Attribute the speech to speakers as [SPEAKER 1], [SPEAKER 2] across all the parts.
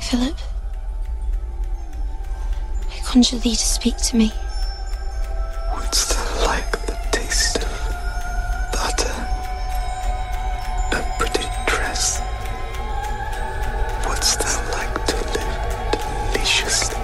[SPEAKER 1] Philip. I conjure thee to speak to me.
[SPEAKER 2] Wouldst thou like the taste of butter? A pretty dress? Wouldst thou like to live deliciously?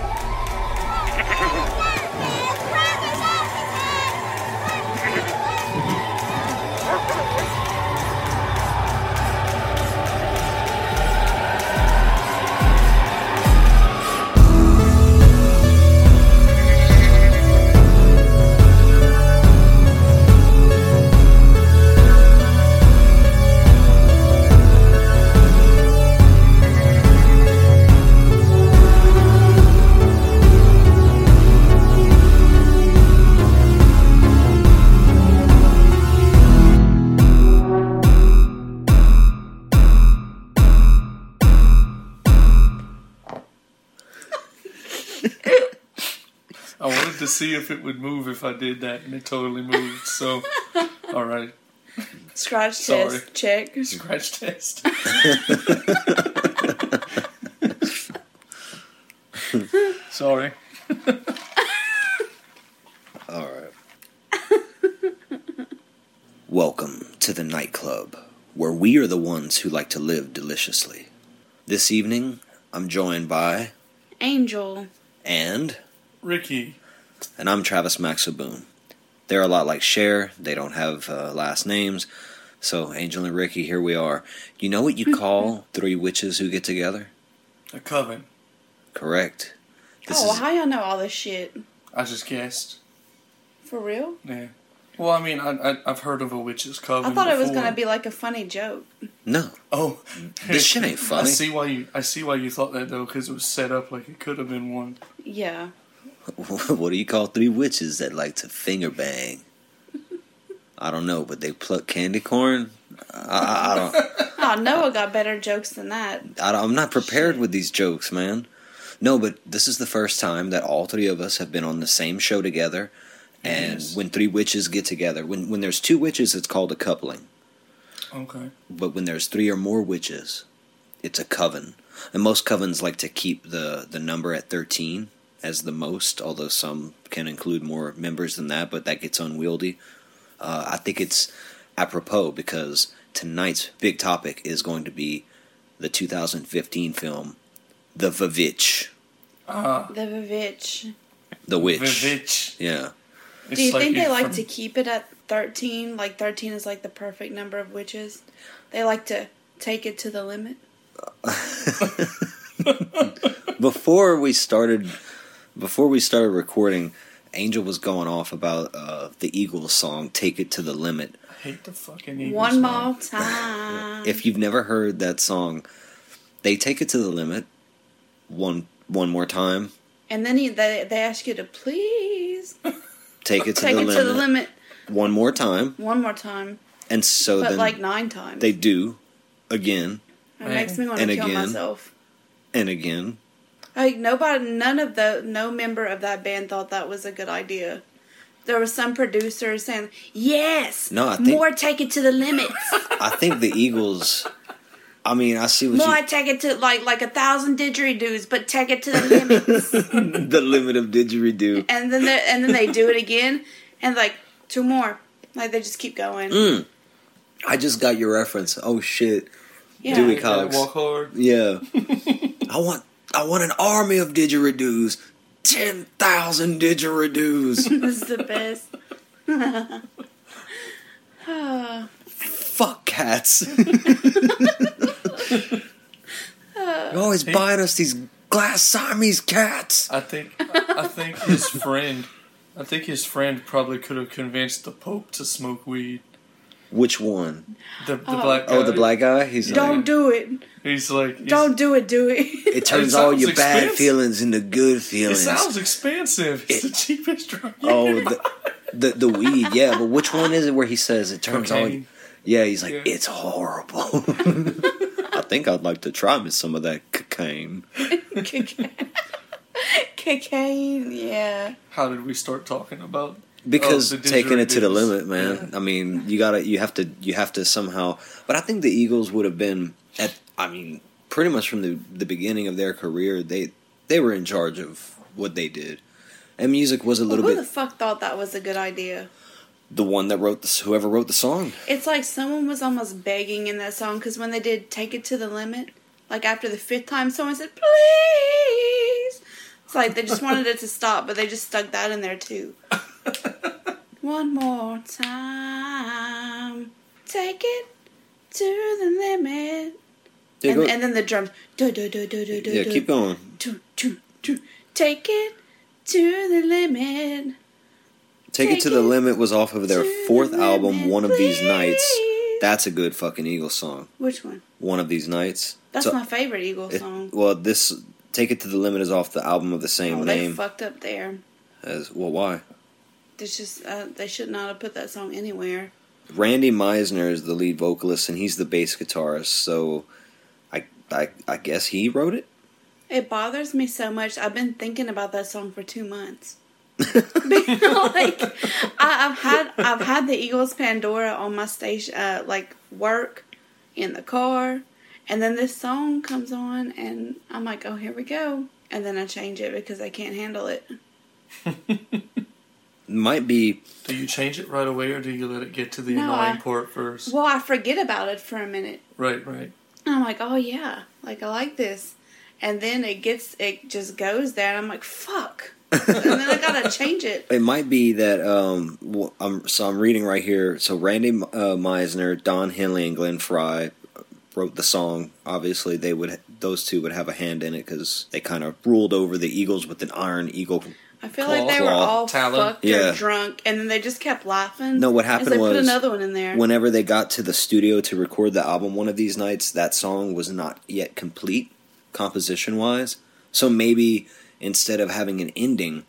[SPEAKER 3] I wanted to see if it would move if I did that, and it totally moved. So, all right,
[SPEAKER 4] Scratch
[SPEAKER 3] Sorry.
[SPEAKER 4] test. Check.
[SPEAKER 3] scratch test. Sorry.
[SPEAKER 2] All right.
[SPEAKER 5] Welcome to the nightclub, where we are the ones who like to live deliciously. This evening, I'm joined by
[SPEAKER 4] Angel.
[SPEAKER 5] and
[SPEAKER 3] Ricky,
[SPEAKER 5] and I'm Travis Maxaboom. They're a lot like Cher; they don't have uh, last names. So, Angel and Ricky, here we are. You know what you call three witches who get together?
[SPEAKER 3] a coven.
[SPEAKER 5] Correct. This
[SPEAKER 4] oh,
[SPEAKER 5] is
[SPEAKER 4] how y'all know all this shit?
[SPEAKER 3] I just guessed.
[SPEAKER 4] For real?
[SPEAKER 3] Yeah. Well, I mean, I, I, I've heard of a witch's
[SPEAKER 4] I
[SPEAKER 3] coven.
[SPEAKER 4] thought it was
[SPEAKER 3] before.
[SPEAKER 4] gonna be like a funny joke.
[SPEAKER 5] no.
[SPEAKER 3] Oh,
[SPEAKER 5] This shit ain't
[SPEAKER 3] I
[SPEAKER 5] funny.
[SPEAKER 3] see why you. I see why you thought that though, because it was set up like it could have been one.
[SPEAKER 4] Yeah.
[SPEAKER 5] what do you call three witches that like to finger bang? I don't know, but they pluck candy corn. I, I, I don't.
[SPEAKER 4] Oh, Noah got better jokes than that.
[SPEAKER 5] I, am not prepared with these jokes, man. No, but this is the first time that all three of us have been on the same show together. And
[SPEAKER 3] Yes.
[SPEAKER 5] when three witches get together, when when there's two witches, it's called a coupling.
[SPEAKER 3] Okay.
[SPEAKER 5] But when there's three or more witches, it's a coven. And most covens like to keep the the number at thirteen as the most, although some can include more members than that, but that gets unwieldy. Uh, I think it's apropos because tonight's big topic is going to be the 2015 film The Vavitch,
[SPEAKER 4] The Vivitch.
[SPEAKER 5] The Witch.
[SPEAKER 3] Vivitch.
[SPEAKER 5] Yeah.
[SPEAKER 4] Do you think they like to keep it at 13? Like 13 is like the perfect number of witches. They like to take it to the limit.
[SPEAKER 5] before we started before we started recording angel was going off about uh, the eagles song take it to the limit
[SPEAKER 3] I hate the fucking Eagles,
[SPEAKER 4] One
[SPEAKER 3] man.
[SPEAKER 4] more time.
[SPEAKER 5] if you've never heard that song they take it to the limit one one more time
[SPEAKER 4] and then he, they, they ask you to please
[SPEAKER 5] take it to,
[SPEAKER 4] take
[SPEAKER 5] the,
[SPEAKER 4] it
[SPEAKER 5] limit,
[SPEAKER 4] to the limit
[SPEAKER 5] one more time
[SPEAKER 4] one more time,
[SPEAKER 5] and so
[SPEAKER 4] but
[SPEAKER 5] then
[SPEAKER 4] like nine times.
[SPEAKER 5] they do again
[SPEAKER 4] it makes me want
[SPEAKER 5] And
[SPEAKER 4] to kill
[SPEAKER 5] again.
[SPEAKER 4] myself.
[SPEAKER 5] and again
[SPEAKER 4] Like nobody, none of the no member of that band thought that was a good idea. There was some producers saying, "Yes,
[SPEAKER 5] No, I think-
[SPEAKER 4] more take it to the limits,
[SPEAKER 5] i think the eagles i mean i see what
[SPEAKER 4] more
[SPEAKER 5] you
[SPEAKER 4] take it to like like a thousand didgeridoos, but take it to the limits."
[SPEAKER 5] the limit of didgeridoo
[SPEAKER 4] and then they- and then they do it again, and like two more, like they just keep going.
[SPEAKER 5] Mm, i just got your reference oh shit
[SPEAKER 4] yeah.
[SPEAKER 5] Dewey
[SPEAKER 3] Gotta
[SPEAKER 5] Cox.
[SPEAKER 3] Walk hard.
[SPEAKER 5] Yeah. I want I want an army of didgeridoos. 10,000 didgeridoos.
[SPEAKER 4] This is the best.
[SPEAKER 5] Fuck cats. You're always buying us these glass Siamese cats.
[SPEAKER 3] I think. I think his friend. I think his friend probably could have convinced the Pope to smoke weed.
[SPEAKER 5] Which one?
[SPEAKER 3] The, the black guy.
[SPEAKER 5] Oh, the black guy? He's
[SPEAKER 4] Don't do it.
[SPEAKER 3] He's like. he's-
[SPEAKER 4] Don't do it. Do it.
[SPEAKER 5] it turns
[SPEAKER 3] It
[SPEAKER 5] all
[SPEAKER 3] sounds
[SPEAKER 5] your bad
[SPEAKER 3] expensive.
[SPEAKER 5] feelings into good
[SPEAKER 3] It
[SPEAKER 5] feelings.
[SPEAKER 3] sounds expensive. It's the cheapest drug. you
[SPEAKER 5] oh,
[SPEAKER 3] can
[SPEAKER 5] the, the the weed, yeah, but which one is it where he says it turns all
[SPEAKER 3] Cocaine.
[SPEAKER 5] Yeah, he's like,
[SPEAKER 3] Yeah.
[SPEAKER 5] it's horrible. I think I'd like to try me some of that cocaine.
[SPEAKER 4] Cocaine. Cocaine. Yeah.
[SPEAKER 3] How did we start talking about?
[SPEAKER 5] Because
[SPEAKER 3] Oh, the
[SPEAKER 5] taking it to the
[SPEAKER 3] didgeridoos.
[SPEAKER 5] limit, man. I mean, you gotta, you have to, you have to somehow. But I think the Eagles would have been at. I mean, pretty much from the the beginning of their career, they they were in charge of what they did, and music was a
[SPEAKER 4] Well,
[SPEAKER 5] little
[SPEAKER 4] who the
[SPEAKER 5] bit
[SPEAKER 4] fuck thought that was a good idea?
[SPEAKER 5] the one that wrote this. Whoever wrote the song,
[SPEAKER 4] It's like someone was almost begging in that song because when they did "Take It to the Limit," like after the fifth time, someone said, "Please." It's like they just wanted it to stop, but they just stuck that in there too. One more time, take it to the limit,
[SPEAKER 5] yeah,
[SPEAKER 4] and,
[SPEAKER 5] go-
[SPEAKER 4] and then the drums. "Do, do, do, do, do, do,
[SPEAKER 5] yeah
[SPEAKER 4] do."
[SPEAKER 5] keep going.
[SPEAKER 4] Do, do, do. Take it to the limit.
[SPEAKER 5] Take, it
[SPEAKER 4] Take
[SPEAKER 5] to the
[SPEAKER 4] it
[SPEAKER 5] limit was off of their
[SPEAKER 4] to the
[SPEAKER 5] fourth album,
[SPEAKER 4] limit,
[SPEAKER 5] One of These Nights.
[SPEAKER 4] please.
[SPEAKER 5] That's a good fucking Eagles song.
[SPEAKER 4] Which one?
[SPEAKER 5] One of These Nights.
[SPEAKER 4] That's
[SPEAKER 5] So-
[SPEAKER 4] my favorite Eagle
[SPEAKER 5] it-
[SPEAKER 4] song.
[SPEAKER 5] well, this Take It to the Limit is off the album of the same
[SPEAKER 4] Oh, they
[SPEAKER 5] name
[SPEAKER 4] fucked up there.
[SPEAKER 5] as well. Why?
[SPEAKER 4] It's just uh, they should not have put that song anywhere.
[SPEAKER 5] Randy Meisner is the lead vocalist, and he's the bass guitarist. So, I I, I guess he wrote it.
[SPEAKER 4] It bothers me so much. I've been thinking about that song for two months. Being like I, I've had I've had the Eagles Pandora on my station, uh, like work in the car, and then this song comes on, and I'm like, oh, here we go, and then I change it because I can't handle it.
[SPEAKER 5] Might be
[SPEAKER 3] Do you change it right away or do you let it get to the
[SPEAKER 4] No,
[SPEAKER 3] annoying
[SPEAKER 4] I-
[SPEAKER 3] part first?
[SPEAKER 4] Well, I forget about it for a minute.
[SPEAKER 3] Right, right.
[SPEAKER 4] And I'm like, oh yeah, like I like this. And then it gets, it just goes there, and I'm like, fuck. and then I gotta change it.
[SPEAKER 5] it might be that um w- I'm so I'm reading right here. So Randy uh, Meisner, Don Henley, and Glenn Fry wrote the song. Obviously, they would those two would have a hand in it because they kind of ruled over the Eagles with an iron eagle.
[SPEAKER 4] I feel
[SPEAKER 3] Claw,
[SPEAKER 4] like they were
[SPEAKER 5] claw,
[SPEAKER 4] all
[SPEAKER 3] talon.
[SPEAKER 4] fucked
[SPEAKER 5] Yeah.
[SPEAKER 4] or drunk, and then they just kept laughing.
[SPEAKER 5] No, what
[SPEAKER 4] And so
[SPEAKER 5] happened
[SPEAKER 4] they
[SPEAKER 5] was
[SPEAKER 4] put another one in there.
[SPEAKER 5] Whenever they got to the studio to record the album one of these nights, that song was not yet complete composition wise. So maybe instead of having an ending,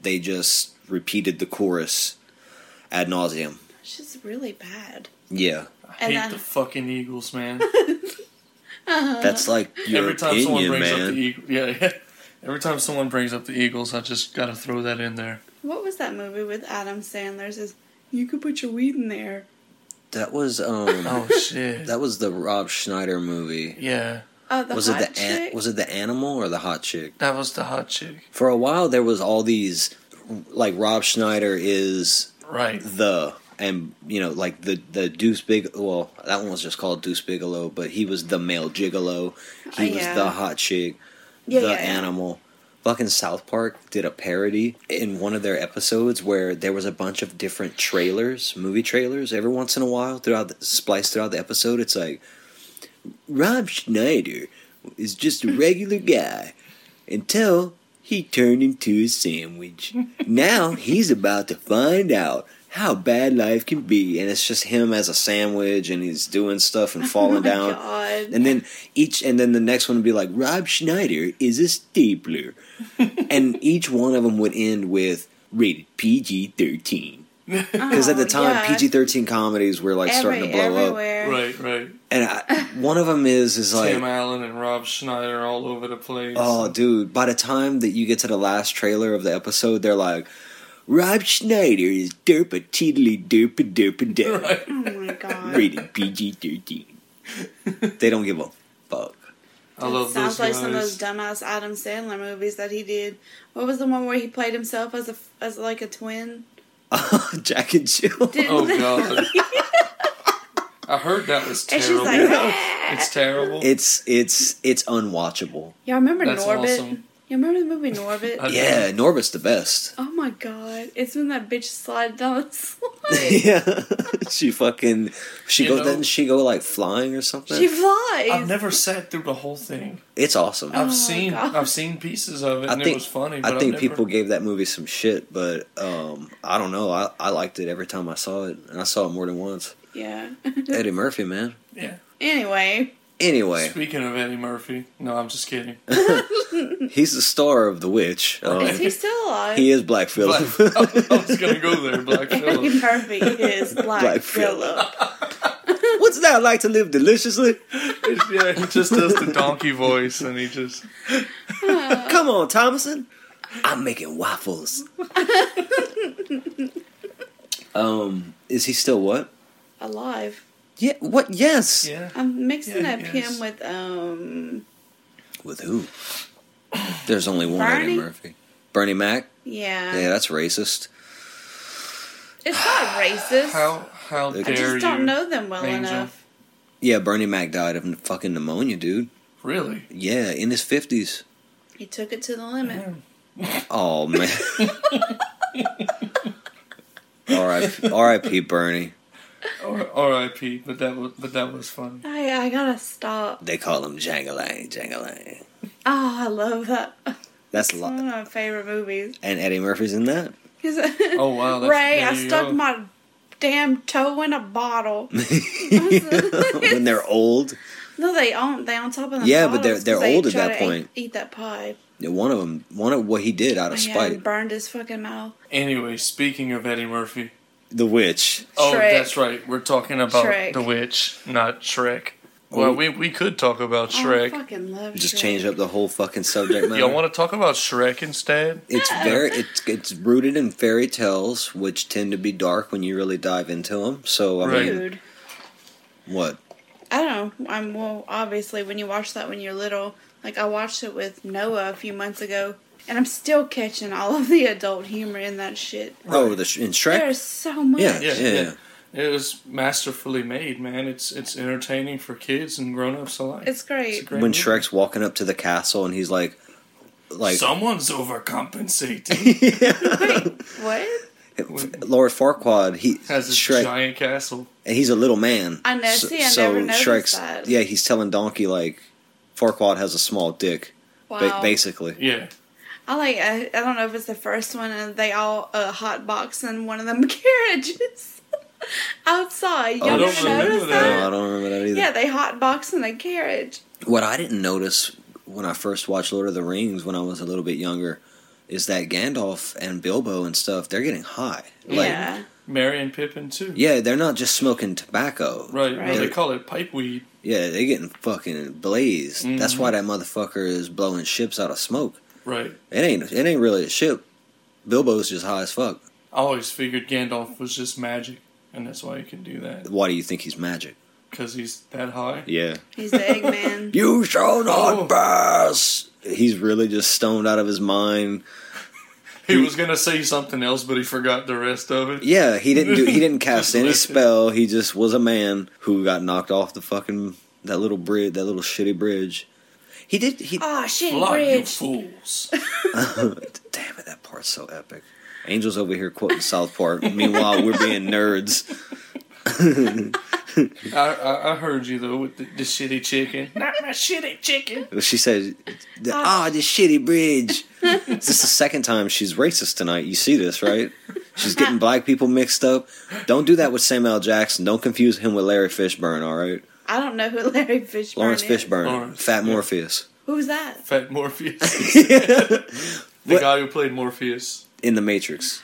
[SPEAKER 5] they just repeated the chorus ad nauseum.
[SPEAKER 4] It's just really bad.
[SPEAKER 5] Yeah.
[SPEAKER 3] I
[SPEAKER 4] And
[SPEAKER 3] hate
[SPEAKER 4] I-
[SPEAKER 3] the fucking Eagles, man.
[SPEAKER 5] That's like your
[SPEAKER 3] Every time someone
[SPEAKER 5] opinion,
[SPEAKER 3] brings
[SPEAKER 5] man.
[SPEAKER 3] up the e- Eagles, yeah, yeah. Every time someone brings up the Eagles, I just gotta throw that in there.
[SPEAKER 4] What was that movie with Adam Sandler? It Says you could put your weed in there.
[SPEAKER 5] that was um,
[SPEAKER 3] Oh shit.
[SPEAKER 5] that was the Rob Schneider movie.
[SPEAKER 3] yeah,
[SPEAKER 4] Oh, the
[SPEAKER 5] Was it
[SPEAKER 4] hot
[SPEAKER 5] the an-
[SPEAKER 4] chick?
[SPEAKER 5] was it the animal or the hot chick?
[SPEAKER 3] that was the hot chick.
[SPEAKER 5] For a while, there was all these like Rob Schneider is
[SPEAKER 3] Right.
[SPEAKER 5] the and you know like the the Deuce Big well that one was just called Deuce Bigelow but he was the male gigolo he
[SPEAKER 4] Oh,
[SPEAKER 5] was
[SPEAKER 4] yeah.
[SPEAKER 5] the hot chick
[SPEAKER 4] Yeah,
[SPEAKER 5] the
[SPEAKER 4] yeah, yeah.
[SPEAKER 5] animal fucking South Park did a parody in one of their episodes where there was a bunch of different trailers movie trailers every once in a while throughout the, spliced throughout the episode it's like Rob Schneider is just a regular guy until he turned into a sandwich. now he's about to find out how bad life can be. And it's just him as a sandwich and he's doing stuff and falling
[SPEAKER 4] Oh my
[SPEAKER 5] down.
[SPEAKER 4] God.
[SPEAKER 5] And then each and then the next one would be like Rob Schneider is a stapler. and each one of them would end with rated PG 13. Because at the
[SPEAKER 4] Oh,
[SPEAKER 5] time,
[SPEAKER 4] yeah.
[SPEAKER 5] PG 13 comedies were like starting to
[SPEAKER 4] Every-
[SPEAKER 5] blow up.
[SPEAKER 4] everywhere.
[SPEAKER 3] Right, right.
[SPEAKER 5] And I, one of them is is like
[SPEAKER 3] Tim Allen and Rob Schneider all over the place.
[SPEAKER 5] Oh, dude! By the time that you get to the last trailer of the episode, they're like, "Rob Schneider is derpa teedly derpa derpa derp,
[SPEAKER 3] Right.
[SPEAKER 4] Oh my god.
[SPEAKER 5] rated PG 13 They don't give a fuck.
[SPEAKER 3] I love
[SPEAKER 4] Sounds
[SPEAKER 3] those
[SPEAKER 4] like
[SPEAKER 3] guys.
[SPEAKER 4] some of those dumbass Adam Sandler movies that he did. What was the one where he played himself as a as like a twin?
[SPEAKER 5] Jack and Jill.
[SPEAKER 4] Did-
[SPEAKER 3] oh god. I heard that was
[SPEAKER 4] And she's
[SPEAKER 3] terrible.
[SPEAKER 4] like,
[SPEAKER 3] it's terrible.
[SPEAKER 5] It's it's it's unwatchable.
[SPEAKER 4] y'all remember
[SPEAKER 3] That's
[SPEAKER 4] Norbit?
[SPEAKER 3] awesome.
[SPEAKER 4] Y'all remember the movie Norbit?
[SPEAKER 3] I-
[SPEAKER 5] Yeah, Norbit's the best.
[SPEAKER 4] oh my god! It's when that bitch slid down the slide.
[SPEAKER 5] yeah, she fucking she
[SPEAKER 3] You
[SPEAKER 5] go
[SPEAKER 3] know-
[SPEAKER 5] doesn't she go like flying or something?
[SPEAKER 4] she flies.
[SPEAKER 3] I've never sat through the whole thing.
[SPEAKER 5] it's awesome.
[SPEAKER 3] I've seen
[SPEAKER 4] Oh, God.
[SPEAKER 3] I've seen pieces of it
[SPEAKER 5] I
[SPEAKER 3] and
[SPEAKER 5] think
[SPEAKER 3] it was funny. But
[SPEAKER 5] I think
[SPEAKER 3] have
[SPEAKER 5] people gave that movie some shit, but um, I don't know. I, I liked it every time I saw it, and I saw it more than once.
[SPEAKER 4] yeah.
[SPEAKER 5] Eddie Murphy, man.
[SPEAKER 3] Yeah.
[SPEAKER 4] anyway,
[SPEAKER 5] Anyway,
[SPEAKER 3] Speaking of Eddie Murphy, no, I'm just kidding.
[SPEAKER 5] he's the star of The Witch. Um,
[SPEAKER 4] is he still alive?
[SPEAKER 5] he is Black
[SPEAKER 3] Oh, Black,
[SPEAKER 5] Phillip.
[SPEAKER 3] I, was gonna go there, Black
[SPEAKER 4] Eddie
[SPEAKER 3] Phillip.
[SPEAKER 4] Murphy is Black,
[SPEAKER 5] Black
[SPEAKER 4] Phillip.
[SPEAKER 5] What's that like to live deliciously?
[SPEAKER 3] yeah, he just does the donkey voice, and he just
[SPEAKER 4] Uh-huh.
[SPEAKER 5] Come on, Thomason. I'm making waffles. um, is he still what?
[SPEAKER 4] Alive.
[SPEAKER 5] Yeah. What? Yes.
[SPEAKER 3] Yeah.
[SPEAKER 4] I'm mixing
[SPEAKER 3] Yeah,
[SPEAKER 4] up
[SPEAKER 3] yes.
[SPEAKER 4] him with um
[SPEAKER 5] With who? There's only one
[SPEAKER 4] Bernie?
[SPEAKER 5] Eddie Murphy. Bernie Mac.
[SPEAKER 4] yeah.
[SPEAKER 5] Yeah, that's racist.
[SPEAKER 4] It's not racist.
[SPEAKER 3] How how dare
[SPEAKER 5] I just
[SPEAKER 4] I just don't
[SPEAKER 3] you?
[SPEAKER 4] know them well
[SPEAKER 3] Angel.
[SPEAKER 4] enough.
[SPEAKER 5] Yeah, Bernie Mac died of fucking pneumonia, dude.
[SPEAKER 3] Really?
[SPEAKER 5] Yeah, in his fifties.
[SPEAKER 4] He took it to the limit.
[SPEAKER 5] Oh man. R.I.P. R.I.P. Bernie.
[SPEAKER 3] Or R.I.P. But that was but that was funny.
[SPEAKER 4] I I gotta stop.
[SPEAKER 5] They call him Jangalang, Jangalang.
[SPEAKER 4] Oh, I love that.
[SPEAKER 5] That's a
[SPEAKER 4] One of
[SPEAKER 5] lot.
[SPEAKER 4] my favorite movies.
[SPEAKER 5] And Eddie Murphy's in that.
[SPEAKER 4] oh
[SPEAKER 3] wow, that's-
[SPEAKER 4] Ray,
[SPEAKER 3] there
[SPEAKER 4] I
[SPEAKER 3] you
[SPEAKER 4] stuck
[SPEAKER 3] go.
[SPEAKER 4] my damn toe in a bottle.
[SPEAKER 5] when they're old,
[SPEAKER 4] No, they own they on top of the
[SPEAKER 5] Yeah, but they're-
[SPEAKER 4] bottles
[SPEAKER 5] they're
[SPEAKER 4] 'cause they
[SPEAKER 5] old at
[SPEAKER 4] try
[SPEAKER 5] that
[SPEAKER 4] to eat-
[SPEAKER 5] point.
[SPEAKER 4] Eat, that pie.
[SPEAKER 5] one of them, one of what he did out of
[SPEAKER 4] Oh, Yeah,
[SPEAKER 5] spite,
[SPEAKER 4] and burned his fucking mouth.
[SPEAKER 3] Anyway, speaking of Eddie Murphy.
[SPEAKER 5] the witch.
[SPEAKER 3] Oh,
[SPEAKER 4] Shrek.
[SPEAKER 3] that's right. We're talking about
[SPEAKER 4] Shrek.
[SPEAKER 3] the witch, not Shrek. Well, we we could talk about
[SPEAKER 4] Oh, I
[SPEAKER 3] Shrek.
[SPEAKER 4] fucking love
[SPEAKER 5] Just
[SPEAKER 4] Shrek.
[SPEAKER 5] changed up the whole fucking subject matter.
[SPEAKER 3] Y'all want to talk about Shrek instead?
[SPEAKER 5] It's very it's it's rooted in fairy tales, which tend to be dark when you really dive into them. So I mean,
[SPEAKER 4] Dude,
[SPEAKER 5] what?
[SPEAKER 4] I don't know. I'm well. Obviously, when you watch that when you're little, like I watched it with Noah a few months ago, and I'm still catching all of the adult humor in that shit.
[SPEAKER 5] Oh, the Sh- in Shrek.
[SPEAKER 4] There's so much.
[SPEAKER 5] Yeah, yeah,
[SPEAKER 3] Yeah,
[SPEAKER 5] yeah.
[SPEAKER 3] yeah. It was masterfully made, man. It's it's entertaining for kids and grown ups alike.
[SPEAKER 4] It's great.
[SPEAKER 3] a great
[SPEAKER 5] When
[SPEAKER 3] movie.
[SPEAKER 5] Shrek's walking up to the castle and he's like, like
[SPEAKER 3] someone's overcompensating
[SPEAKER 4] What?
[SPEAKER 5] Lord Farquaad. He
[SPEAKER 3] has this
[SPEAKER 5] Shrek,
[SPEAKER 3] giant castle.
[SPEAKER 5] and he's a little man.
[SPEAKER 4] I know, see, I never noticed that.
[SPEAKER 5] Yeah, he's telling Donkey like Farquaad has a small dick,
[SPEAKER 4] Wow.
[SPEAKER 5] ba- basically.
[SPEAKER 3] Yeah,
[SPEAKER 4] I like. I, I don't know if it's the first one, and they all uh, hot boxing one of them carriages outside. Y'all
[SPEAKER 5] Oh, I don't
[SPEAKER 4] never
[SPEAKER 5] remember
[SPEAKER 4] noticed
[SPEAKER 3] that.
[SPEAKER 4] that?
[SPEAKER 5] No, I don't remember that either.
[SPEAKER 4] Yeah, they hot box in a carriage.
[SPEAKER 5] What I didn't notice when I first watched Lord of the Rings when I was a little bit younger is that Gandalf and Bilbo and stuff, they're getting high. Like,
[SPEAKER 4] yeah.
[SPEAKER 3] Mary and Pippin too.
[SPEAKER 5] yeah, they're not just smoking tobacco.
[SPEAKER 3] Right,
[SPEAKER 4] Right.
[SPEAKER 3] No, they call it pipe weed.
[SPEAKER 5] Yeah, they're getting fucking blazed. That's why that motherfucker is blowing ships out of smoke.
[SPEAKER 3] Right.
[SPEAKER 5] It ain't it ain't really a ship. Bilbo's just high as fuck.
[SPEAKER 3] I always figured Gandalf was just magic, and that's why he can do that
[SPEAKER 5] Why do you think he's magic?
[SPEAKER 3] because he's that high.
[SPEAKER 5] Yeah.
[SPEAKER 4] He's the Eggman.
[SPEAKER 5] You shall
[SPEAKER 3] Oh.
[SPEAKER 5] not pass. He's really just stoned out of his mind.
[SPEAKER 3] He was gonna say something else, but he forgot the rest of it.
[SPEAKER 5] Yeah, he didn't do. He didn't cast
[SPEAKER 3] Just
[SPEAKER 5] any
[SPEAKER 3] listen.
[SPEAKER 5] spell. He just was a man who got knocked off the fucking that little bridge, that little shitty bridge. He did. He
[SPEAKER 4] Oh shit,
[SPEAKER 3] Fly, you
[SPEAKER 4] bridge.
[SPEAKER 3] fools!
[SPEAKER 5] damn it, that part's so epic. Angels over here quoting South Park. Meanwhile, we're being nerds.
[SPEAKER 3] I, I, I heard you though with the, the shitty chicken. Not my shitty chicken.
[SPEAKER 5] She said,
[SPEAKER 4] Uh,
[SPEAKER 5] "Ah, this shitty bridge." this is the second time she's racist tonight. You see this, right? She's getting black people mixed up. Don't do that with Samuel L. Jackson. Don't confuse him with Larry Fishburne. All right,
[SPEAKER 4] I don't know who Larry Fishburne
[SPEAKER 5] Lawrence
[SPEAKER 4] is.
[SPEAKER 5] Fishburne,
[SPEAKER 3] Lawrence,
[SPEAKER 5] Fat
[SPEAKER 3] yeah.
[SPEAKER 5] Morpheus.
[SPEAKER 4] Who's that?
[SPEAKER 3] Fat Morpheus. the guy who played Morpheus.
[SPEAKER 5] in the Matrix.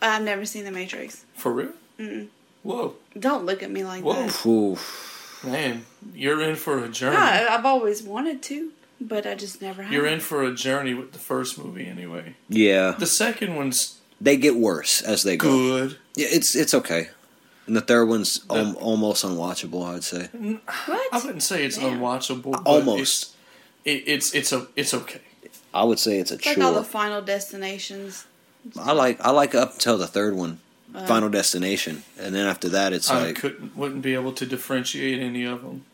[SPEAKER 4] I've never seen The Matrix.
[SPEAKER 3] For real? Whoa,
[SPEAKER 4] Don't look at me like
[SPEAKER 3] Whoa.
[SPEAKER 4] that.
[SPEAKER 5] Oof.
[SPEAKER 3] man, you're in for a journey.
[SPEAKER 4] No, I've always wanted to, but I just never have.
[SPEAKER 3] You're in for a journey with the first movie, anyway.
[SPEAKER 5] Yeah,
[SPEAKER 3] The second one's
[SPEAKER 5] they get worse as they go.
[SPEAKER 3] good.
[SPEAKER 5] Yeah, it's it's okay. And the third one's al- almost unwatchable. I'd say.
[SPEAKER 4] What?
[SPEAKER 3] I wouldn't say it's
[SPEAKER 4] Yeah.
[SPEAKER 3] unwatchable. but
[SPEAKER 5] Almost.
[SPEAKER 3] it's, it, it's it's a it's okay.
[SPEAKER 5] I would say it's a
[SPEAKER 4] it's like
[SPEAKER 5] chore.
[SPEAKER 4] all the Final Destinations.
[SPEAKER 5] I like I like up until the third one,
[SPEAKER 4] Uh.
[SPEAKER 5] Final Destination, and then after that it's
[SPEAKER 3] I
[SPEAKER 5] like
[SPEAKER 3] couldn't wouldn't be able to differentiate any of them.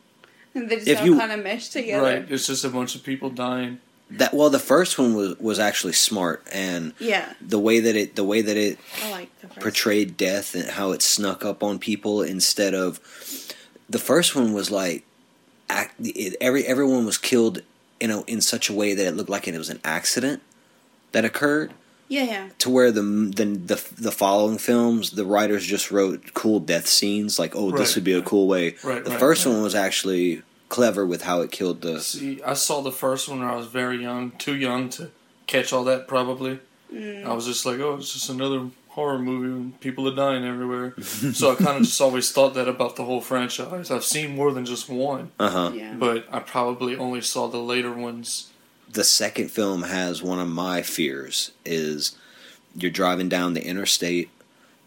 [SPEAKER 4] And they just
[SPEAKER 5] If
[SPEAKER 4] all
[SPEAKER 5] you-
[SPEAKER 4] kind of mesh together.
[SPEAKER 3] Right? It's just a bunch of people dying.
[SPEAKER 5] that. Well, the first one was was actually smart, and
[SPEAKER 4] Yeah,
[SPEAKER 5] the way that it the way that it
[SPEAKER 4] I like the first.
[SPEAKER 5] portrayed death and how it snuck up on people instead of the first one was like act, it, every everyone was killed you know in such a way that it looked like it was an accident that occurred
[SPEAKER 4] yeah, yeah.
[SPEAKER 5] to where the the the, the following films the writers just wrote cool death scenes like oh this
[SPEAKER 3] Right.
[SPEAKER 5] would be a cool way
[SPEAKER 3] Right,
[SPEAKER 5] the
[SPEAKER 3] right,
[SPEAKER 5] first
[SPEAKER 3] right.
[SPEAKER 5] one was actually clever with how it killed the
[SPEAKER 3] See, I saw the first one when I was very young, too young to catch all that probably.
[SPEAKER 4] Mm.
[SPEAKER 3] I was just like, oh, it's just another horror movie and people are dying everywhere. so I kind of just always thought that about the whole franchise. I've seen more than just one,
[SPEAKER 5] uh-huh
[SPEAKER 4] Yeah.
[SPEAKER 3] but I probably only saw the later ones.
[SPEAKER 5] the second film has one of my fears is you're driving down the interstate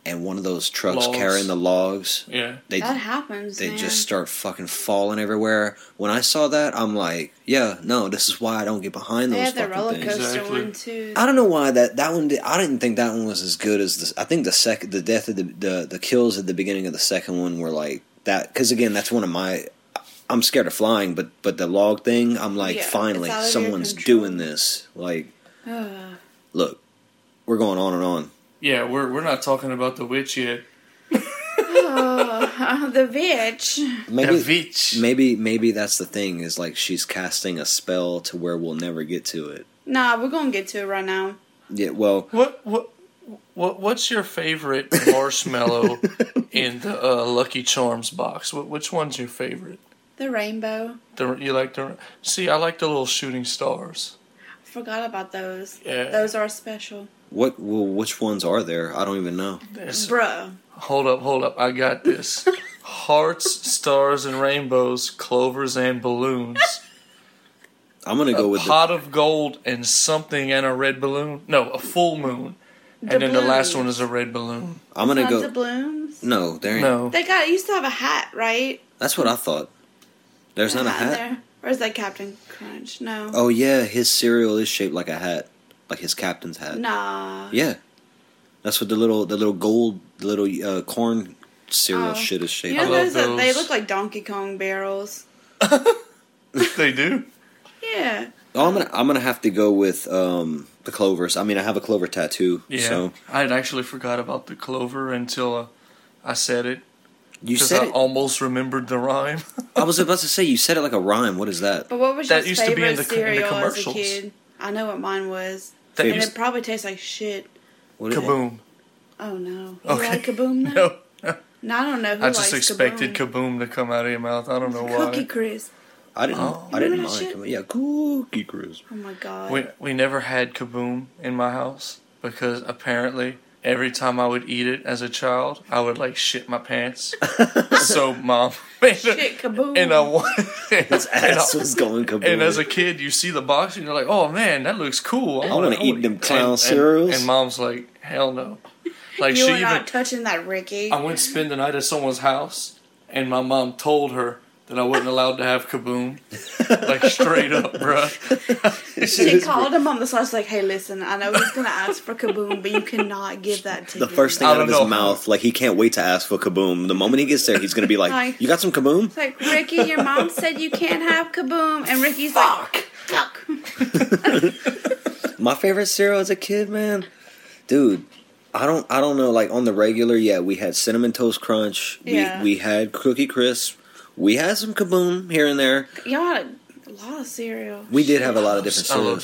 [SPEAKER 5] and one of those trucks
[SPEAKER 3] Logs.
[SPEAKER 5] carrying the logs,
[SPEAKER 3] Yeah.
[SPEAKER 5] they
[SPEAKER 4] That happens.
[SPEAKER 5] they
[SPEAKER 4] man.
[SPEAKER 5] just start fucking falling everywhere. When I saw that, I'm like, yeah, no, this is why I don't get behind
[SPEAKER 4] They
[SPEAKER 5] those
[SPEAKER 4] had the
[SPEAKER 5] fucking
[SPEAKER 4] roller
[SPEAKER 5] things.
[SPEAKER 4] coaster
[SPEAKER 3] Exactly.
[SPEAKER 4] one too.
[SPEAKER 5] I don't know why that that one. Did, I didn't think that one was as good as this. I think the second, the death of the, the the kills at the beginning of the second one were like that. Because again, that's one of my. I'm scared of flying, but but the log thing, I'm like,
[SPEAKER 4] Yeah, it's
[SPEAKER 5] finally,
[SPEAKER 4] out of your
[SPEAKER 5] someone's
[SPEAKER 4] control.
[SPEAKER 5] doing this. Like,
[SPEAKER 4] Ugh.
[SPEAKER 5] look, we're going on and on.
[SPEAKER 3] Yeah, we're, we're not talking about the witch yet.
[SPEAKER 4] Oh, the bitch.
[SPEAKER 5] Maybe
[SPEAKER 3] the witch.
[SPEAKER 5] maybe maybe that's the thing is like she's casting a spell to where we'll never get to it.
[SPEAKER 4] Nah, we're gonna get to it right now.
[SPEAKER 5] Yeah, well,
[SPEAKER 3] What what what what's your favorite marshmallow in the uh, Lucky Charms box? What, which one's your favorite?
[SPEAKER 4] The rainbow.
[SPEAKER 3] The, you like the see? I like the little shooting stars.
[SPEAKER 4] Forgot about those.
[SPEAKER 3] Yeah.
[SPEAKER 4] Those are special,
[SPEAKER 5] what well, which ones are there? I don't even know.
[SPEAKER 3] There's-
[SPEAKER 4] bro.
[SPEAKER 3] hold up, hold up! I got this. Hearts, stars, and rainbows, clovers, and balloons.
[SPEAKER 5] I'm gonna go with the,
[SPEAKER 3] Pot of gold and something and a red balloon. No, a full moon. and then the last one is a red balloon.
[SPEAKER 5] I'm gonna
[SPEAKER 4] Tons
[SPEAKER 5] go.
[SPEAKER 4] of blooms.
[SPEAKER 5] No, there ain't.
[SPEAKER 3] No,
[SPEAKER 4] They got used to have a hat, right?
[SPEAKER 5] That's what I thought. There's not a
[SPEAKER 4] Hat in
[SPEAKER 5] hat.
[SPEAKER 4] there. Or is that Captain Crunch? No.
[SPEAKER 5] Oh yeah, his cereal is shaped like a hat, like his captain's hat.
[SPEAKER 4] Nah.
[SPEAKER 5] Yeah, that's what the little the little gold the little uh, corn cereal
[SPEAKER 4] Oh.
[SPEAKER 5] shit is shaped
[SPEAKER 4] You
[SPEAKER 3] I
[SPEAKER 4] know
[SPEAKER 5] like.
[SPEAKER 3] love
[SPEAKER 4] those, that- They
[SPEAKER 3] those.
[SPEAKER 4] look like Donkey Kong barrels.
[SPEAKER 3] they do.
[SPEAKER 4] Yeah.
[SPEAKER 5] Oh, I'm gonna I'm gonna have to go with um, the clovers. I mean, I have a clover tattoo,
[SPEAKER 3] Yeah,
[SPEAKER 5] so
[SPEAKER 3] I had actually forgot about the clover until uh, I said it
[SPEAKER 5] you
[SPEAKER 3] because
[SPEAKER 5] said
[SPEAKER 3] I
[SPEAKER 5] it.
[SPEAKER 3] almost remembered the rhyme.
[SPEAKER 5] I was about to say you said it like a rhyme. What is that?
[SPEAKER 4] But what was
[SPEAKER 3] That
[SPEAKER 4] your
[SPEAKER 3] used to be
[SPEAKER 4] favorite
[SPEAKER 3] in the co- in the
[SPEAKER 4] cereal as a
[SPEAKER 3] commercials.
[SPEAKER 4] kid? I know what mine was,
[SPEAKER 3] That
[SPEAKER 4] and
[SPEAKER 3] used-
[SPEAKER 4] it probably tastes like shit.
[SPEAKER 5] What is it?
[SPEAKER 3] kaboom!
[SPEAKER 4] Oh no! You
[SPEAKER 3] Okay.
[SPEAKER 4] like Kaboom? Though?
[SPEAKER 3] No,
[SPEAKER 4] No, I don't know. Who
[SPEAKER 3] I just
[SPEAKER 4] likes
[SPEAKER 3] expected
[SPEAKER 4] Kaboom.
[SPEAKER 3] kaboom. to come out of your mouth. I don't know
[SPEAKER 4] Cookie
[SPEAKER 3] why.
[SPEAKER 4] Crisp.
[SPEAKER 5] I didn't.
[SPEAKER 3] Oh.
[SPEAKER 5] I didn't
[SPEAKER 4] Remember that
[SPEAKER 5] mind.
[SPEAKER 4] shit?
[SPEAKER 5] Yeah, cookie crisp.
[SPEAKER 4] Oh my god!
[SPEAKER 3] We we never had kaboom in my house because apparently every time I would eat it as a child, I would like shit my pants. so mom made a-
[SPEAKER 4] Shit, Kaboom.
[SPEAKER 3] and I wanted
[SPEAKER 5] Ass was going kaboom.
[SPEAKER 3] And as a kid, you see the box and you're like, "Oh man, that looks cool. I
[SPEAKER 5] wanna eat them clown
[SPEAKER 3] and- and-
[SPEAKER 5] cereals."
[SPEAKER 3] And, mom's like, "Hell no!" Like
[SPEAKER 4] you
[SPEAKER 3] she
[SPEAKER 4] are
[SPEAKER 3] even,
[SPEAKER 4] not touching that, Ricky.
[SPEAKER 3] I went spend the night at someone's house, and my mom told her that I wasn't allowed to have kaboom, like straight up, bruh.
[SPEAKER 4] she called him on the side. like, "Hey, listen, I know he's gonna ask for Kaboom, but you cannot give that to
[SPEAKER 5] the
[SPEAKER 4] him."
[SPEAKER 5] first thing
[SPEAKER 3] I
[SPEAKER 5] out of
[SPEAKER 3] don't
[SPEAKER 5] his
[SPEAKER 3] know.
[SPEAKER 5] mouth. Like he can't wait to ask for kaboom. The moment he gets there, he's gonna be like,
[SPEAKER 4] Like-
[SPEAKER 5] "You got some kaboom?"
[SPEAKER 4] It's like Ricky, your mom said you can't have Kaboom, and Ricky's like, "Fuck."
[SPEAKER 5] My favorite cereal as a kid, man, dude. I don't. I don't know. Like on the regular, yeah, we had cinnamon toast crunch.
[SPEAKER 4] Yeah.
[SPEAKER 5] We we had cookie crisp. We had some kaboom here and there.
[SPEAKER 4] Y'all had a lot of cereal.
[SPEAKER 5] We did have a lot of different
[SPEAKER 3] I love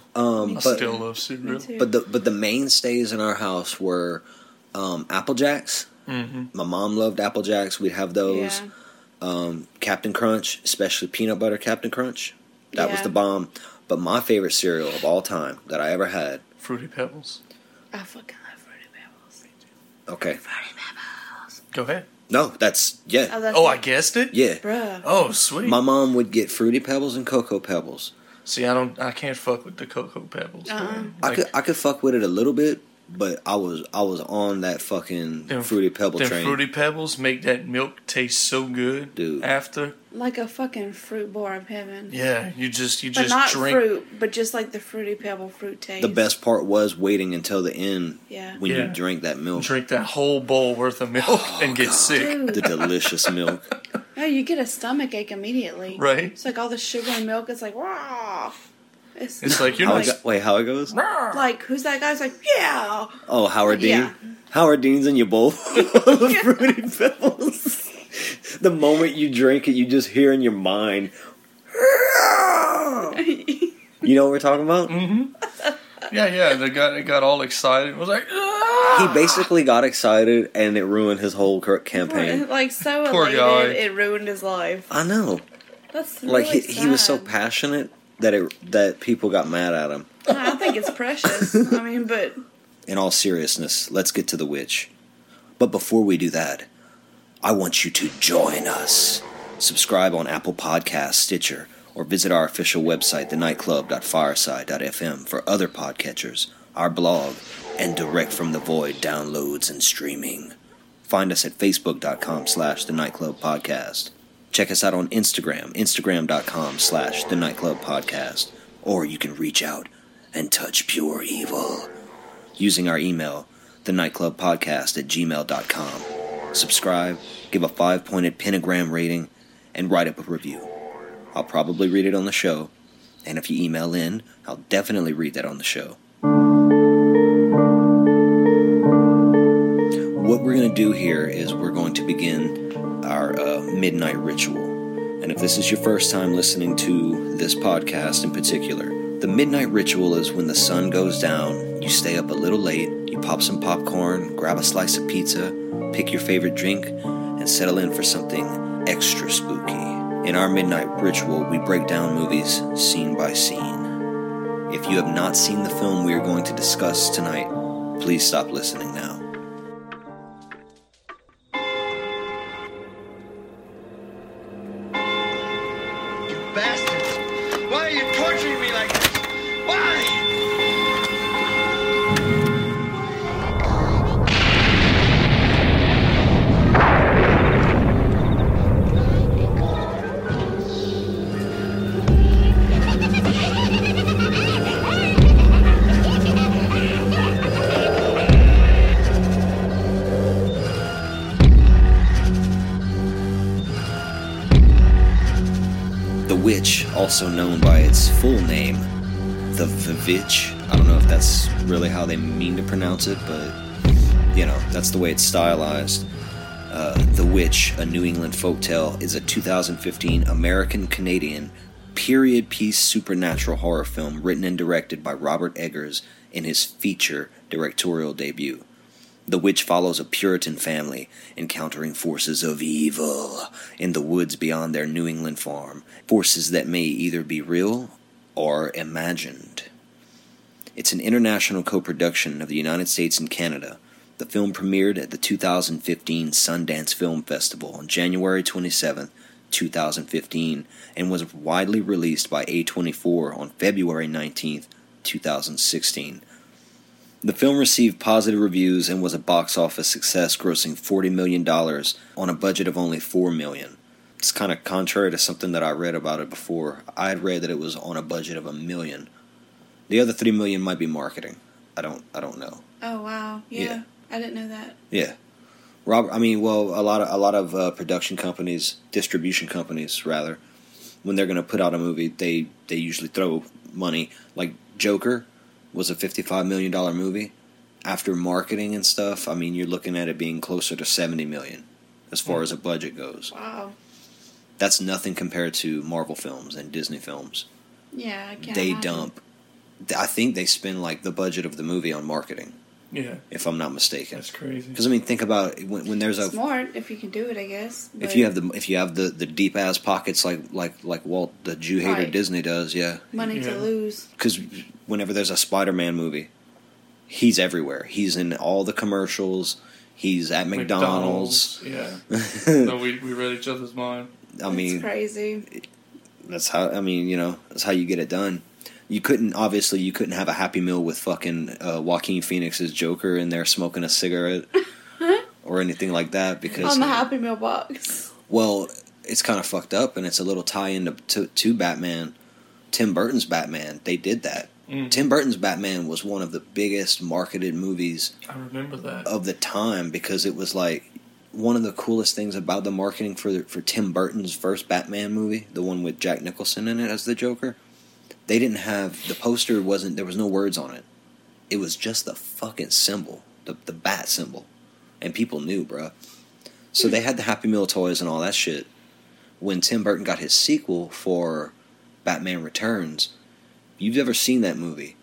[SPEAKER 3] cereal.
[SPEAKER 5] Um,
[SPEAKER 3] I
[SPEAKER 5] but
[SPEAKER 3] still love cereal.
[SPEAKER 4] too.
[SPEAKER 5] but the but the mainstays in our house were um, apple jacks. Mm-hmm. My mom loved apple jacks. We'd have those.
[SPEAKER 4] Yeah.
[SPEAKER 5] um, Captain Crunch, especially peanut butter Captain Crunch. That was
[SPEAKER 4] Yeah.
[SPEAKER 5] the bomb. But my favorite cereal of all time that I ever had.
[SPEAKER 3] Fruity Pebbles.
[SPEAKER 4] I fucking love Fruity Pebbles.
[SPEAKER 5] Okay.
[SPEAKER 3] Go ahead.
[SPEAKER 5] No, that's yeah,
[SPEAKER 4] that's
[SPEAKER 3] Oh, I
[SPEAKER 4] like,
[SPEAKER 3] guessed it.
[SPEAKER 5] yeah.
[SPEAKER 4] Bruh.
[SPEAKER 3] Oh, sweet.
[SPEAKER 5] My mom would get fruity pebbles and cocoa pebbles.
[SPEAKER 3] See, I don't. I can't fuck with the cocoa pebbles.
[SPEAKER 4] Uh-uh.
[SPEAKER 3] man.
[SPEAKER 5] I
[SPEAKER 3] Like,
[SPEAKER 5] could I could fuck with it a little bit, but I was I was on that fucking
[SPEAKER 3] them-
[SPEAKER 5] fruity pebble
[SPEAKER 3] them
[SPEAKER 5] train.
[SPEAKER 3] Fruity Pebbles make that milk taste so good.
[SPEAKER 5] Dude.
[SPEAKER 3] After,
[SPEAKER 4] Like a fucking fruit bar of heaven.
[SPEAKER 3] yeah, you just you
[SPEAKER 4] But
[SPEAKER 3] just
[SPEAKER 4] not
[SPEAKER 3] drink.
[SPEAKER 4] fruit, but just like the fruity pebble fruit taste.
[SPEAKER 5] the best part was waiting until the end
[SPEAKER 4] Yeah.
[SPEAKER 5] when
[SPEAKER 3] Yeah.
[SPEAKER 5] you drank that milk.
[SPEAKER 3] Drink that whole bowl worth of milk
[SPEAKER 5] Oh,
[SPEAKER 3] and get sick.
[SPEAKER 5] The
[SPEAKER 4] Dude,
[SPEAKER 5] delicious milk.
[SPEAKER 4] no, you get a stomach ache immediately.
[SPEAKER 3] Right?
[SPEAKER 4] It's like all the sugar and milk. It's like, wow. It's,
[SPEAKER 3] It's like you're
[SPEAKER 5] How
[SPEAKER 3] not.
[SPEAKER 5] it go- wait, how it goes?
[SPEAKER 4] like, who's that guy's like, yeah.
[SPEAKER 5] Oh, Howard Dean.
[SPEAKER 4] Yeah.
[SPEAKER 5] Howard Dean's in your bowl of fruity pebbles. the moment you drink it, you just hear in your mind. You know what we're talking about?
[SPEAKER 3] Mm. yeah, yeah. The guy that got all excited and was like,
[SPEAKER 5] He
[SPEAKER 3] "Ah!"
[SPEAKER 5] basically got excited, and it ruined his whole cur- campaign.
[SPEAKER 4] like, so
[SPEAKER 3] Poor
[SPEAKER 4] elated,
[SPEAKER 3] guy.
[SPEAKER 4] it ruined his life.
[SPEAKER 5] I know.
[SPEAKER 4] That's
[SPEAKER 5] Like
[SPEAKER 4] really
[SPEAKER 5] he, he was so
[SPEAKER 4] sad.
[SPEAKER 5] passionate that it that people got mad at him.
[SPEAKER 4] I think it's precious. I mean, but
[SPEAKER 5] In all seriousness, let's get to the witch. But before we do that, I want you to join us. Subscribe on Apple Podcasts, Stitcher, or visit our official website, thenightclub.fireside.fm, for other podcatchers, our blog, and direct from the void downloads and streaming. Find us at facebook.com slash the nightclub podcast. Check us out on Instagram, instagram.com slash the nightclub podcast, or you can reach out and touch pure evil using our email, the nightclub podcast at gmail.com. Subscribe, give a five pointed pentagram rating, and write up a review. I'll probably read it on the show, and if you email in, I'll definitely read that on the show. What we're going to do here is we're going to begin our uh, midnight ritual. And if this is your first time listening to this podcast in particular, the midnight ritual is when the sun goes down, you stay up a little late, you pop some popcorn, grab a slice of pizza, pick your favorite drink, and settle in for something extra spooky. In our midnight ritual, we break down movies scene by scene. If you have not seen the film we are going to discuss tonight, please stop listening now.
[SPEAKER 6] You bastards! Why are you torturing me like this? Why?
[SPEAKER 5] The Witch, also known by its full name, the Vivitch. I don't know if that's really how they mean to pronounce it, but you know, that's the way it's stylized. Uh, the Witch, a New England folktale, is a 2015 American Canadian period piece supernatural horror film written and directed by Robert Eggers in his feature directorial debut. The witch follows a Puritan family encountering forces of evil in the woods beyond their New England farm, forces that may either be real or imagined. It's an international co production of the United States and Canada. The film premiered at the 2015 Sundance Film Festival on January 27, 2015, and was widely released by A24 on February 19, 2016. The film received positive reviews and was a box office success, grossing forty million dollars on a budget of only four million. It's kind of contrary to something that I read about it before. I had read that it was on a budget of a million. The other three million might be marketing. I don't. I don't know.
[SPEAKER 4] Oh wow. Yeah.
[SPEAKER 5] Yeah.
[SPEAKER 4] I didn't know that.
[SPEAKER 5] Yeah, Robert. I mean, well, a lot of a lot of uh, production companies, distribution companies, rather, when they're going to put out a movie, they they usually throw money. Like Joker was a fifty-five million dollar movie. After marketing and stuff, I mean, you're looking at it being closer to seventy million as far
[SPEAKER 4] Hmm.
[SPEAKER 5] as a budget goes.
[SPEAKER 4] Wow.
[SPEAKER 5] That's nothing compared to Marvel films and Disney films.
[SPEAKER 4] Yeah, I can't.
[SPEAKER 5] They
[SPEAKER 4] imagine.
[SPEAKER 5] dump. I think they spend like the budget of the movie on marketing,
[SPEAKER 3] Yeah,
[SPEAKER 5] if I'm not mistaken.
[SPEAKER 3] that's crazy.
[SPEAKER 5] Because I mean, think about it, when, when there's a
[SPEAKER 4] Smart if you can do it, I guess.
[SPEAKER 5] If
[SPEAKER 4] but
[SPEAKER 5] you have the if you have the, the deep ass pockets like like like Walt the Jew hater
[SPEAKER 4] Right.
[SPEAKER 5] Disney does, yeah.
[SPEAKER 4] money
[SPEAKER 3] Yeah.
[SPEAKER 4] to lose,
[SPEAKER 5] Because whenever there's a Spider Man movie, he's everywhere. He's in all the commercials. He's at McDonald's.
[SPEAKER 3] Yeah. no, we, we read each other's mind.
[SPEAKER 5] I
[SPEAKER 4] it's
[SPEAKER 5] mean,
[SPEAKER 4] crazy.
[SPEAKER 5] that's how I mean you know that's how you get it done. You couldn't obviously you couldn't have a Happy Meal with fucking uh, Joaquin Phoenix's Joker in there smoking a cigarette or anything like that because
[SPEAKER 4] On the Happy Meal box.
[SPEAKER 5] Well, it's kind of fucked up, and it's a little tie in to, to, to Batman. Tim Burton's Batman, they did that. Tim Burton's Batman was one of the biggest marketed movies
[SPEAKER 3] I remember that.
[SPEAKER 5] of the time because it was like one of the coolest things about the marketing for for Tim Burton's first Batman movie, the one with Jack Nicholson in it as the Joker. They didn't have the poster wasn't there was no words on it. It was just the fucking symbol, the the bat symbol, and people knew, bruh. So they had the Happy Meal toys and all that shit. When Tim Burton got his sequel for Batman Returns, you've ever seen that movie?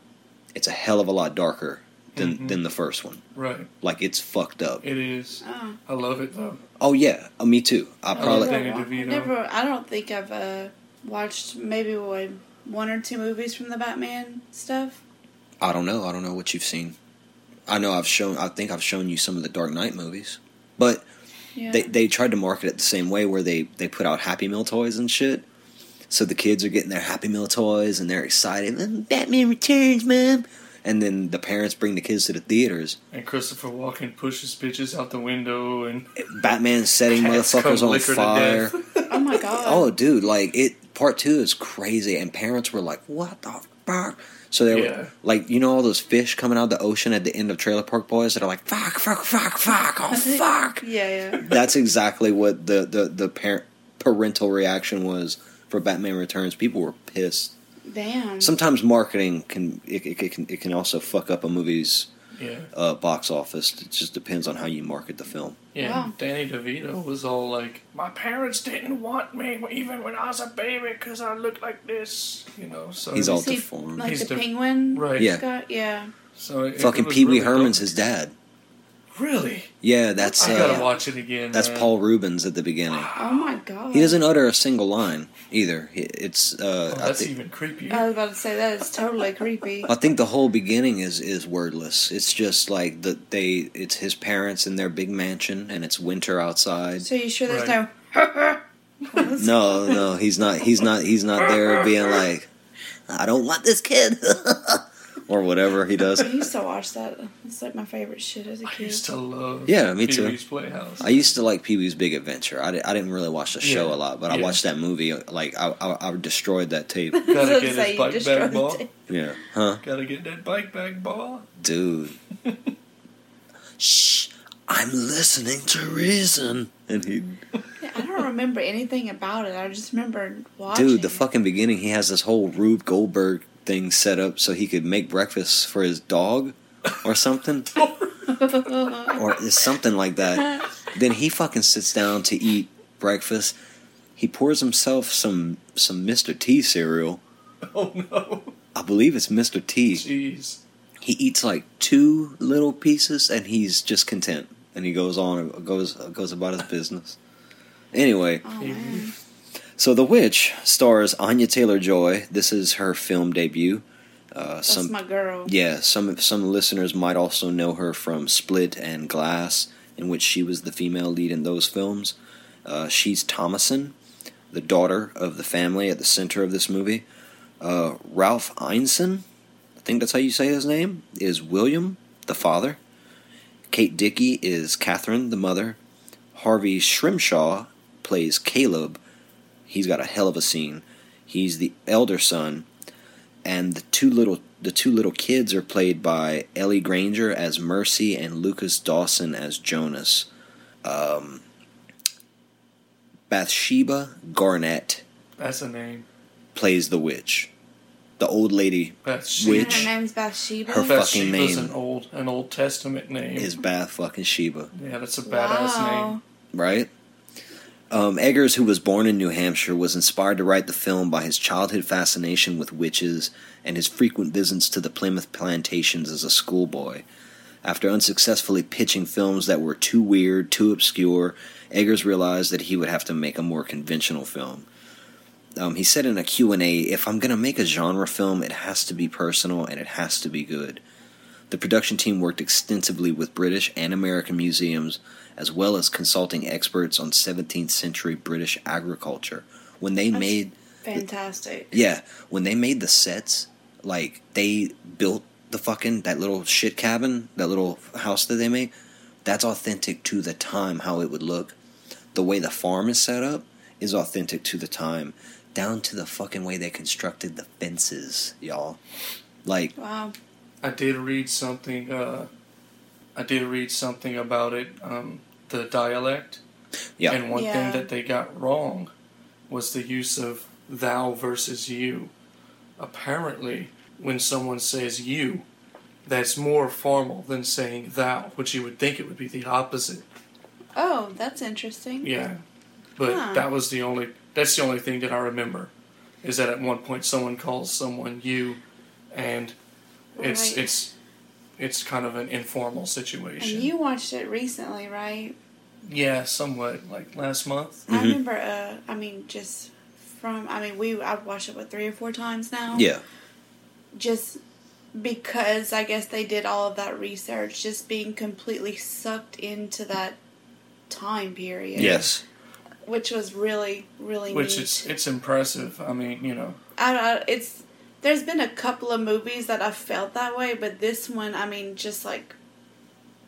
[SPEAKER 5] It's a hell of a lot darker than than the first one.
[SPEAKER 3] right.
[SPEAKER 5] Like it's fucked up.
[SPEAKER 3] It is.
[SPEAKER 4] Oh.
[SPEAKER 3] I love it though.
[SPEAKER 5] Oh yeah, uh, me too. I
[SPEAKER 3] Oh,
[SPEAKER 5] probably
[SPEAKER 3] Danny
[SPEAKER 4] Never-
[SPEAKER 3] DeVito.
[SPEAKER 4] Never. I don't think I've uh, watched maybe what, one or two movies from the Batman stuff.
[SPEAKER 5] I don't know. I don't know what you've seen. I know I've shown. I think I've shown you some of the Dark Knight movies, but
[SPEAKER 4] Yeah.
[SPEAKER 5] they they tried to market it the same way where they they put out Happy Meal toys and shit. So the kids are getting their Happy Meal toys and they're excited. "Mm, Batman Returns, mom. and then the parents bring the kids to the theaters.
[SPEAKER 3] And Christopher Walken pushes bitches out the window and
[SPEAKER 5] Batman's setting
[SPEAKER 3] Cats come
[SPEAKER 5] motherfuckers on
[SPEAKER 3] liquor to
[SPEAKER 5] fire.
[SPEAKER 4] Oh my god.
[SPEAKER 5] Oh, dude, like it. Part two is crazy, and parents were like, "What the fuck?" So they
[SPEAKER 3] Yeah.
[SPEAKER 5] were like, you know, all those fish coming out of the ocean at the end of Trailer Park Boys that are like, "Fuck, fuck, fuck, fuck, oh fuck."
[SPEAKER 4] Yeah, yeah.
[SPEAKER 5] That's exactly what the the the parent parental reaction was for Batman Returns. People were pissed.
[SPEAKER 4] Damn.
[SPEAKER 5] Sometimes marketing can it, it, it can it can also fuck up a movie's
[SPEAKER 3] yeah.
[SPEAKER 5] uh, box office. It just depends on how you market the film.
[SPEAKER 3] Yeah,
[SPEAKER 4] Wow.
[SPEAKER 3] and Danny DeVito was all like, "My parents didn't want me even when I was a baby because I looked like this,you know." So
[SPEAKER 5] He's all
[SPEAKER 4] See,
[SPEAKER 5] deformed.
[SPEAKER 4] Like
[SPEAKER 3] He's
[SPEAKER 4] the
[SPEAKER 3] diff-
[SPEAKER 4] penguin.
[SPEAKER 3] right.
[SPEAKER 5] Yeah.
[SPEAKER 4] Guy? Yeah.
[SPEAKER 3] So it-
[SPEAKER 5] Fucking
[SPEAKER 3] it was
[SPEAKER 5] Pee Wee
[SPEAKER 3] really
[SPEAKER 5] Herman's
[SPEAKER 3] dope.
[SPEAKER 5] his dad.
[SPEAKER 3] really.
[SPEAKER 5] Yeah, that's
[SPEAKER 3] I gotta
[SPEAKER 5] uh,
[SPEAKER 3] watch it again.
[SPEAKER 5] that's
[SPEAKER 3] man.
[SPEAKER 5] Paul Rubens at the beginning.
[SPEAKER 3] Ah.
[SPEAKER 4] Oh my god.
[SPEAKER 5] He doesn't utter a single line either. He- It's uh,
[SPEAKER 3] Oh,
[SPEAKER 5] I,
[SPEAKER 3] that's
[SPEAKER 5] thi-
[SPEAKER 3] even creepier.
[SPEAKER 4] I was about to say that is totally creepy.
[SPEAKER 5] I think the whole beginning is is wordless. It's just like the they it's his parents in their big mansion and it's winter outside.
[SPEAKER 4] So you sure there's
[SPEAKER 3] Right.
[SPEAKER 4] no? Well, that's-
[SPEAKER 5] No, no, he's not. He's not. He's not there being like, I don't want this kid, or whatever he does.
[SPEAKER 4] I used to watch that. It's like my favorite shit as a
[SPEAKER 3] I
[SPEAKER 4] kid.
[SPEAKER 3] used to love.
[SPEAKER 5] Yeah, me too.
[SPEAKER 3] Pee-wee's Playhouse.
[SPEAKER 5] I used to like Pee Wee's Big Adventure. I, di- I didn't really watch the show
[SPEAKER 3] Yeah,
[SPEAKER 5] a lot, but I
[SPEAKER 3] yeah.
[SPEAKER 5] watched that movie. Like I, I, I destroyed that tape.
[SPEAKER 4] So
[SPEAKER 3] gotta get
[SPEAKER 4] it's like
[SPEAKER 3] his
[SPEAKER 4] you
[SPEAKER 3] bike
[SPEAKER 4] destroyed
[SPEAKER 3] back, ball.
[SPEAKER 4] it.
[SPEAKER 5] Yeah, huh,
[SPEAKER 3] Gotta get that bike back, ball.
[SPEAKER 5] dude. Shh, I'm listening to reason. And he,
[SPEAKER 4] I don't remember anything about it. I just remember watching.
[SPEAKER 5] dude, the
[SPEAKER 4] it.
[SPEAKER 5] fucking beginning. He has this whole Rube Goldberg thing set up so he could make breakfast for his dog, or something. or it's something like that. Then he fucking sits down to eat breakfast. He pours himself some some Mr. T cereal.
[SPEAKER 3] Oh no!
[SPEAKER 5] I believe it's Mr. T.
[SPEAKER 3] Jeez.
[SPEAKER 5] He eats like two little pieces and he's just content. And he goes on goes goes about his business. Anyway,
[SPEAKER 4] Oh, man.
[SPEAKER 5] so The Witch stars Anya Taylor Joy. This is her film debut. Uh,
[SPEAKER 4] That's
[SPEAKER 5] some
[SPEAKER 4] my girl.
[SPEAKER 5] Yeah, some some listeners might also know her from Split and Glass, in which she was the female lead in those films. Uh, she's Thomason, the daughter of the family at the center of this movie. Uh, Ralph Einson, I think that's how you say his name, is William, the father. Kate Dickey is Catherine, the mother. Harvey Shrimshaw plays Caleb. He's got a hell of a scene. He's the elder son and the two little the two little kids are played by Ellie Granger as Mercy and Lucas Dawson as Jonas. Um, Bathsheba Garnett
[SPEAKER 3] That's a name.
[SPEAKER 5] plays the witch, the old lady.
[SPEAKER 3] That's
[SPEAKER 5] Which-
[SPEAKER 4] Her name's Bathsheba.
[SPEAKER 5] Her
[SPEAKER 3] That's
[SPEAKER 5] fucking
[SPEAKER 3] Sheba's
[SPEAKER 5] name.
[SPEAKER 3] an old an Old Testament name.
[SPEAKER 5] Is Bath fucking Sheba,
[SPEAKER 3] yeah, that's a badass
[SPEAKER 4] wow.
[SPEAKER 3] name.
[SPEAKER 5] right? Um, Eggers, who was born in New Hampshire, was inspired to write the film by his childhood fascination with witches and his frequent visits to the Plymouth plantations as a schoolboy. After unsuccessfully pitching films that were too weird, too obscure, Eggers realized that he would have to make a more conventional film. Um, he said in a Q&A, "If I'm going to make a genre film, it has to be personal and it has to be good." The production team worked extensively with British and American museums as well as consulting experts on 17th century British agriculture. When they made
[SPEAKER 4] Fantastic.
[SPEAKER 5] yeah, when they made the sets, like they built the fucking that little shit cabin, that little house that they make. That's authentic to the time how it would look. The way the farm is set up is authentic to the time, down to the fucking way they constructed the fences, y'all. Like
[SPEAKER 4] Wow.
[SPEAKER 3] I did read something. Uh, I did read something about it. Um, the dialect.
[SPEAKER 5] yeah,
[SPEAKER 3] And one
[SPEAKER 4] Yeah.
[SPEAKER 3] thing that they got wrong was the use of thou versus you. Apparently, when someone says you, that's more formal than saying thou, which you would think it would be the opposite.
[SPEAKER 4] Oh, that's interesting.
[SPEAKER 3] Yeah. But
[SPEAKER 4] Huh.
[SPEAKER 3] that was the only that's the only thing that I remember is that at one point someone calls someone you and it's
[SPEAKER 4] Right.
[SPEAKER 3] it's it's kind of an informal
[SPEAKER 4] And
[SPEAKER 3] situation.
[SPEAKER 4] you watched it recently, right?
[SPEAKER 3] yeah, somewhat like last month.
[SPEAKER 5] Mm-hmm.
[SPEAKER 4] I remember. Uh, I mean, just from. I mean, we. I've watched it what three or four times now.
[SPEAKER 5] yeah,
[SPEAKER 4] Just because I guess they did all of that research, just being completely sucked into that time period.
[SPEAKER 5] yes,
[SPEAKER 4] Which was really, really
[SPEAKER 3] Which
[SPEAKER 4] neat.
[SPEAKER 3] it's it's impressive. I mean, you know,
[SPEAKER 4] I, I, it's There's been a couple of movies that I felt that way, but this one, I mean, just like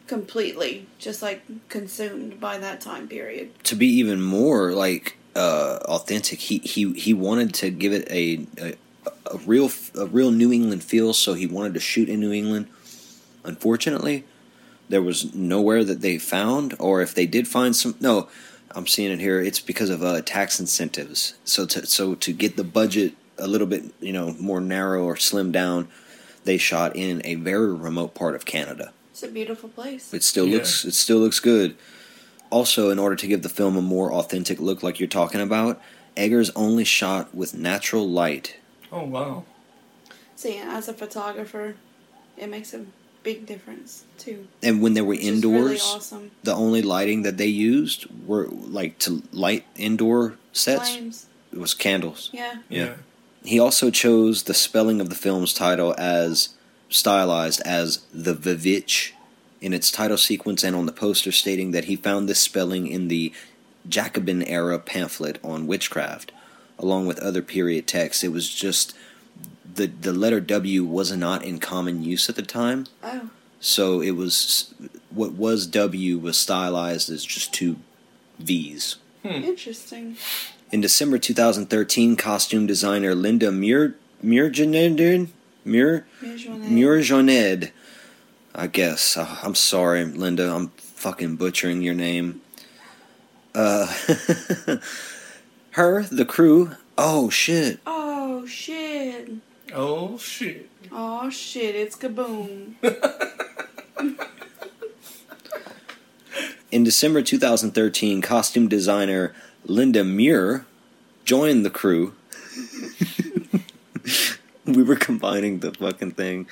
[SPEAKER 4] completely, just like consumed by that time period.
[SPEAKER 5] to be even more like uh, authentic, he, he he wanted to give it a, a a real a real New England feel. So he wanted to shoot in New England. Unfortunately, there was nowhere that they found, or if they did find some, no, I'm seeing it here. It's because of uh, tax incentives. So to so to get the budget a little bit you know more narrow or slim down, they shot in a very remote part of Canada.
[SPEAKER 4] It's a beautiful place.
[SPEAKER 5] It still
[SPEAKER 3] Yeah.
[SPEAKER 5] looks it still looks good. Also, in order to give the film a more authentic look like you're talking about, Eggers only shot with natural light.
[SPEAKER 3] Oh wow.
[SPEAKER 4] See, and as a photographer, it makes a big difference too.
[SPEAKER 5] And when they were
[SPEAKER 4] which is
[SPEAKER 5] indoors,
[SPEAKER 4] really awesome.
[SPEAKER 5] the only lighting that they used were like to light indoor sets
[SPEAKER 4] Flames,
[SPEAKER 5] it was candles.
[SPEAKER 4] yeah.
[SPEAKER 5] Yeah. He also chose the spelling of the film's title as stylized as the Vivitch in its title sequence and on the poster, stating that he found this spelling in the Jacobin era pamphlet on witchcraft, along with other period texts. It was just the the letter W was not in common use at the time,
[SPEAKER 4] Oh,
[SPEAKER 5] so it was what was W was stylized as just two V's.
[SPEAKER 4] interesting.
[SPEAKER 5] In December 2013, costume designer Linda Muir Muirjanen Muir
[SPEAKER 4] Muirjonet.
[SPEAKER 5] Muirjonet, I guess. Uh, I'm sorry, Linda. I'm fucking butchering your name. Uh, her, the crew. Oh shit!
[SPEAKER 4] Oh shit!
[SPEAKER 3] Oh shit.
[SPEAKER 4] Oh shit! It's kaboom!
[SPEAKER 5] In December 2013, costume designer Linda Muir joined the crew. we were combining the fucking thing.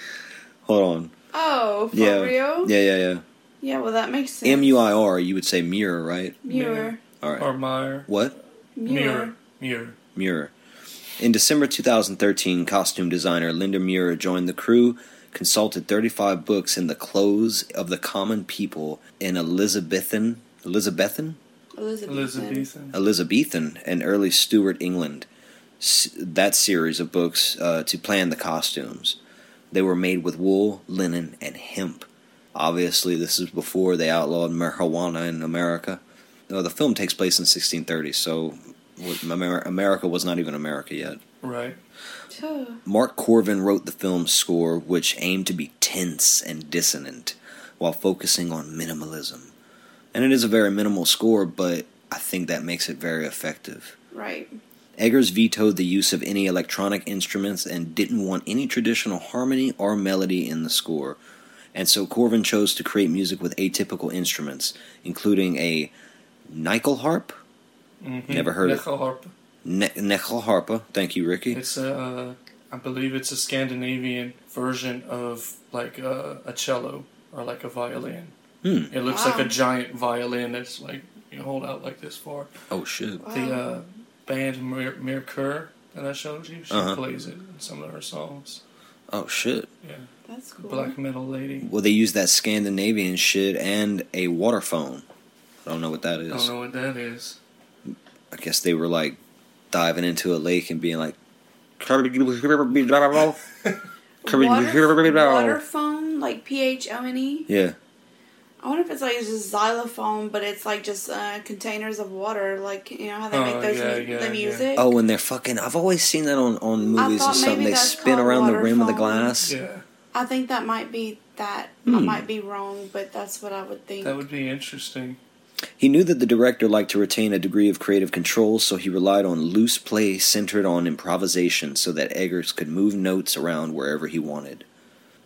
[SPEAKER 5] Hold on.
[SPEAKER 4] Oh, for
[SPEAKER 5] yeah.
[SPEAKER 4] real?
[SPEAKER 5] Yeah, yeah, yeah.
[SPEAKER 4] Yeah, well, that makes sense.
[SPEAKER 5] M U I R, you would say mirror, right?
[SPEAKER 4] Muir.
[SPEAKER 5] All right.
[SPEAKER 3] Or Meyer.
[SPEAKER 5] What?
[SPEAKER 4] Muir.
[SPEAKER 3] Mirror. Mirror.
[SPEAKER 5] Muir. In December 2013, costume designer Linda Muir joined the crew, consulted 35 books in the clothes of the common people in Elizabethan, Elizabethan,
[SPEAKER 4] Elizabethan.
[SPEAKER 3] Elizabethan.
[SPEAKER 5] Elizabethan, and early Stuart England. S- that series of books uh, to plan the costumes. They were made with wool, linen, and hemp. Obviously, this is before they outlawed marijuana in America. No, the film takes place in 1630, so was- Amer- America was not even America yet.
[SPEAKER 3] Right.
[SPEAKER 4] Oh,
[SPEAKER 5] Mark Corvin wrote the film's score, which aimed to be tense and dissonant while focusing on minimalism. And it is a very minimal score, but I think that makes it very effective.
[SPEAKER 4] right.
[SPEAKER 5] Eggers vetoed the use of any electronic instruments and didn't want any traditional harmony or melody in the score. And so Corvin chose to create music with atypical instruments, including a Nickel harp.
[SPEAKER 3] Mm-hmm.
[SPEAKER 5] Never heard of it.
[SPEAKER 3] Nickel harp.
[SPEAKER 5] Ne- Nickel harpa. Thank you, Ricky.
[SPEAKER 3] It's a, uh, I believe it's a Scandinavian version of like uh, a cello or like a violin.
[SPEAKER 5] Hmm.
[SPEAKER 3] It looks like
[SPEAKER 4] Wow.
[SPEAKER 3] a giant violin that's like you hold out like this far.
[SPEAKER 5] oh, shit.
[SPEAKER 3] The uh, band Mir- Mirkur that I showed you, she
[SPEAKER 5] Uh-huh.
[SPEAKER 3] plays it in some of her songs.
[SPEAKER 5] Oh, shit.
[SPEAKER 3] Yeah,
[SPEAKER 4] That's cool.
[SPEAKER 3] black metal lady.
[SPEAKER 5] Well, they use that Scandinavian shit and a water phone. I don't know what that
[SPEAKER 3] I
[SPEAKER 5] is.
[SPEAKER 3] don't know what that is.
[SPEAKER 5] I guess they were like diving into a lake and being like,
[SPEAKER 4] Water, water phone, like P H O N E.
[SPEAKER 5] yeah,
[SPEAKER 4] I wonder if it's like just xylophone, but it's like just uh, containers of water, like you know how they
[SPEAKER 3] Oh,
[SPEAKER 4] make those
[SPEAKER 3] yeah,
[SPEAKER 4] mu-
[SPEAKER 3] yeah,
[SPEAKER 4] the
[SPEAKER 3] yeah.
[SPEAKER 4] music.
[SPEAKER 5] Oh, and they're fucking. I've always seen that on, on movies
[SPEAKER 4] thought
[SPEAKER 5] and stuff.
[SPEAKER 4] maybe
[SPEAKER 5] They
[SPEAKER 4] that's
[SPEAKER 5] spin
[SPEAKER 4] called
[SPEAKER 5] around the
[SPEAKER 4] water
[SPEAKER 5] rim of the
[SPEAKER 4] foam.
[SPEAKER 5] glass.
[SPEAKER 3] Yeah,
[SPEAKER 4] I think that might be that.
[SPEAKER 5] Hmm.
[SPEAKER 4] I might be wrong, but that's what I would think.
[SPEAKER 3] that would be interesting.
[SPEAKER 5] He knew that the director liked to retain a degree of creative control, so he relied on loose play centered on improvisation so that Eggers could move notes around wherever he wanted.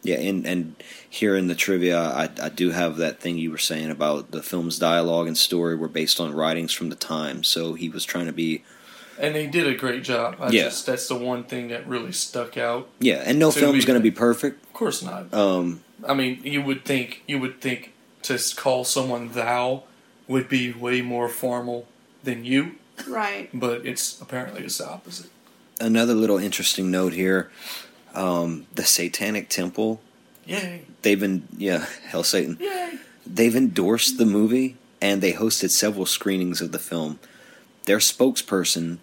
[SPEAKER 5] Yeah, and, and here in the trivia, I, I do have that thing you were saying about the film's dialogue and story were based on writings from the time, so he was trying to be.
[SPEAKER 3] And they did a great job. I
[SPEAKER 5] Yeah.
[SPEAKER 3] just that's the one thing that really stuck out.
[SPEAKER 5] Yeah, and no
[SPEAKER 3] To
[SPEAKER 5] film's
[SPEAKER 3] be-
[SPEAKER 5] going to be perfect.
[SPEAKER 3] Of course not.
[SPEAKER 5] Um,
[SPEAKER 3] I mean, you would think you would think to s- call someone thou would be way more formal than you,
[SPEAKER 4] Right.
[SPEAKER 3] but it's apparently it's the opposite.
[SPEAKER 5] another little interesting note here um, the Satanic Temple.
[SPEAKER 3] Yay!
[SPEAKER 5] they've been yeah hell satan they've endorsed the movie and they hosted several screenings of the film their spokesperson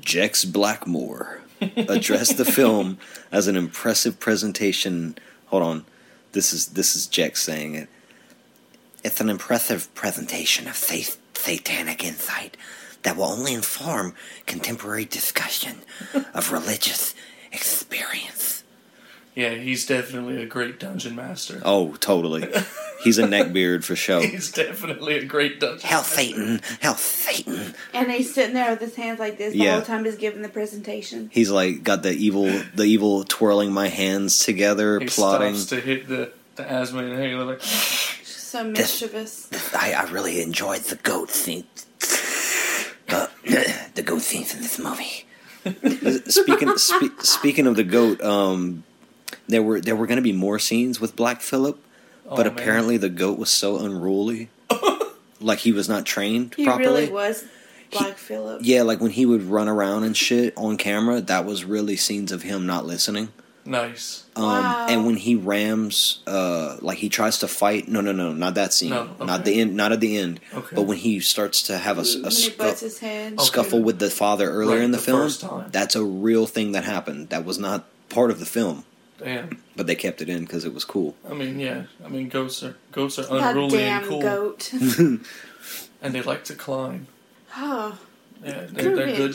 [SPEAKER 5] jex blackmore addressed the film as an impressive presentation. Hold on, this is this is Jack saying it. It's an impressive presentation of sa- satanic insight that will only inform contemporary discussion of religious experience.
[SPEAKER 3] Yeah, he's definitely a great dungeon master.
[SPEAKER 5] Oh, totally. He's a neckbeard for show.
[SPEAKER 3] He's definitely a great dungeon.
[SPEAKER 5] Hell, Satan! Hell, Satan!
[SPEAKER 4] And he's sitting there with his hands like this the
[SPEAKER 5] Yeah.
[SPEAKER 4] whole time he's giving the presentation.
[SPEAKER 5] He's like got the evil, the evil twirling my hands together,
[SPEAKER 3] He
[SPEAKER 5] plotting.
[SPEAKER 3] stops to hit the, the asthma and hey, like,
[SPEAKER 4] So mischievous.
[SPEAKER 5] I, I really enjoyed the goat scene. Uh, the goat scenes in this movie. speaking spe- speaking of the goat, um, there were there were going to be more scenes with Black Phillip, but
[SPEAKER 3] Oh, man.
[SPEAKER 5] apparently the goat was so unruly, like he was not trained
[SPEAKER 4] He
[SPEAKER 5] properly.
[SPEAKER 4] really was Black Phillip.
[SPEAKER 5] Yeah, like when he would run around and shit on camera, that was really scenes of him not listening.
[SPEAKER 3] nice.
[SPEAKER 5] Um,
[SPEAKER 4] Wow.
[SPEAKER 5] And when he rams, uh, like he tries to fight. No, no, no, not that scene.
[SPEAKER 3] No, okay.
[SPEAKER 5] Not the end. Not at the end.
[SPEAKER 3] Okay.
[SPEAKER 5] But when he starts to have a, s- a
[SPEAKER 4] when he
[SPEAKER 5] scu-
[SPEAKER 4] butts his head.
[SPEAKER 5] scuffle with the father earlier
[SPEAKER 3] Right,
[SPEAKER 5] in the,
[SPEAKER 3] the
[SPEAKER 5] film,
[SPEAKER 3] first time.
[SPEAKER 5] that's a real thing that happened. That was not part of the film,
[SPEAKER 3] Damn.
[SPEAKER 5] but they kept it in because it was cool.
[SPEAKER 3] I mean, yeah. I mean, ghosts are ghosts are
[SPEAKER 4] God
[SPEAKER 3] unruly
[SPEAKER 4] damn
[SPEAKER 3] and cool,
[SPEAKER 4] goat.
[SPEAKER 3] and they like to climb.
[SPEAKER 4] oh,
[SPEAKER 3] Yeah, they're,
[SPEAKER 4] they're
[SPEAKER 3] they're
[SPEAKER 4] getting
[SPEAKER 3] good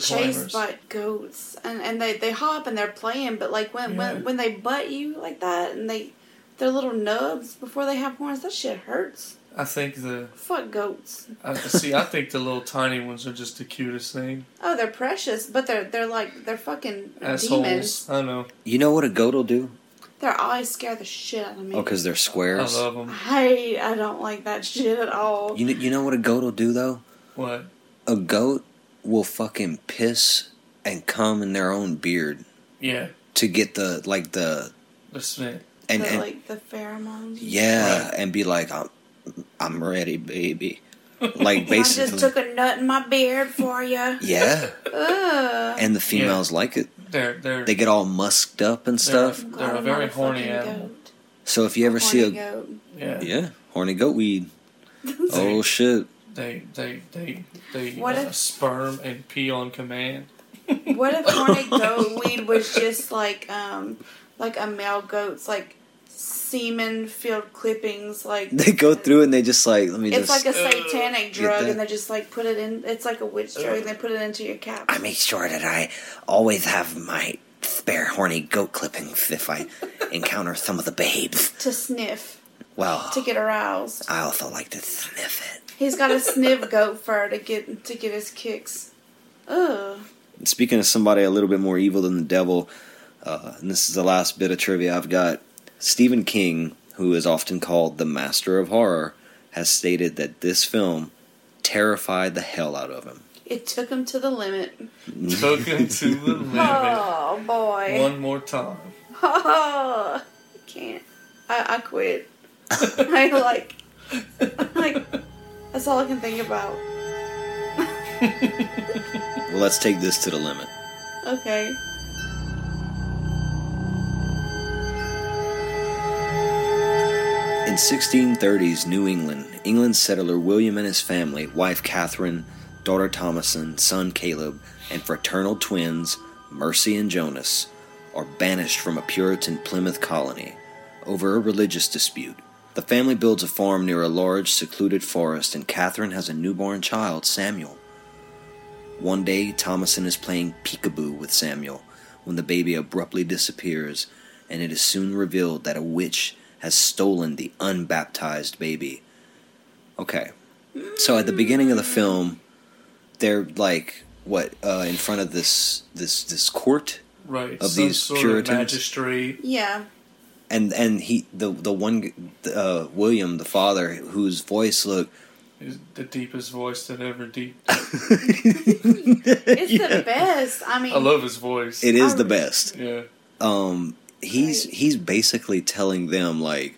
[SPEAKER 3] climbers.
[SPEAKER 4] chased by goats, and, and they they hop and they're playing, but like when
[SPEAKER 3] Yeah.
[SPEAKER 4] when when they butt you like that, and they their little nubs before they have horns, that shit hurts.
[SPEAKER 3] I think the
[SPEAKER 4] Fuck goats.
[SPEAKER 3] I, see. I think the little tiny ones are just the cutest thing.
[SPEAKER 4] Oh, they're precious, but they're they're like they're fucking
[SPEAKER 3] Assholes.
[SPEAKER 4] demons.
[SPEAKER 3] I know.
[SPEAKER 5] You know what a goat will do?
[SPEAKER 4] Their eyes scare the shit out of me.
[SPEAKER 5] Oh, because they're
[SPEAKER 3] I
[SPEAKER 5] squares.
[SPEAKER 3] love them.
[SPEAKER 4] I I don't like that shit at all.
[SPEAKER 5] You know, you know what a goat will do though?
[SPEAKER 3] What?
[SPEAKER 5] A goat will fucking piss and come in their own beard
[SPEAKER 3] Yeah,
[SPEAKER 5] to get the like the
[SPEAKER 3] the snake.
[SPEAKER 5] and,
[SPEAKER 4] the,
[SPEAKER 5] and
[SPEAKER 4] like the pheromones.
[SPEAKER 5] Yeah, and be like, I'm, I'm ready, baby. Like
[SPEAKER 4] I just took
[SPEAKER 5] basically,
[SPEAKER 4] a nut in my beard for you.
[SPEAKER 5] yeah.
[SPEAKER 4] Ugh.
[SPEAKER 5] And the females like it.
[SPEAKER 3] They're they're
[SPEAKER 5] They get all musked up and
[SPEAKER 3] they're,
[SPEAKER 5] stuff.
[SPEAKER 3] a-
[SPEAKER 4] God,
[SPEAKER 3] they're a
[SPEAKER 4] I'm
[SPEAKER 3] very
[SPEAKER 4] not
[SPEAKER 3] horny
[SPEAKER 4] fucking
[SPEAKER 3] animal.
[SPEAKER 4] goat.
[SPEAKER 5] So if you ever see a
[SPEAKER 4] Horny goat.
[SPEAKER 3] Yeah.
[SPEAKER 5] yeah horny goat weed, oh shit,
[SPEAKER 3] They they they they
[SPEAKER 4] What
[SPEAKER 3] uh,
[SPEAKER 4] if-
[SPEAKER 3] sperm and pee on command.
[SPEAKER 4] What if horny goat weed was just like um like a male goat's like semen filled clippings like
[SPEAKER 5] they go through and they just like let me
[SPEAKER 4] it's
[SPEAKER 5] just.
[SPEAKER 4] like a
[SPEAKER 5] I
[SPEAKER 4] satanic drug
[SPEAKER 5] that.
[SPEAKER 4] and they just like put it in it's like a witch drug and they put it into your cap.
[SPEAKER 5] make sure that I always have my spare horny goat clippings if I encounter some of the babes.
[SPEAKER 4] to sniff,
[SPEAKER 5] Well,
[SPEAKER 4] to get aroused.
[SPEAKER 5] I also like to sniff it.
[SPEAKER 4] He's got a sniff goat fur to get to get his kicks. Ugh.
[SPEAKER 5] speaking of somebody a little bit more evil than the devil, uh, and this is the last bit of trivia I've got. Stephen King, who is often called the master of horror, has stated that this film terrified the hell out of him.
[SPEAKER 4] It took him to the limit.
[SPEAKER 5] Mm-hmm.
[SPEAKER 3] Took him to the limit.
[SPEAKER 4] Oh boy.
[SPEAKER 3] One more time.
[SPEAKER 4] Oh, I can't. I, I quit. I like, like, that's all I can think about.
[SPEAKER 5] Well, let's take this to the limit.
[SPEAKER 4] Okay.
[SPEAKER 5] In 1630s New England, England settler William and his family, wife Catherine, daughter Thomason, son Caleb, and fraternal twins Mercy and Jonas are banished from a Puritan Plymouth colony over a religious dispute. The family builds a farm near a large, secluded forest, and Catherine has a newborn child, Samuel. One day, Thomason is playing peekaboo with Samuel when the baby abruptly disappears, and it is soon revealed that a witch has stolen the unbaptized baby. Okay. So at the beginning of the film, they're like what uh, in front of this this this court,
[SPEAKER 3] Right.
[SPEAKER 5] Of
[SPEAKER 3] some
[SPEAKER 5] these
[SPEAKER 3] sort
[SPEAKER 5] Puritans?
[SPEAKER 3] of magistrate.
[SPEAKER 4] Yeah.
[SPEAKER 5] and and he the the one uh, William the father whose voice look
[SPEAKER 3] Is the deepest voice that ever deep.
[SPEAKER 4] It's the best. I mean,
[SPEAKER 3] I love his voice.
[SPEAKER 5] it is the best.
[SPEAKER 3] yeah.
[SPEAKER 5] um he's
[SPEAKER 4] Right.
[SPEAKER 5] he's basically telling them like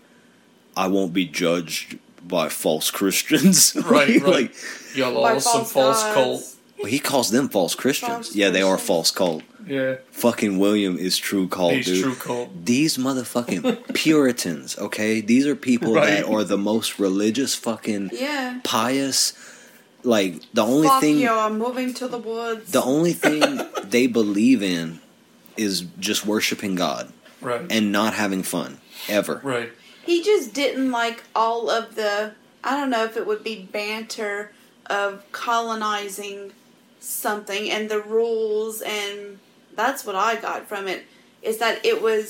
[SPEAKER 5] i won't be judged by false christians
[SPEAKER 3] Right,
[SPEAKER 5] Like-
[SPEAKER 3] right. Y'all all
[SPEAKER 4] by
[SPEAKER 3] some false
[SPEAKER 4] gods.
[SPEAKER 3] cult.
[SPEAKER 5] like, he calls them false christians
[SPEAKER 4] False
[SPEAKER 5] yeah they are
[SPEAKER 4] Christians.
[SPEAKER 5] false cult
[SPEAKER 3] Yeah.
[SPEAKER 5] fucking william is true cult
[SPEAKER 3] He's
[SPEAKER 5] dude
[SPEAKER 3] true cult.
[SPEAKER 5] these motherfucking puritans okay these are people that
[SPEAKER 3] Right.
[SPEAKER 5] are the most religious fucking
[SPEAKER 4] Yeah.
[SPEAKER 5] pious like the only
[SPEAKER 4] Fuck
[SPEAKER 5] thing
[SPEAKER 4] you, I'm moving to the woods.
[SPEAKER 5] the only thing they believe in is just worshiping God
[SPEAKER 3] Right.
[SPEAKER 5] and not having fun ever.
[SPEAKER 3] right.
[SPEAKER 4] He just didn't like all of the. I don't know if it would be banter of colonizing something and the rules, and that's what I got from it is that it was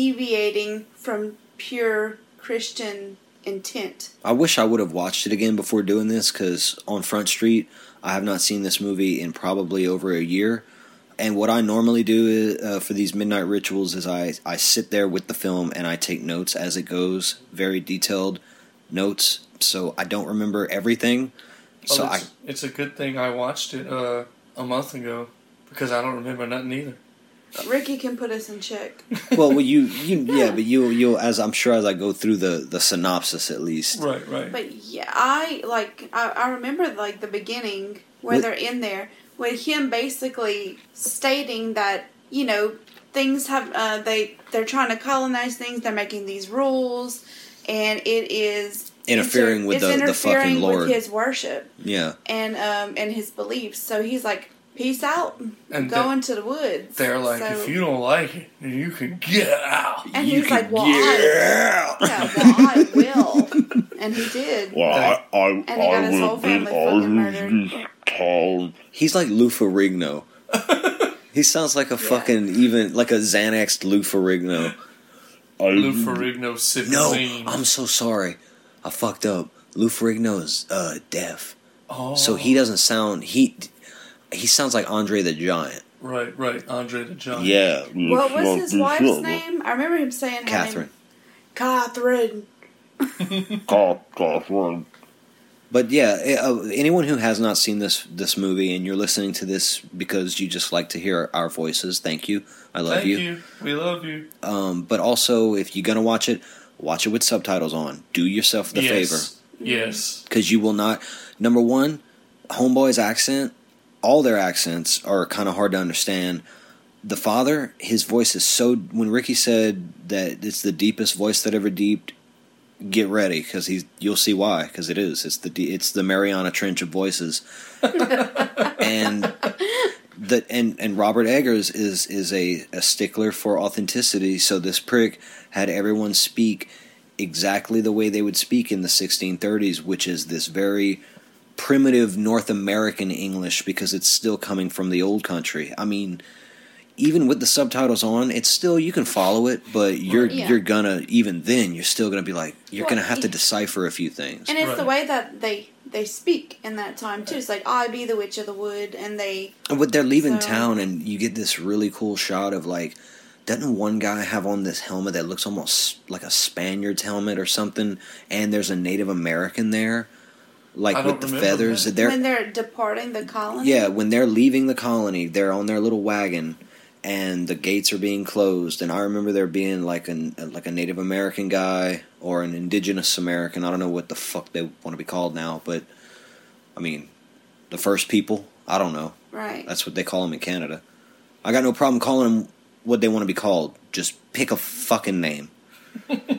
[SPEAKER 4] deviating from pure Christian intent.
[SPEAKER 5] I wish I would have watched it again before doing this because on Front Street, I have not seen this movie in probably over a year. And what I normally do uh, for these midnight rituals is I, I sit there with the film and I take notes as it goes, very detailed notes. So I don't remember everything. So
[SPEAKER 3] Well,
[SPEAKER 5] I,
[SPEAKER 3] it's, it's a good thing I watched it uh, a month ago because I don't remember nothing either.
[SPEAKER 4] Ricky can put us in check.
[SPEAKER 5] well, well, you, you, yeah, but you, you, as I'm sure as I go through the the synopsis at least,
[SPEAKER 3] Right, right.
[SPEAKER 4] But yeah, I like I, I remember like the beginning where
[SPEAKER 5] What-
[SPEAKER 4] they're in there with him basically stating that you know things have uh, they they're trying to colonize things. They're making these rules, and it is
[SPEAKER 5] Interfering
[SPEAKER 4] inter-
[SPEAKER 5] with
[SPEAKER 4] it's
[SPEAKER 5] the- the
[SPEAKER 4] interfering
[SPEAKER 5] fucking
[SPEAKER 4] with
[SPEAKER 5] Lord.
[SPEAKER 4] his worship
[SPEAKER 5] yeah,
[SPEAKER 4] and um and his beliefs. So he's like, peace out,
[SPEAKER 3] And
[SPEAKER 4] go
[SPEAKER 3] they-
[SPEAKER 4] into the woods.
[SPEAKER 3] They're like,
[SPEAKER 4] So-
[SPEAKER 3] if you don't like it, then you can get out.
[SPEAKER 4] and
[SPEAKER 5] you
[SPEAKER 4] he's like,
[SPEAKER 5] can
[SPEAKER 4] well,
[SPEAKER 5] get
[SPEAKER 4] I, yeah, well, I will, and he did.
[SPEAKER 7] Well, I, I,
[SPEAKER 4] he
[SPEAKER 7] I,
[SPEAKER 4] got his
[SPEAKER 7] will
[SPEAKER 4] whole
[SPEAKER 7] be
[SPEAKER 4] family fucking
[SPEAKER 7] out of this town.
[SPEAKER 5] He's like Lou Ferrigno. he sounds like a fucking even like a Xanaxed Lou Ferrigno.
[SPEAKER 7] I,
[SPEAKER 3] Lou Ferrigno sipping
[SPEAKER 5] No,
[SPEAKER 3] lean.
[SPEAKER 5] I'm so sorry. I fucked up. Lou Ferrigno is uh deaf,
[SPEAKER 3] oh,
[SPEAKER 5] so he doesn't sound he he sounds like Andre the Giant.
[SPEAKER 3] Right, right. Andre the Giant.
[SPEAKER 7] yeah.
[SPEAKER 4] What
[SPEAKER 7] let's
[SPEAKER 4] was
[SPEAKER 7] not
[SPEAKER 4] his
[SPEAKER 7] be
[SPEAKER 4] wife's
[SPEAKER 7] sure.
[SPEAKER 4] name? I remember him saying her
[SPEAKER 5] Catherine.
[SPEAKER 4] name. Catherine.
[SPEAKER 7] Ca- Catherine.
[SPEAKER 5] But yeah, eh, uh, anyone who has not seen this this movie and you're listening to this because you just like to hear our voices, thank you. I love
[SPEAKER 3] Thank you. We love you.
[SPEAKER 5] Um, but also, if you're gonna watch it, watch it with subtitles on. Do yourself the favor.
[SPEAKER 3] yes. Yes.
[SPEAKER 5] because you will not. Number one, homeboy's accent, all their accents are kind of hard to understand. The father, his voice is so. When Ricky said that it's the deepest voice that ever deeped, get ready because he's. You'll see why because it is. It's the de- it's the Mariana Trench of voices, and that and and Robert Eggers is is a, a stickler for authenticity. So this prick had everyone speak exactly the way they would speak in the 1630s, which is this very primitive North American English because it's still coming from the old country. I mean, even with the subtitles on, it's still you can follow it, but you're
[SPEAKER 4] Yeah.
[SPEAKER 5] you're gonna even then you're still gonna be like you're
[SPEAKER 4] Well,
[SPEAKER 5] gonna have to
[SPEAKER 4] it-
[SPEAKER 5] decipher a few things.
[SPEAKER 4] And it's the
[SPEAKER 3] Right.
[SPEAKER 4] way that they they speak in that time too. It's like I be the witch of the wood, and they
[SPEAKER 5] But they're leaving
[SPEAKER 4] So-
[SPEAKER 5] town, and you get this really cool shot of like, doesn't one guy have on this helmet that looks almost like a Spaniard's helmet or something? And there's a Native American there,
[SPEAKER 3] I
[SPEAKER 5] like
[SPEAKER 3] don't
[SPEAKER 5] with the
[SPEAKER 3] remember
[SPEAKER 5] feathers.
[SPEAKER 3] that.
[SPEAKER 5] They're
[SPEAKER 4] when they're departing the colony.
[SPEAKER 5] yeah, when they're leaving the colony, they're on their little wagon, and the gates are being closed. And I remember there being like an like a Native American guy or an Indigenous American. I don't know what the fuck they want to be called now, but I mean, the first people. I don't know.
[SPEAKER 4] right.
[SPEAKER 5] That's what they call them in Canada. I got no problem calling them what they want to be called. Just pick a fucking name.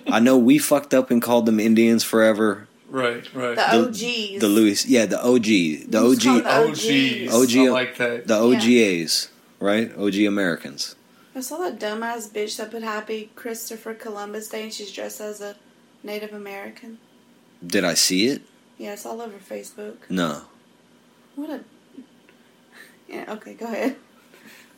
[SPEAKER 5] I know we fucked up and called them Indians forever.
[SPEAKER 3] Right, right.
[SPEAKER 4] the
[SPEAKER 5] The,
[SPEAKER 4] OGs.
[SPEAKER 5] The Louis. Yeah, the OG. The
[SPEAKER 4] Just call
[SPEAKER 5] OG.
[SPEAKER 4] them
[SPEAKER 3] OGs.
[SPEAKER 5] OG.
[SPEAKER 3] I like that.
[SPEAKER 5] The OGAs, right? OG Americans.
[SPEAKER 4] I saw that dumbass bitch that put Happy Christopher Columbus Day, and she's dressed as a Native American.
[SPEAKER 5] Did I see it?
[SPEAKER 4] Yeah, it's all over Facebook.
[SPEAKER 5] No.
[SPEAKER 4] What a. Yeah. Okay. Go ahead.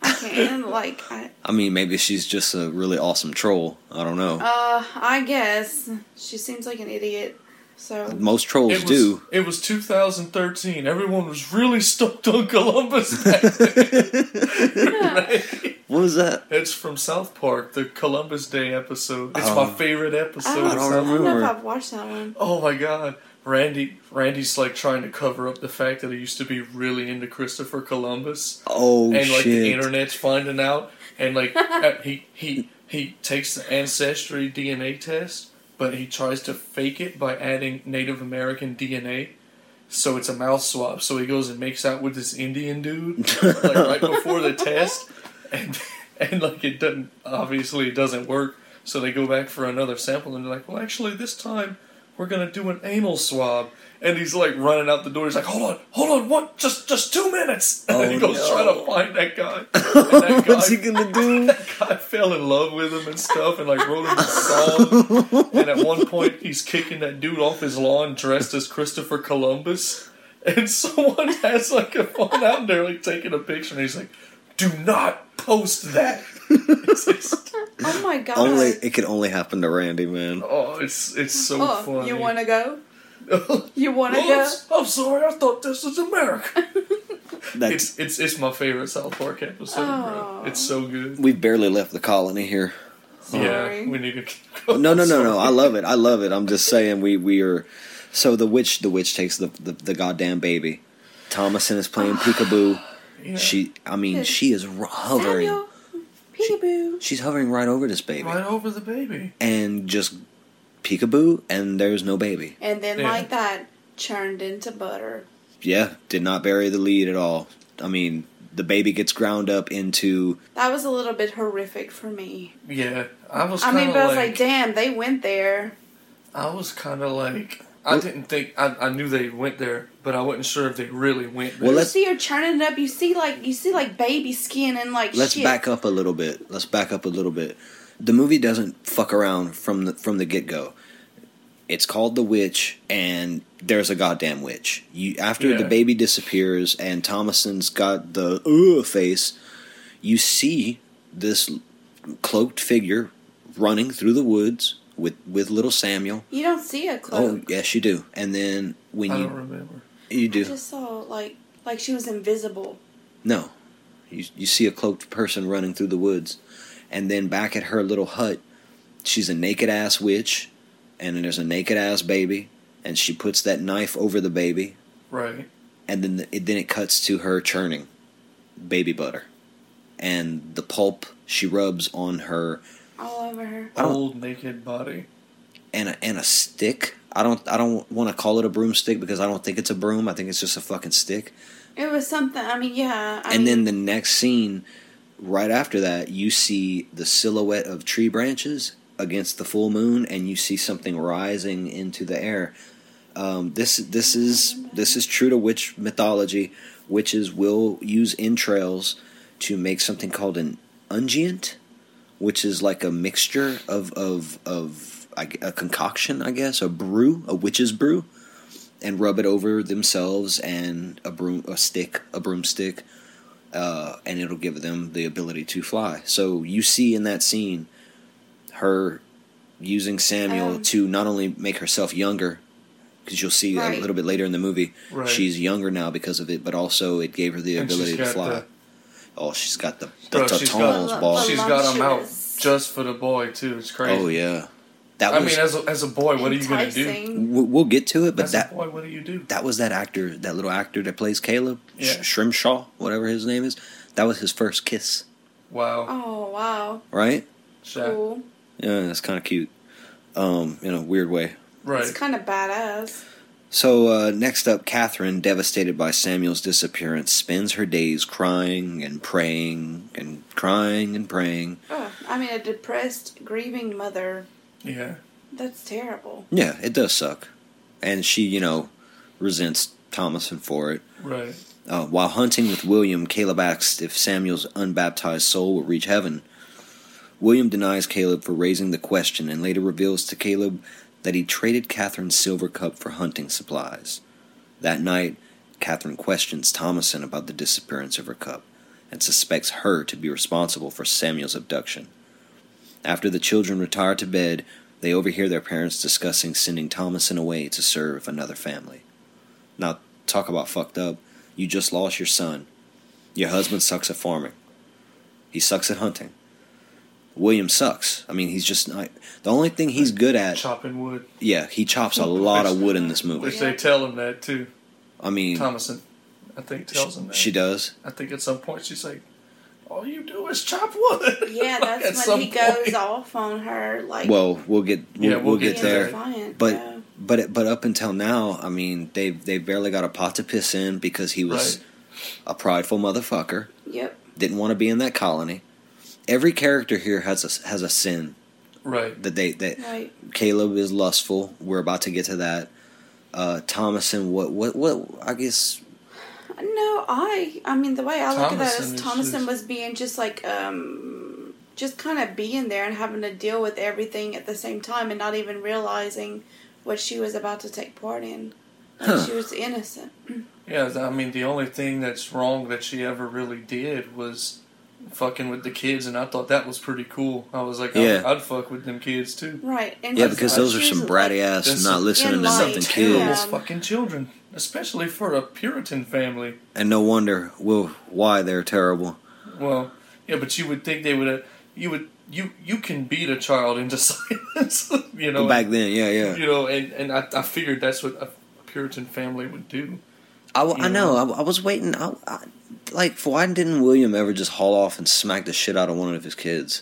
[SPEAKER 4] I can't like I.
[SPEAKER 5] I mean, maybe she's just a really awesome troll. I don't know.
[SPEAKER 4] Uh, I guess she seems like an idiot. So
[SPEAKER 5] Most trolls
[SPEAKER 3] It was,
[SPEAKER 5] do.
[SPEAKER 3] it was 2013. Everyone was really stoked on Columbus Day. Right?
[SPEAKER 5] What was that?
[SPEAKER 3] It's from South Park, the Columbus Day episode. It's my
[SPEAKER 5] Um,
[SPEAKER 3] favorite episode.
[SPEAKER 4] I don't,
[SPEAKER 3] of
[SPEAKER 5] don't
[SPEAKER 3] South
[SPEAKER 4] I don't know
[SPEAKER 5] remember.
[SPEAKER 4] if I've watched that one.
[SPEAKER 3] Oh my god. Randy Randy's like trying to cover up the fact that he used to be really into Christopher Columbus.
[SPEAKER 5] Oh
[SPEAKER 3] and like the
[SPEAKER 5] shit!
[SPEAKER 3] internet's finding out and like uh, he he he takes the ancestry DNA test, but he tries to fake it by adding Native American DNA. So it's a mouth swap. So he goes and makes out with this Indian dude like right before the test and and like it doesn't obviously it doesn't work. So they go back for another sample and they're like, well, actually, this time we're gonna do an anal swab. and he's like running out the door. He's like, "Hold on, hold on, what? Just just two minutes." And then he
[SPEAKER 5] Oh,
[SPEAKER 3] goes
[SPEAKER 5] no.
[SPEAKER 3] trying to find that guy. And that guy
[SPEAKER 5] What's he gonna do?
[SPEAKER 3] I fell in love with him and stuff, and like wrote him a song. and at one point, he's kicking that dude off his lawn dressed as Christopher Columbus. And someone has like a phone out there, like taking a picture, and he's like, "Do not post that." It's just-
[SPEAKER 4] Oh my god.
[SPEAKER 5] only it could only happen to Randy, man.
[SPEAKER 3] oh, it's it's so
[SPEAKER 4] oh,
[SPEAKER 3] funny.
[SPEAKER 4] you want to go? You want to go?
[SPEAKER 3] Oops, I'm sorry, I thought this was America.
[SPEAKER 5] That's
[SPEAKER 3] it's it's it's my favorite South Park episode,
[SPEAKER 4] Oh.
[SPEAKER 3] bro. It's so good.
[SPEAKER 5] we've barely left the colony here.
[SPEAKER 3] Yeah,
[SPEAKER 4] Sorry.
[SPEAKER 3] we need to. Go.
[SPEAKER 5] No, no, no, no. I love it. I love it. I'm just saying we we are. So the witch, the witch takes the the, the goddamn baby. Thomason is playing peekaboo.
[SPEAKER 3] Yeah.
[SPEAKER 5] She, I mean, she is ro- hovering.
[SPEAKER 4] Samuel, peekaboo.
[SPEAKER 5] She's hovering right over this baby
[SPEAKER 3] right over the baby.
[SPEAKER 5] and just peekaboo, and there's no baby.
[SPEAKER 4] And then
[SPEAKER 3] Yeah.
[SPEAKER 4] like that, churned into butter.
[SPEAKER 5] Yeah, did not bury the lead at all. I mean, the baby gets ground up into.
[SPEAKER 4] That was a little bit horrific for me.
[SPEAKER 3] Yeah, I was.
[SPEAKER 4] I
[SPEAKER 3] Kinda
[SPEAKER 4] mean, but I was
[SPEAKER 3] like
[SPEAKER 4] like, damn, they went there.
[SPEAKER 3] I was kind of like I didn't think I, I knew they went there, but I wasn't sure if they really went there.
[SPEAKER 5] Well,
[SPEAKER 4] You
[SPEAKER 5] let's
[SPEAKER 4] see her churning it up. You see like you see like baby skin and like
[SPEAKER 5] let's
[SPEAKER 4] shit.
[SPEAKER 5] back up a little bit. Let's back up a little bit. The movie doesn't fuck around from the from the get go. It's called The Witch, and there's a goddamn witch. You after the
[SPEAKER 3] Yeah.
[SPEAKER 5] baby disappears and Thomason's got the ooh face, you see this cloaked figure running through the woods with with little Samuel.
[SPEAKER 4] You don't see a
[SPEAKER 5] Oh
[SPEAKER 4] cloak.
[SPEAKER 5] yes, you do. And then when
[SPEAKER 3] I don't
[SPEAKER 5] you
[SPEAKER 3] remember.
[SPEAKER 5] you
[SPEAKER 4] I
[SPEAKER 5] do
[SPEAKER 4] just saw like like she was invisible.
[SPEAKER 5] No. You, you see a cloaked person running through the woods. And then back at her little hut, she's a naked ass witch. And then there's a naked ass baby. And she puts that knife over the baby.
[SPEAKER 3] Right.
[SPEAKER 5] And then, it, then it cuts to her churning baby butter. And the pulp she rubs on her.
[SPEAKER 4] all over her.
[SPEAKER 5] don't-
[SPEAKER 3] Old naked body.
[SPEAKER 5] And a, and a stick. I don't I don't want to call it a broomstick because I don't think it's a broom. I think it's just a fucking stick.
[SPEAKER 4] It was something. I mean, yeah. I
[SPEAKER 5] and
[SPEAKER 4] mean,
[SPEAKER 5] then the next scene right after that you see the silhouette of tree branches against the full moon and you see something rising into the air um, this this is this is true to witch mythology witches will use entrails to make something called an ungient which is like a mixture of of of I g- a concoction i guess a brew a witch's brew and rub it over themselves and a broom a stick a broomstick uh, and it'll give them the ability to fly. So you see in that scene her using Samuel
[SPEAKER 4] Um,
[SPEAKER 5] to not only make herself younger, because you'll see
[SPEAKER 4] Right.
[SPEAKER 5] a little bit later in the movie,
[SPEAKER 3] Right.
[SPEAKER 5] she's younger now because of it, but also it gave her the
[SPEAKER 3] And
[SPEAKER 5] ability
[SPEAKER 3] she's
[SPEAKER 5] to
[SPEAKER 3] got
[SPEAKER 5] fly.
[SPEAKER 3] the-
[SPEAKER 5] oh, she's got the, the
[SPEAKER 3] Bro, she's got-
[SPEAKER 5] Tatons
[SPEAKER 4] Well,
[SPEAKER 5] ball.
[SPEAKER 4] well,
[SPEAKER 3] She's got him out
[SPEAKER 4] Voluptuous.
[SPEAKER 3] just for the boy too. It's crazy.
[SPEAKER 5] oh, yeah. That
[SPEAKER 3] I
[SPEAKER 5] was.
[SPEAKER 3] mean, as a, as a boy, what are you gonna do?
[SPEAKER 4] enticing.
[SPEAKER 5] we- we'll get to it, but
[SPEAKER 3] As
[SPEAKER 5] that.
[SPEAKER 3] a boy, what do you do?
[SPEAKER 5] That was that actor, that little actor that plays Caleb
[SPEAKER 3] Yeah.
[SPEAKER 5] Sh- Shrimshaw, whatever his name is. That was his first kiss,
[SPEAKER 3] Wow.
[SPEAKER 4] Oh wow,
[SPEAKER 5] right?
[SPEAKER 3] Shaq.
[SPEAKER 4] cool.
[SPEAKER 5] Yeah, that's kind of cute. Um, in a weird way.
[SPEAKER 3] Right.
[SPEAKER 4] It's kind of badass.
[SPEAKER 5] So uh, next up, Catherine, devastated by Samuel's disappearance, spends her days crying and praying and crying and praying.
[SPEAKER 4] Oh, I mean, a depressed, grieving mother.
[SPEAKER 3] Yeah.
[SPEAKER 4] That's terrible.
[SPEAKER 5] Yeah, it does suck, and she, you know, resents Thomason for it.
[SPEAKER 3] Right.
[SPEAKER 5] Uh, while hunting with William, Caleb asks if Samuel's unbaptized soul will reach heaven. William denies Caleb for raising the question and later reveals to Caleb that he traded Catherine's silver cup for hunting supplies. That night, Catherine questions Thomason about the disappearance of her cup and suspects her to be responsible for Samuel's abduction. After the children retire to bed, they overhear their parents discussing sending Thomason away to serve another family. Now, talk about fucked up. You just lost your son. Your husband sucks at farming. He sucks at hunting. William sucks. I mean, he's just not. The only thing he's good at,
[SPEAKER 3] Chopping wood.
[SPEAKER 5] yeah, he chops a lot of wood in this
[SPEAKER 3] Which
[SPEAKER 5] movie.
[SPEAKER 3] they tell him that too.
[SPEAKER 5] I mean,
[SPEAKER 3] Thomason, I think, tells him that.
[SPEAKER 5] she does.
[SPEAKER 3] I think at some point she's like, "All you do is chop wood."
[SPEAKER 4] Yeah,
[SPEAKER 3] Like, at
[SPEAKER 4] that's
[SPEAKER 3] some
[SPEAKER 4] when he goes
[SPEAKER 3] point.
[SPEAKER 4] off on her. Like,
[SPEAKER 5] Well, we'll get we'll,
[SPEAKER 3] Yeah,
[SPEAKER 5] we'll,
[SPEAKER 3] we'll
[SPEAKER 5] get,
[SPEAKER 4] being
[SPEAKER 3] get
[SPEAKER 5] there.
[SPEAKER 3] to
[SPEAKER 4] defiant,
[SPEAKER 5] But
[SPEAKER 4] yeah.
[SPEAKER 5] but but up until now, I mean, they they barely got a pot to piss in because he was
[SPEAKER 3] Right.
[SPEAKER 5] a prideful motherfucker.
[SPEAKER 4] yep,
[SPEAKER 5] Didn't want to be in that colony. Every character here has a has a sin
[SPEAKER 3] Right.
[SPEAKER 5] that they that
[SPEAKER 4] right.
[SPEAKER 5] Caleb is lustful. We're about to get to that. uh, Thomason. What what what? I guess
[SPEAKER 4] No, I. I mean, the way I look at that
[SPEAKER 3] Thomason
[SPEAKER 4] is
[SPEAKER 3] is
[SPEAKER 4] Thomason
[SPEAKER 3] just-
[SPEAKER 4] was being just like, um, just kind of being there and having to deal with everything at the same time and not even realizing what she was about to take part in. Like
[SPEAKER 5] Huh.
[SPEAKER 4] She was innocent.
[SPEAKER 3] Yeah, th- I mean, the only thing that's wrong that she ever really did was fucking with the kids, and I thought that was pretty cool. I was like,
[SPEAKER 5] Yeah.
[SPEAKER 3] I'd, I'd fuck with them kids too.
[SPEAKER 4] Right. And
[SPEAKER 5] yeah,
[SPEAKER 4] she-
[SPEAKER 5] because
[SPEAKER 4] like,
[SPEAKER 5] those are
[SPEAKER 4] she
[SPEAKER 5] some
[SPEAKER 4] was, like,
[SPEAKER 5] bratty ass
[SPEAKER 3] That's
[SPEAKER 5] not
[SPEAKER 3] some-
[SPEAKER 5] listening to
[SPEAKER 4] and, like,
[SPEAKER 5] nothing
[SPEAKER 3] Terrible
[SPEAKER 5] kids,
[SPEAKER 4] Yeah.
[SPEAKER 3] fucking children, especially for a Puritan family.
[SPEAKER 5] and no wonder well why they're terrible.
[SPEAKER 3] Well, yeah, but you would think they would. have You would. You you can beat a child into silence. you know.
[SPEAKER 5] Back then, yeah, yeah.
[SPEAKER 3] You know, and and I, I figured that's what a Puritan family would do.
[SPEAKER 5] I, w- I know. I, I was waiting. I, I, like, why didn't William ever just haul off and smack the shit out of one of his kids?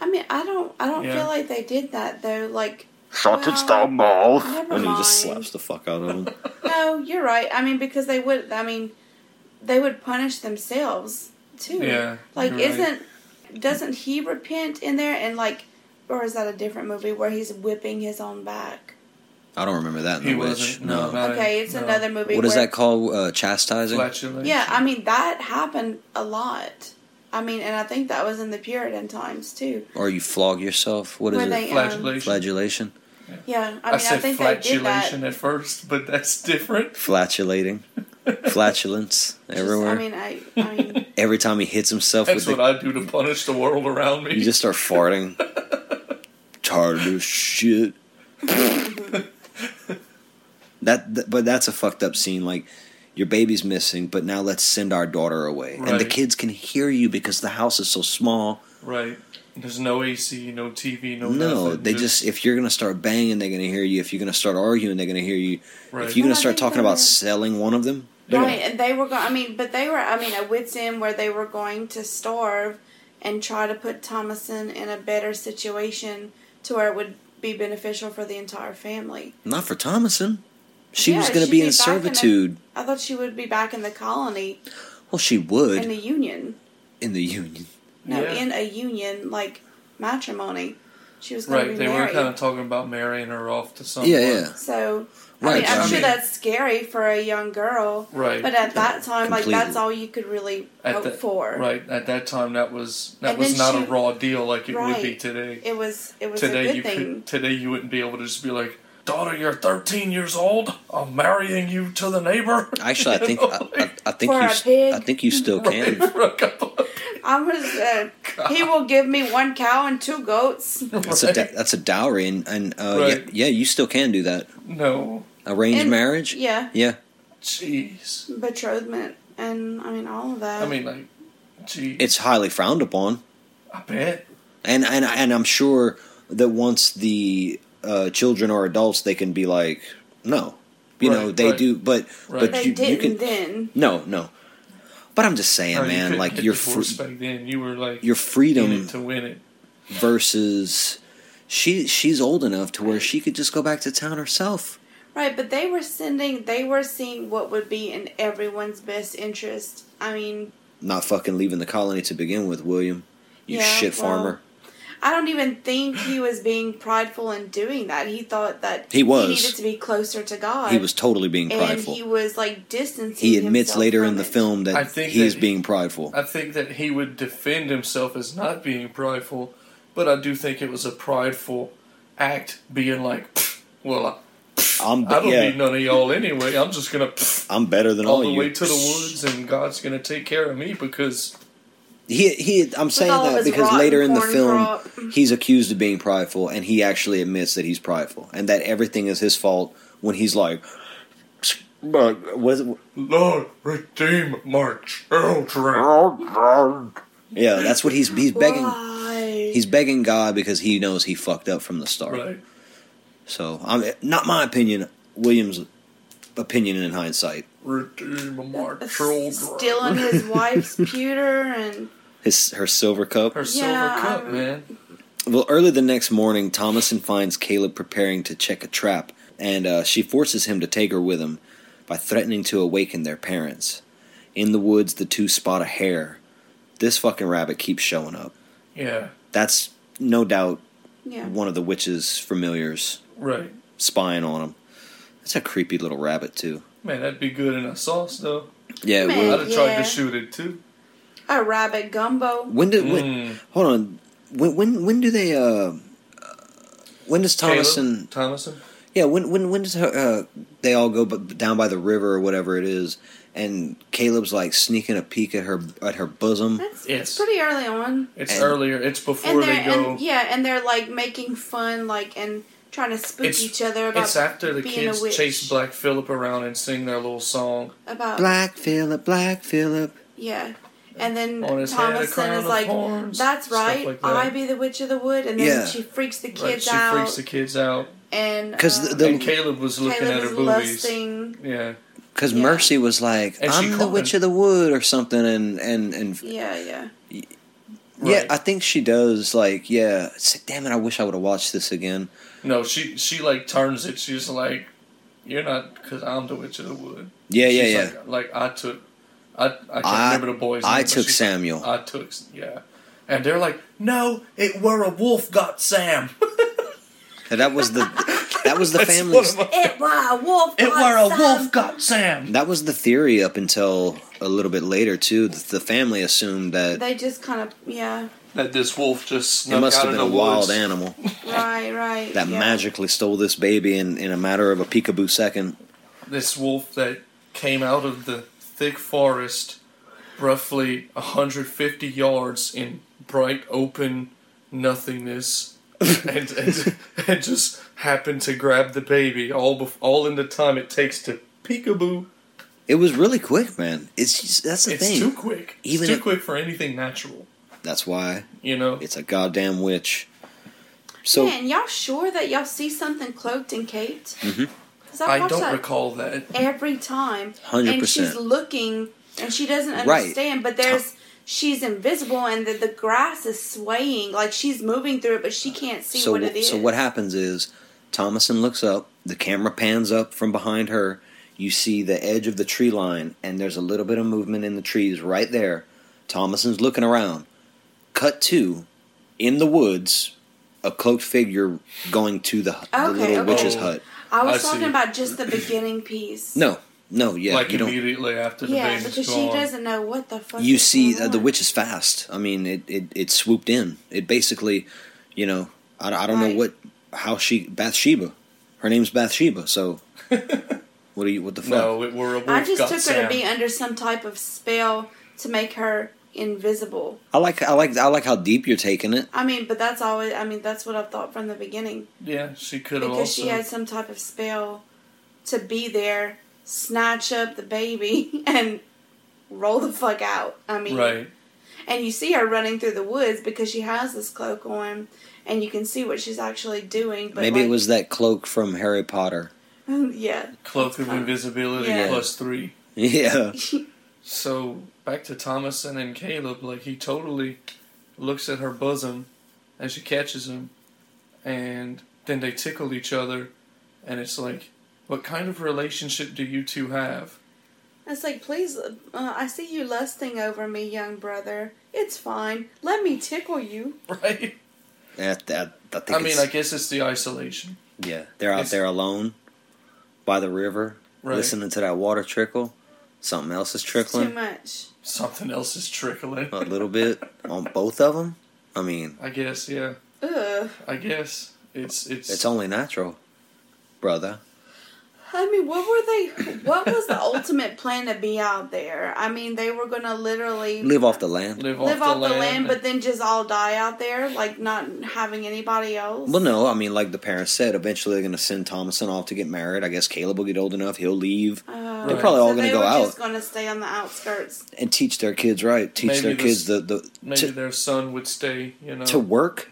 [SPEAKER 4] I mean, I don't. I don't
[SPEAKER 3] Yeah.
[SPEAKER 4] feel like they did that though. Like.
[SPEAKER 7] Shut its
[SPEAKER 4] well,
[SPEAKER 7] damn mouth.
[SPEAKER 4] Never
[SPEAKER 5] And he
[SPEAKER 4] mind.
[SPEAKER 5] just slaps the fuck out of him.
[SPEAKER 4] No, you're right. I mean, because they would. I mean, they would punish themselves too.
[SPEAKER 3] Yeah,
[SPEAKER 4] Like,
[SPEAKER 3] you're right.
[SPEAKER 4] isn't doesn't he repent in there and like, or is that a different movie where he's whipping his own back?
[SPEAKER 5] I don't remember that in
[SPEAKER 3] He
[SPEAKER 5] the witch.
[SPEAKER 3] wasn't.
[SPEAKER 5] No.
[SPEAKER 3] No, not-
[SPEAKER 4] Okay, it's
[SPEAKER 3] no.
[SPEAKER 4] another movie.
[SPEAKER 5] What is
[SPEAKER 4] where,
[SPEAKER 5] that called? Uh, chastising.
[SPEAKER 3] Flatulation.
[SPEAKER 4] Yeah, I mean that happened a lot. I mean, and I think that was in the Puritan times too.
[SPEAKER 5] Or you flog yourself. What is
[SPEAKER 4] Where
[SPEAKER 5] it?
[SPEAKER 4] they-
[SPEAKER 3] Flagellation.
[SPEAKER 5] Flagellation.
[SPEAKER 4] Yeah, I
[SPEAKER 3] I,
[SPEAKER 4] mean, I,
[SPEAKER 3] said
[SPEAKER 4] think they did that.
[SPEAKER 3] flatulation at first, but that's different.
[SPEAKER 5] Flatulating. Flatulence
[SPEAKER 4] Just-
[SPEAKER 5] everywhere.
[SPEAKER 4] I mean, I, I mean,
[SPEAKER 5] Every time he hits himself
[SPEAKER 3] That's
[SPEAKER 5] with
[SPEAKER 3] what
[SPEAKER 5] the,
[SPEAKER 3] I do to punish the world around me.
[SPEAKER 5] you just start farting. Tired of this shit. that, th- but that's a fucked up scene. Like, your baby's missing, but now let's send our daughter away, and the
[SPEAKER 3] Right.
[SPEAKER 5] kids can hear you because the house is so small.
[SPEAKER 3] right. There's no AC, no TV, no.
[SPEAKER 5] No,
[SPEAKER 3] nothing.
[SPEAKER 5] they just if you're gonna start banging, they're gonna hear you. If you're gonna start arguing, they're gonna hear you.
[SPEAKER 3] Right.
[SPEAKER 5] If
[SPEAKER 4] Well,
[SPEAKER 5] you're
[SPEAKER 4] I
[SPEAKER 5] gonna start
[SPEAKER 4] think
[SPEAKER 5] talking
[SPEAKER 4] they're-
[SPEAKER 5] about selling one of them, they're
[SPEAKER 4] Right, and they were going. I mean, but they were. I mean, at wits end where they were going to starve and try to put Thomason in a better situation to where it would be beneficial for the entire family.
[SPEAKER 5] not for Thomason. She
[SPEAKER 4] Yeah,
[SPEAKER 5] was gonna
[SPEAKER 4] she'd
[SPEAKER 5] be
[SPEAKER 4] be
[SPEAKER 5] in
[SPEAKER 4] back in the-
[SPEAKER 5] servitude.
[SPEAKER 4] I thought she would be back in the colony
[SPEAKER 5] well, she would
[SPEAKER 4] in the union.
[SPEAKER 5] in the union.
[SPEAKER 4] No,
[SPEAKER 3] Yeah.
[SPEAKER 4] in a union like matrimony. She was going
[SPEAKER 3] Right,
[SPEAKER 4] to be
[SPEAKER 3] they were
[SPEAKER 4] married.
[SPEAKER 3] kind of talking about marrying her off to someone.
[SPEAKER 5] Yeah, yeah.
[SPEAKER 4] So. I
[SPEAKER 5] Right,
[SPEAKER 4] mean, I'm
[SPEAKER 5] I
[SPEAKER 4] sure
[SPEAKER 5] mean-
[SPEAKER 4] that's scary for a young girl.
[SPEAKER 3] Right.
[SPEAKER 4] But at that time, like, that's
[SPEAKER 5] Completely.
[SPEAKER 4] all you could really
[SPEAKER 3] At
[SPEAKER 4] hope
[SPEAKER 3] that-
[SPEAKER 4] for.
[SPEAKER 3] Right, at that time that was that
[SPEAKER 4] Oh, And
[SPEAKER 3] was
[SPEAKER 4] then
[SPEAKER 3] not
[SPEAKER 4] she-
[SPEAKER 3] a raw deal like it would be
[SPEAKER 4] Right.
[SPEAKER 3] today.
[SPEAKER 4] It was, it was a
[SPEAKER 3] today
[SPEAKER 4] good
[SPEAKER 3] you
[SPEAKER 4] thing.
[SPEAKER 3] could today you wouldn't be able to just be like, "Daughter, you're 13 years old. I'm marrying you to the neighbor."
[SPEAKER 5] Actually, I
[SPEAKER 3] You
[SPEAKER 5] think uh,
[SPEAKER 3] know,
[SPEAKER 5] I, I,
[SPEAKER 3] like,
[SPEAKER 5] I think
[SPEAKER 4] For
[SPEAKER 5] you
[SPEAKER 4] a
[SPEAKER 5] s-
[SPEAKER 4] pig.
[SPEAKER 5] I think you still can.
[SPEAKER 3] for a couple of-
[SPEAKER 4] I was. Uh, he will give me one cow and two goats.
[SPEAKER 5] That's a da- that's a dowry, and and uh,
[SPEAKER 3] Right.
[SPEAKER 5] yeah, yeah, you still can do that.
[SPEAKER 3] no,
[SPEAKER 5] Arranged
[SPEAKER 4] And-
[SPEAKER 5] marriage.
[SPEAKER 4] Yeah,
[SPEAKER 5] yeah.
[SPEAKER 3] jeez.
[SPEAKER 4] betrothment and I mean all of that.
[SPEAKER 3] I mean, like, jeez.
[SPEAKER 5] It's highly frowned upon.
[SPEAKER 3] I bet.
[SPEAKER 5] and and and I'm sure that once the uh, children are adults, they can be like, no, you know,
[SPEAKER 3] Right,
[SPEAKER 5] they
[SPEAKER 3] right.
[SPEAKER 5] do, but
[SPEAKER 3] Right.
[SPEAKER 5] but
[SPEAKER 4] they
[SPEAKER 5] you,
[SPEAKER 4] didn't
[SPEAKER 5] you can
[SPEAKER 4] then.
[SPEAKER 5] no no. But I'm just saying,
[SPEAKER 3] No, you
[SPEAKER 5] man,
[SPEAKER 3] couldn't
[SPEAKER 5] like
[SPEAKER 3] get
[SPEAKER 5] your fr-
[SPEAKER 3] divorced back then, you were like
[SPEAKER 5] your
[SPEAKER 3] in
[SPEAKER 5] freedom
[SPEAKER 3] it to win it.
[SPEAKER 5] versus she she's old enough to where she could just go back to town herself.
[SPEAKER 4] Right, but they were sending. They were seeing what would be in everyone's best interest. I mean,
[SPEAKER 5] Not fucking leaving the colony to begin with, William. You
[SPEAKER 4] Yeah,
[SPEAKER 5] shit
[SPEAKER 4] well-
[SPEAKER 5] farmer.
[SPEAKER 4] I don't even think he was being prideful in doing that. He thought that
[SPEAKER 5] He was.
[SPEAKER 4] needed to be closer to God.
[SPEAKER 5] He was totally being
[SPEAKER 4] and
[SPEAKER 5] prideful.
[SPEAKER 4] he
[SPEAKER 5] He,
[SPEAKER 4] was like distancing.
[SPEAKER 5] admits
[SPEAKER 4] himself
[SPEAKER 5] later
[SPEAKER 4] from
[SPEAKER 5] in the
[SPEAKER 4] it.
[SPEAKER 5] film
[SPEAKER 3] I
[SPEAKER 5] that
[SPEAKER 3] think
[SPEAKER 5] he
[SPEAKER 3] that
[SPEAKER 5] is
[SPEAKER 3] he-
[SPEAKER 5] being prideful.
[SPEAKER 3] I think that he would defend himself as not being prideful, but I do think it was a prideful act being like, "Pfft, well, I,
[SPEAKER 5] I'm
[SPEAKER 3] I don't
[SPEAKER 5] yeah,
[SPEAKER 3] need none of y'all anyway. I'm just going to
[SPEAKER 5] I'm better than all,
[SPEAKER 3] all the
[SPEAKER 5] you.
[SPEAKER 3] way to the woods and God's going to take care of me because,
[SPEAKER 5] He he. I'm saying
[SPEAKER 4] all of
[SPEAKER 5] that
[SPEAKER 4] his
[SPEAKER 5] because
[SPEAKER 4] rotten
[SPEAKER 5] later in the
[SPEAKER 4] corn
[SPEAKER 5] film,
[SPEAKER 4] crop.
[SPEAKER 5] he's accused of being prideful, and he actually admits that he's prideful and that everything is his fault. When he's like, "But was it-
[SPEAKER 3] Lord, redeem my children.
[SPEAKER 5] yeah, that's what he's he's begging.
[SPEAKER 4] Right.
[SPEAKER 5] He's begging God because he knows he fucked up from the start.
[SPEAKER 3] Right.
[SPEAKER 5] So I'm not my opinion. William's opinion in hindsight.
[SPEAKER 3] Redeem my children.
[SPEAKER 4] stealing his wife's pewter and
[SPEAKER 5] His her silver cup.
[SPEAKER 3] Her
[SPEAKER 4] Yeah,
[SPEAKER 3] silver cup,
[SPEAKER 4] I'm-
[SPEAKER 3] man.
[SPEAKER 5] Well, early the next morning, Thomason finds Caleb preparing to check a trap, and uh, she forces him to take her with him by threatening to awaken their parents. In the woods, the two spot a hare. This fucking rabbit keeps showing up.
[SPEAKER 3] Yeah,
[SPEAKER 5] That's no doubt
[SPEAKER 4] yeah.
[SPEAKER 5] one of the witch's familiars
[SPEAKER 3] right.
[SPEAKER 5] spying on him. That's a creepy little rabbit too.
[SPEAKER 3] Man, that'd be good in a sauce though.
[SPEAKER 5] Yeah. it
[SPEAKER 4] Man.
[SPEAKER 5] would.
[SPEAKER 3] I'd have tried
[SPEAKER 4] Eh, Yeah.
[SPEAKER 3] to shoot it too.
[SPEAKER 4] A rabbit gumbo.
[SPEAKER 5] When did
[SPEAKER 3] Hmm.
[SPEAKER 5] when, hold on? When when when do they? Uh, uh, when does Thomason?
[SPEAKER 3] Caleb Thomason.
[SPEAKER 5] Yeah. When when when does her, uh, they all go b- down by the river or whatever it is? And Caleb's like sneaking a peek at her at her bosom.
[SPEAKER 4] That's
[SPEAKER 3] Yes.
[SPEAKER 4] it's pretty early on.
[SPEAKER 3] It's
[SPEAKER 5] And-
[SPEAKER 3] earlier. It's before
[SPEAKER 4] And
[SPEAKER 3] they
[SPEAKER 4] they're
[SPEAKER 3] go.
[SPEAKER 4] and, yeah, and they're like making fun, like and trying to spook
[SPEAKER 3] It's-
[SPEAKER 4] each other about
[SPEAKER 3] It's after the
[SPEAKER 4] being
[SPEAKER 3] kids
[SPEAKER 4] a witch.
[SPEAKER 3] chase Black Phillip around and sing their little song.
[SPEAKER 4] about
[SPEAKER 5] Black Philip, Black Philip.
[SPEAKER 4] yeah. And then
[SPEAKER 3] On his head, a
[SPEAKER 4] Thomason
[SPEAKER 3] crown
[SPEAKER 4] is
[SPEAKER 3] of
[SPEAKER 4] like,
[SPEAKER 3] thorns,
[SPEAKER 4] "That's
[SPEAKER 3] stuff
[SPEAKER 4] right,
[SPEAKER 3] like that.
[SPEAKER 4] I be the witch of the wood." And then
[SPEAKER 5] Yeah.
[SPEAKER 4] she freaks the
[SPEAKER 3] Right?
[SPEAKER 4] kids
[SPEAKER 3] She
[SPEAKER 4] out,
[SPEAKER 3] freaks the kids out.
[SPEAKER 4] and
[SPEAKER 5] 'Cause
[SPEAKER 4] uh,
[SPEAKER 5] the-
[SPEAKER 3] and Caleb was looking
[SPEAKER 4] Caleb
[SPEAKER 3] at her
[SPEAKER 4] is
[SPEAKER 3] boobies.
[SPEAKER 4] lusting.
[SPEAKER 3] Yeah.
[SPEAKER 5] Because
[SPEAKER 4] Yeah.
[SPEAKER 5] Mercy was like,
[SPEAKER 3] And she
[SPEAKER 5] "I'm the
[SPEAKER 3] called
[SPEAKER 5] witch
[SPEAKER 3] him.
[SPEAKER 5] of the wood" or something, and and and
[SPEAKER 4] Yeah, yeah.
[SPEAKER 5] yeah,
[SPEAKER 3] Right.
[SPEAKER 5] I think she does. Like, yeah, it's like, damn it, I wish I would have watched this again.
[SPEAKER 3] No, she she like turns it. She's like, "You're not, because I'm the witch of the wood."
[SPEAKER 5] Yeah, yeah,
[SPEAKER 3] She's
[SPEAKER 5] yeah.
[SPEAKER 3] Like, like I took, I I can't
[SPEAKER 5] I-
[SPEAKER 3] remember the boy's
[SPEAKER 5] I
[SPEAKER 3] name, but
[SPEAKER 5] took
[SPEAKER 3] she's
[SPEAKER 5] Samuel.
[SPEAKER 3] Like, I took yeah, and they're like, "No, it were a wolf got Sam.
[SPEAKER 5] And that was the that was the
[SPEAKER 3] That's
[SPEAKER 5] family's.
[SPEAKER 3] one of my-
[SPEAKER 4] It were a wolf.
[SPEAKER 3] it
[SPEAKER 4] got
[SPEAKER 3] were a
[SPEAKER 4] some-
[SPEAKER 3] wolf got Sam."
[SPEAKER 5] That was the theory up until a little bit later too. That the family assumed that
[SPEAKER 4] They just kind of yeah,
[SPEAKER 3] That this wolf just
[SPEAKER 5] it
[SPEAKER 3] snuck
[SPEAKER 5] must
[SPEAKER 3] out
[SPEAKER 5] have been
[SPEAKER 3] of
[SPEAKER 5] a
[SPEAKER 3] the
[SPEAKER 5] wild
[SPEAKER 3] woods.
[SPEAKER 5] animal
[SPEAKER 4] right, right.
[SPEAKER 5] that
[SPEAKER 4] yeah.
[SPEAKER 5] magically stole this baby in, in a matter of a peekaboo second.
[SPEAKER 3] This wolf that came out of the thick forest, roughly 150 yards in bright open nothingness, and, and and just happened to grab the baby all bef- all in the time it takes to peekaboo.
[SPEAKER 5] It was really quick, man. It's just, that's the
[SPEAKER 3] It's
[SPEAKER 5] thing.
[SPEAKER 3] too quick. It's
[SPEAKER 5] Even
[SPEAKER 3] too
[SPEAKER 5] if-
[SPEAKER 3] quick for anything natural.
[SPEAKER 5] That's why
[SPEAKER 3] You know,
[SPEAKER 5] it's a goddamn witch. So
[SPEAKER 4] Man, y'all sure that y'all see something cloaked and caped?
[SPEAKER 5] Mm-hmm.
[SPEAKER 4] Because I,
[SPEAKER 3] I
[SPEAKER 4] watch
[SPEAKER 3] don't
[SPEAKER 4] that
[SPEAKER 3] recall that.
[SPEAKER 4] every time,
[SPEAKER 5] 100%.
[SPEAKER 4] and she's looking and she doesn't
[SPEAKER 5] Right.
[SPEAKER 4] understand. But there's she's invisible, and the, the grass is swaying like she's moving through it, but she can't see
[SPEAKER 5] so
[SPEAKER 4] what it is.
[SPEAKER 5] so what happens is Thomason looks up. The camera pans up from behind her. You see the edge of the tree line, and there's a little bit of movement in the trees right there. Thomason's looking around. Cut to, in the woods, a cloaked figure going to the, the
[SPEAKER 4] Okay,
[SPEAKER 5] little
[SPEAKER 4] okay.
[SPEAKER 5] witch's hut.
[SPEAKER 4] I was
[SPEAKER 3] I
[SPEAKER 4] talking
[SPEAKER 3] see.
[SPEAKER 4] about just the beginning piece.
[SPEAKER 5] No, no, yeah,
[SPEAKER 3] like
[SPEAKER 5] you don't.
[SPEAKER 3] immediately after the
[SPEAKER 4] yeah,
[SPEAKER 3] baby's
[SPEAKER 4] because she
[SPEAKER 3] gone.
[SPEAKER 4] doesn't know what the fuck.
[SPEAKER 5] You
[SPEAKER 4] is
[SPEAKER 5] see
[SPEAKER 4] going
[SPEAKER 5] uh, the
[SPEAKER 4] on.
[SPEAKER 5] witch is fast. I mean, it it, it swooped in. It basically, you know, I, I don't
[SPEAKER 4] Right.
[SPEAKER 5] know what how she Bathsheba, her name's Bathsheba. So, what do you what the fuck?
[SPEAKER 3] No, it were a wolf
[SPEAKER 4] I just
[SPEAKER 3] got
[SPEAKER 4] took
[SPEAKER 3] Sam.
[SPEAKER 4] her to be under some type of spell to make her invisible.
[SPEAKER 5] I like I like I like how deep you're taking it.
[SPEAKER 4] I mean, but that's always. I mean, that's what I've thought from the beginning
[SPEAKER 3] yeah, she could have
[SPEAKER 4] because
[SPEAKER 3] also.
[SPEAKER 4] she had some type of spell to be there, snatch up the baby, and roll the fuck out. I mean,
[SPEAKER 3] right.
[SPEAKER 4] And you see her running through the woods because she has this cloak on, and you can see what she's actually doing. But
[SPEAKER 5] Maybe
[SPEAKER 4] like-
[SPEAKER 5] it was that cloak from Harry Potter.
[SPEAKER 4] yeah.
[SPEAKER 3] Cloak of invisibility
[SPEAKER 4] Yeah.
[SPEAKER 3] plus three.
[SPEAKER 5] Yeah,
[SPEAKER 3] So back to Thomason and Caleb, like he totally looks at her bosom and she catches him and then they tickle each other and it's like what kind of relationship do you two have?
[SPEAKER 4] It's like, please, uh, I see you lusting over me, young brother. It's fine. Let me tickle you.
[SPEAKER 3] Right?
[SPEAKER 5] that, that, I think.
[SPEAKER 3] I mean,
[SPEAKER 5] it's-
[SPEAKER 3] I guess it's the isolation.
[SPEAKER 5] yeah, they're out
[SPEAKER 3] it's-
[SPEAKER 5] there alone by the river,
[SPEAKER 3] Right.
[SPEAKER 5] listening to that water trickle. Something else is
[SPEAKER 4] It's too
[SPEAKER 5] trickling
[SPEAKER 4] much.
[SPEAKER 3] Something else is trickling.
[SPEAKER 5] a little bit on both of them. I mean,
[SPEAKER 3] I guess, yeah.
[SPEAKER 4] Ugh.
[SPEAKER 3] I guess it's it's,
[SPEAKER 5] it's only natural, brother.
[SPEAKER 4] I mean, what were they? What was the ultimate plan to be out there? I mean, they were gonna literally
[SPEAKER 5] Live off the land.
[SPEAKER 3] live,
[SPEAKER 4] live
[SPEAKER 3] off, the, land,
[SPEAKER 4] but then just all die out there, like not having anybody else.
[SPEAKER 5] Well, no, I mean, like the parents said, eventually they're going to send Thomason off to get married. I guess Caleb will get old enough; he'll leave
[SPEAKER 4] Uh,
[SPEAKER 3] They're
[SPEAKER 5] probably all gonna
[SPEAKER 4] they
[SPEAKER 5] go
[SPEAKER 4] were
[SPEAKER 5] out.
[SPEAKER 4] Just gonna stay on the outskirts.
[SPEAKER 5] and teach their kids right. Teach
[SPEAKER 3] Maybe
[SPEAKER 5] their
[SPEAKER 3] this-
[SPEAKER 5] kids the the
[SPEAKER 3] maybe
[SPEAKER 5] to-
[SPEAKER 3] their son would stay, you know.
[SPEAKER 5] to work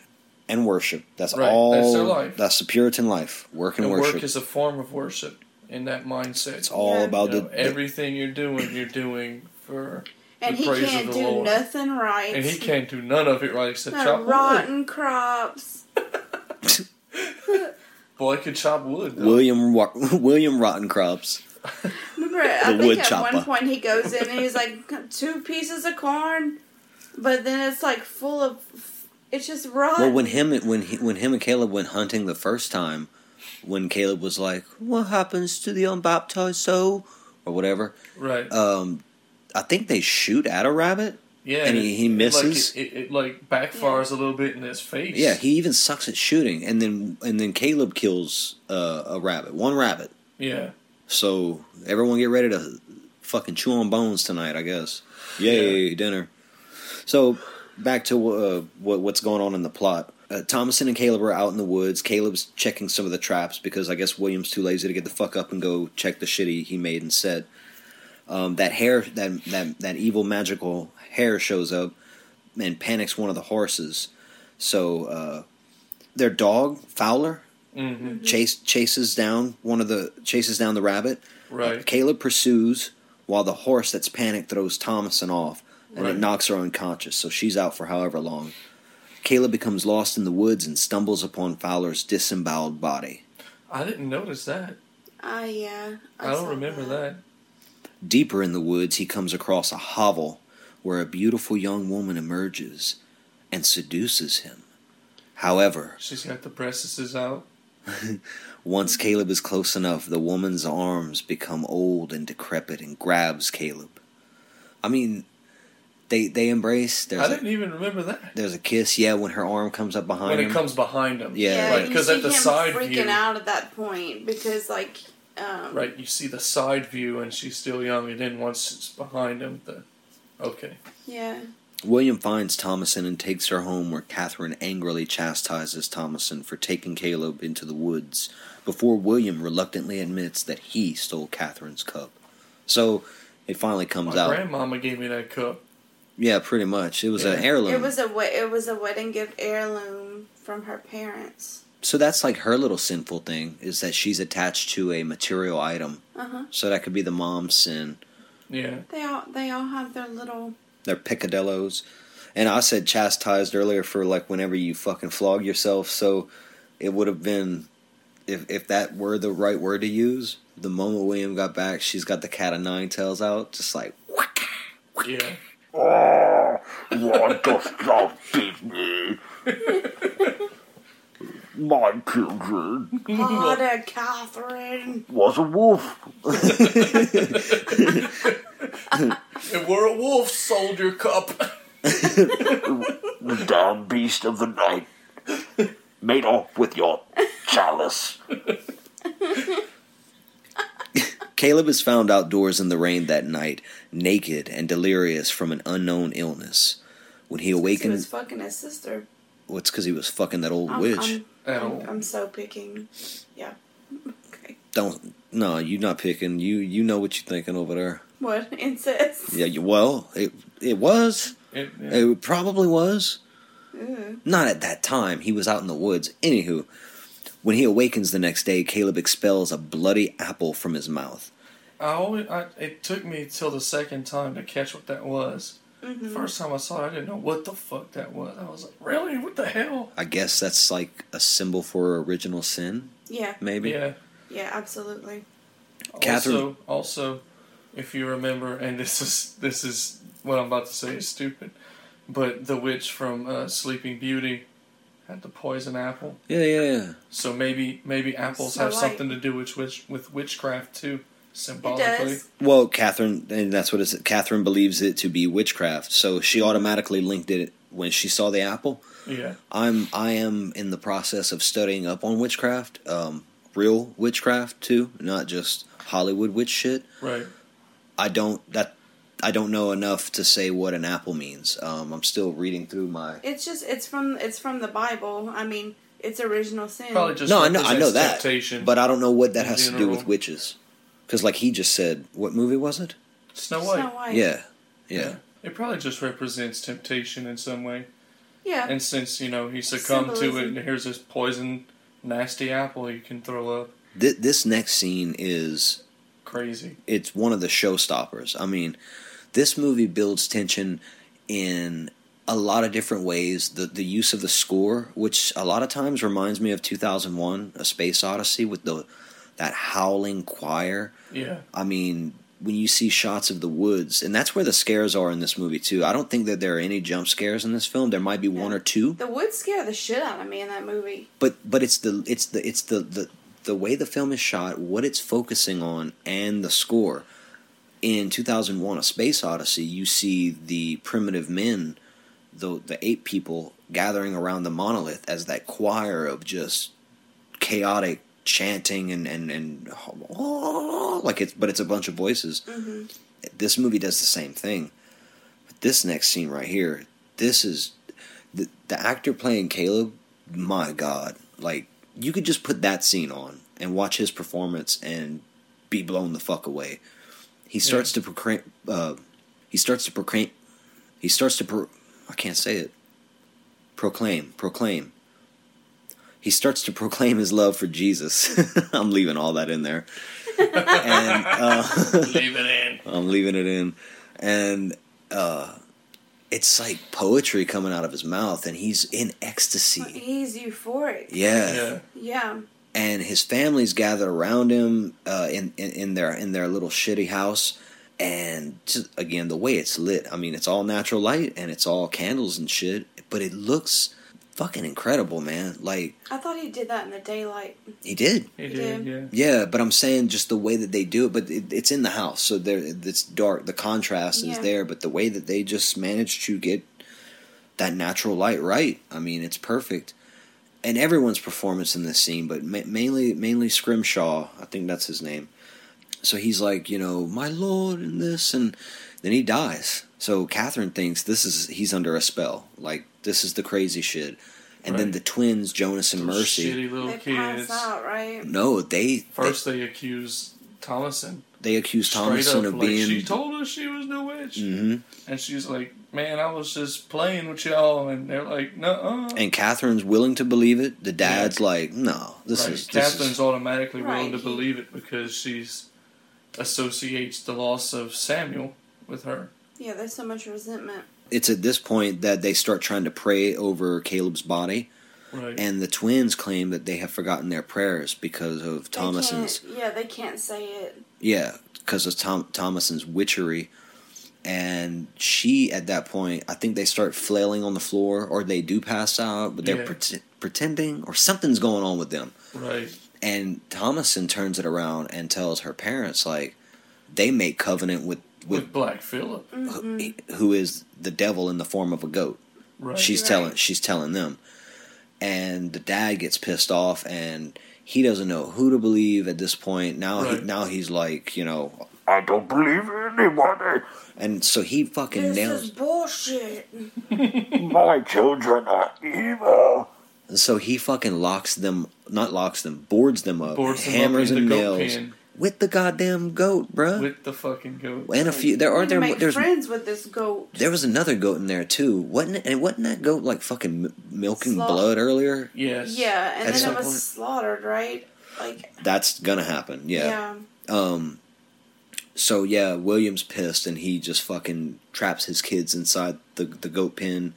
[SPEAKER 5] and worship. That's
[SPEAKER 3] Right,
[SPEAKER 5] all.
[SPEAKER 3] that's their life.
[SPEAKER 5] That's the Puritan life. Work and,
[SPEAKER 3] and
[SPEAKER 5] worship.
[SPEAKER 3] work is a form of worship in that mindset.
[SPEAKER 5] it's all
[SPEAKER 4] Yeah.
[SPEAKER 5] about
[SPEAKER 3] You
[SPEAKER 5] the,
[SPEAKER 3] know,
[SPEAKER 5] the-
[SPEAKER 3] everything you're doing, you're doing for.
[SPEAKER 4] And
[SPEAKER 3] The
[SPEAKER 4] he
[SPEAKER 3] praise
[SPEAKER 4] can't
[SPEAKER 3] of the
[SPEAKER 4] do
[SPEAKER 3] Lord.
[SPEAKER 4] nothing right.
[SPEAKER 3] And he can't do none of it right except
[SPEAKER 4] They're
[SPEAKER 3] chop wood.
[SPEAKER 4] rotten crops.
[SPEAKER 3] Boy could chop wood. though.
[SPEAKER 5] William Wa- William Rotten Crops.
[SPEAKER 4] Remember, I
[SPEAKER 5] The
[SPEAKER 4] think
[SPEAKER 5] wood
[SPEAKER 4] at
[SPEAKER 5] chopper.
[SPEAKER 4] one point he goes in and he's like, two pieces of corn, but then it's like full of, it's just raw.
[SPEAKER 5] Well, when him when he, when him and Caleb went hunting the first time, when Caleb was like, "What happens to the unbaptized soul?" or whatever.
[SPEAKER 3] Right.
[SPEAKER 5] Um, I think they shoot at a rabbit.
[SPEAKER 3] yeah.
[SPEAKER 5] and
[SPEAKER 3] it-
[SPEAKER 5] he- he
[SPEAKER 3] it, like,
[SPEAKER 5] misses?
[SPEAKER 3] It, it, it, like backfires a little bit in his face.
[SPEAKER 5] Yeah, he even sucks at shooting, and then and then Caleb kills uh, a rabbit, one rabbit.
[SPEAKER 3] yeah.
[SPEAKER 5] So everyone get ready to fucking chew on bones tonight, I guess. Yay, dinner. So back to uh, what what's going on in the plot. Uh, Thomason and Caleb are out in the woods. Caleb's checking some of the traps because I guess William's too lazy to get the fuck up and go check the shit he, he made and said. Um, that hair, that, that that evil magical hair shows up and panics one of the horses. So uh, their dog Fowler chase chases down one of the chases down the rabbit.
[SPEAKER 3] Right.
[SPEAKER 5] Caleb pursues while the horse that's panicked throws Thomason off and
[SPEAKER 3] Right.
[SPEAKER 5] it knocks her unconscious, so she's out for however long. Caleb becomes lost in the woods and stumbles upon Fowler's disemboweled body.
[SPEAKER 3] I didn't notice that.
[SPEAKER 4] Oh, yeah.
[SPEAKER 3] I,
[SPEAKER 4] saw
[SPEAKER 3] don't remember that.
[SPEAKER 5] Deeper in the woods, he comes across a hovel where a beautiful young woman emerges and seduces him. However,
[SPEAKER 3] She's got the breasts out.
[SPEAKER 5] Once Caleb is close enough, the woman's arms become old and decrepit and grabs Caleb. I mean, they they embrace. There's
[SPEAKER 3] I
[SPEAKER 5] a,
[SPEAKER 3] didn't even remember that.
[SPEAKER 5] there's a kiss. Yeah, when her arm comes up behind
[SPEAKER 3] When
[SPEAKER 5] him.
[SPEAKER 3] it comes behind him.
[SPEAKER 5] Yeah.
[SPEAKER 4] Yeah,
[SPEAKER 3] Right,
[SPEAKER 4] you
[SPEAKER 3] 'cause
[SPEAKER 4] see
[SPEAKER 3] at the
[SPEAKER 4] him
[SPEAKER 3] side
[SPEAKER 4] freaking
[SPEAKER 3] view-
[SPEAKER 4] out at that point because like um,
[SPEAKER 3] Right, you see the side view and she's still young, and then once it's behind him, the. Okay.
[SPEAKER 4] yeah,
[SPEAKER 5] William finds Thomason and takes her home, where Catherine angrily chastises Thomason for taking Caleb into the woods. Before William reluctantly admits that he stole Catherine's cup, so it finally comes
[SPEAKER 3] My
[SPEAKER 5] out.
[SPEAKER 3] grandmama gave me that cup.
[SPEAKER 5] yeah, pretty much. It was an
[SPEAKER 3] Yeah.
[SPEAKER 5] heirloom.
[SPEAKER 4] it was a we- it was a wedding gift heirloom from her parents.
[SPEAKER 5] So that's like her little sinful thing is that she's attached to a material item.
[SPEAKER 4] Uh huh.
[SPEAKER 5] So that could be the mom's sin,
[SPEAKER 3] Yeah.
[SPEAKER 4] They all they all have their little
[SPEAKER 5] their picadillos. And I said chastised earlier for like whenever you fucking flog yourself. So it would have been, if if that were the right word to use, the moment William got back, she's got the cat of nine tails out, just like
[SPEAKER 3] Yeah.
[SPEAKER 7] Ah, why dost thou beat me? My children
[SPEAKER 4] Potter Catherine.
[SPEAKER 7] was a wolf.
[SPEAKER 3] And we're a wolf, sold your cup.
[SPEAKER 7] The damn beast of the night made off with your chalice.
[SPEAKER 5] Caleb is found outdoors in the rain that night, naked and delirious from an unknown illness. When he
[SPEAKER 4] He was
[SPEAKER 5] awakens,
[SPEAKER 4] fucking his sister.
[SPEAKER 5] well, it's because he was fucking that old
[SPEAKER 4] I'm,
[SPEAKER 5] witch.
[SPEAKER 4] I'm,
[SPEAKER 3] Ow.
[SPEAKER 4] I'm, I'm so picking. Yeah. Okay.
[SPEAKER 5] don't no you're not picking you you know what you're thinking over there
[SPEAKER 4] What incest?
[SPEAKER 5] yeah you, well it it was
[SPEAKER 3] It- it-
[SPEAKER 5] it probably was not at that time he was out in the woods anywho when he awakens the next day caleb expels a bloody apple from his mouth
[SPEAKER 3] I always, I, it took me till the second time to catch what that was.
[SPEAKER 4] Mm-hmm.
[SPEAKER 3] First time I saw it, I didn't know what the fuck that was. I was like, really? What the hell?
[SPEAKER 5] i guess that's like a symbol for original sin
[SPEAKER 4] Yeah.
[SPEAKER 5] maybe
[SPEAKER 3] Yeah.
[SPEAKER 4] Yeah. Absolutely.
[SPEAKER 5] Catherine-
[SPEAKER 3] Also, also, if you remember, and this is this is what I'm about to say is stupid, but the witch from uh, Sleeping Beauty had the poison apple.
[SPEAKER 5] yeah yeah yeah
[SPEAKER 3] So maybe maybe apples
[SPEAKER 4] Snow
[SPEAKER 3] have
[SPEAKER 4] White.
[SPEAKER 3] something to do with witch, with witchcraft too,
[SPEAKER 4] It
[SPEAKER 3] symbolically.
[SPEAKER 4] does.
[SPEAKER 5] well catherine and that's what it's catherine believes it to be witchcraft so she automatically linked it when she saw the apple
[SPEAKER 3] Yeah.
[SPEAKER 5] I'm I am in the process of studying up on witchcraft, um, real witchcraft too, not just Hollywood witch shit.
[SPEAKER 3] Right.
[SPEAKER 5] I don't that I don't know enough to say what an apple means. Um, I'm still reading through my.
[SPEAKER 4] It's just it's from it's from the Bible. I mean, it's original sin.
[SPEAKER 3] Probably just
[SPEAKER 5] No, I know I know
[SPEAKER 3] represents
[SPEAKER 5] that,
[SPEAKER 3] temptation.
[SPEAKER 5] but I don't know what that
[SPEAKER 3] in
[SPEAKER 5] has to do
[SPEAKER 3] general.
[SPEAKER 5] with witches. Because like he just said, what movie was it?
[SPEAKER 3] Snow White.
[SPEAKER 4] Snow White.
[SPEAKER 5] Yeah, yeah,
[SPEAKER 3] It probably just represents temptation in some way.
[SPEAKER 4] Yeah.
[SPEAKER 3] And since, you know, he succumbed to it
[SPEAKER 4] Symbolism.
[SPEAKER 3] and here's this poison, nasty apple you can throw up.
[SPEAKER 5] Th- this next scene is
[SPEAKER 3] Crazy.
[SPEAKER 5] it's one of the showstoppers. I mean, this movie builds tension in a lot of different ways. The the use of the score, which a lot of times reminds me of 2001: A Space Odyssey, with the that howling choir.
[SPEAKER 3] Yeah.
[SPEAKER 5] I mean, when you see shots of the woods, and that's where the scares are in this movie too. I don't think that there are any jump scares in this film. There might be one or two,
[SPEAKER 4] The woods scare the shit out of me in that movie.
[SPEAKER 5] but but it's the it's the it's the the the way the film is shot, what it's focusing on, and the score. In 2001: A Space Odyssey, you see the primitive men, the the ape people, gathering around the monolith as that choir of just chaotic chanting and and and like it's but it's a bunch of voices. This movie does the same thing. But this next scene right here, this is the, the actor playing Caleb, my God, like you could just put that scene on and watch his performance and be blown the fuck away. He starts to proclaim. Uh, he starts to proclaim. He starts to. Pro- I can't say it. Proclaim, proclaim. He starts to proclaim his love for Jesus. I'm leaving all that in there. and
[SPEAKER 3] Leave it in.
[SPEAKER 5] I'm leaving it in. And uh, it's like poetry coming out of his mouth, and he's in ecstasy.
[SPEAKER 4] He's euphoric.
[SPEAKER 5] Yeah.
[SPEAKER 3] Yeah.
[SPEAKER 4] Yeah.
[SPEAKER 5] And his family's gathered around him uh, in, in in their in their little shitty house. And just, again, the way it's lit, I mean, it's all natural light and it's all candles and shit, but it looks fucking incredible, man. Like
[SPEAKER 4] I thought he did that in the daylight.
[SPEAKER 5] he did.
[SPEAKER 3] He
[SPEAKER 4] Yeah.
[SPEAKER 3] did, yeah.
[SPEAKER 5] Yeah, but I'm saying just the way that they do it. But it, it's in the house, so there it's dark. The contrast is
[SPEAKER 4] Yeah.
[SPEAKER 5] there, but the way that they just managed to get that natural light right, I mean, it's perfect. And everyone's performance in this scene, but ma- mainly mainly Scrimshaw, I think that's his name. So he's like, you know, my lord, and this, and then he dies. So Catherine thinks this is he's under a spell. Like this is the crazy shit. And then
[SPEAKER 3] Right.
[SPEAKER 5] the twins, Jonas and Mercy.
[SPEAKER 3] Shitty little
[SPEAKER 4] They pass
[SPEAKER 3] kids.
[SPEAKER 4] out, right?
[SPEAKER 5] No, they
[SPEAKER 3] First, they accuse Thomason.
[SPEAKER 5] they accused
[SPEAKER 3] straight
[SPEAKER 5] Thomason
[SPEAKER 3] up,
[SPEAKER 5] of
[SPEAKER 3] like,
[SPEAKER 5] being. Mm. Mm-hmm.
[SPEAKER 3] She told us she was the witch, and she's like, "Man, I was just playing with y'all," and they're like, "No."
[SPEAKER 5] and Catherine's willing to believe it. The dad's like, no, this
[SPEAKER 3] Right.
[SPEAKER 5] is this
[SPEAKER 3] Catherine's
[SPEAKER 5] is
[SPEAKER 3] automatically willing
[SPEAKER 4] Right,
[SPEAKER 3] to
[SPEAKER 4] he-
[SPEAKER 3] believe it because she's associates the loss of Samuel with her.
[SPEAKER 4] Yeah, there's so much resentment.
[SPEAKER 5] it's at this point that they start trying to pray over Caleb's body,
[SPEAKER 3] Right.
[SPEAKER 5] and the twins claim that they have forgotten their prayers because of
[SPEAKER 4] They
[SPEAKER 5] Thomason's
[SPEAKER 4] can't- Yeah, they can't say it.
[SPEAKER 5] yeah, because of Tom Thomason's witchery. And she, at that point, I think they start flailing on the floor, or they do pass out, but they're
[SPEAKER 3] Yeah.
[SPEAKER 5] pret- pretending, or something's going on with them.
[SPEAKER 3] right.
[SPEAKER 5] And Thomason turns it around and tells her parents, like, they make covenant with with
[SPEAKER 3] With Black Phillip.
[SPEAKER 5] who is the devil in the form of a goat.
[SPEAKER 3] Right.
[SPEAKER 5] She's
[SPEAKER 4] Mm-hmm. Right.
[SPEAKER 5] telling she's telling them. And the dad gets pissed off and he doesn't know who to believe at this point. Now he,
[SPEAKER 3] Right.
[SPEAKER 5] now he's like, you know,
[SPEAKER 7] I don't believe anybody.
[SPEAKER 5] and so he fucking
[SPEAKER 4] This
[SPEAKER 5] nails
[SPEAKER 4] is bullshit.
[SPEAKER 7] My children are evil.
[SPEAKER 5] so he fucking locks them not locks them, boards them up,
[SPEAKER 3] Boards them up
[SPEAKER 5] hammers
[SPEAKER 3] in
[SPEAKER 5] and
[SPEAKER 3] the goat
[SPEAKER 5] nails
[SPEAKER 3] pen.
[SPEAKER 5] with the goddamn goat, bruh.
[SPEAKER 3] with the fucking goat.
[SPEAKER 5] and a few there
[SPEAKER 4] We're
[SPEAKER 5] are
[SPEAKER 4] gonna
[SPEAKER 5] there
[SPEAKER 4] make
[SPEAKER 5] there's
[SPEAKER 4] friends with this goat.
[SPEAKER 5] there was another goat in there too. Wasn't it, and wasn't that goat like fucking m- milking
[SPEAKER 4] Slaugh-
[SPEAKER 5] blood earlier?
[SPEAKER 3] Yes.
[SPEAKER 4] Yeah, and
[SPEAKER 5] At
[SPEAKER 4] then
[SPEAKER 5] some
[SPEAKER 4] it was
[SPEAKER 5] point-
[SPEAKER 4] slaughtered, right? Like,
[SPEAKER 5] That's gonna happen.
[SPEAKER 4] yeah.
[SPEAKER 5] Um, so yeah, William's pissed, and he just fucking traps his kids inside the the goat pen.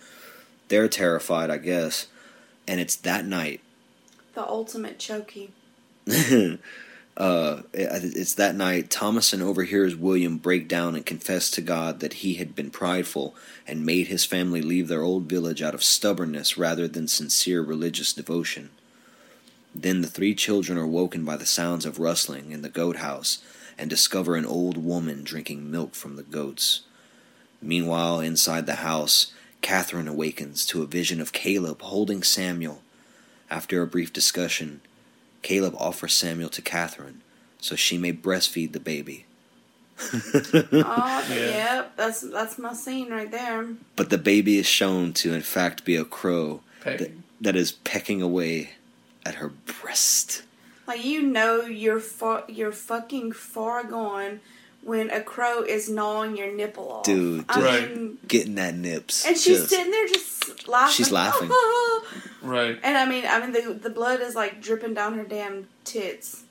[SPEAKER 5] They're terrified, I guess. And it's that night.
[SPEAKER 4] The ultimate chokey.
[SPEAKER 5] Uh, it- it's that night. Thomason overhears William break down and confess to God that he had been prideful and made his family leave their old village out of stubbornness rather than sincere religious devotion. Then the three children are woken by the sounds of rustling in the goat house and discover an old woman drinking milk from the goats. Meanwhile, inside the house, Catherine awakens to a vision of Caleb holding Samuel. After a brief discussion, Caleb offers Samuel to Catherine so she may breastfeed the baby.
[SPEAKER 4] Oh,
[SPEAKER 3] Yeah.
[SPEAKER 4] yep. That's that's my scene right there.
[SPEAKER 5] But the baby is shown to, in fact, be a crow that,
[SPEAKER 3] Pecking.
[SPEAKER 5] that is pecking away at her breast.
[SPEAKER 4] Like you know you're far, you're fucking far gone when a crow is gnawing your nipple off.
[SPEAKER 5] Dude,
[SPEAKER 4] I
[SPEAKER 5] just-
[SPEAKER 3] Right.
[SPEAKER 4] mean,
[SPEAKER 5] Getting that nips.
[SPEAKER 4] and she's
[SPEAKER 5] Just-
[SPEAKER 4] sitting there just laughing.
[SPEAKER 5] She's laughing.
[SPEAKER 3] Right.
[SPEAKER 4] and I mean, I mean the the blood is like dripping down her damn tits.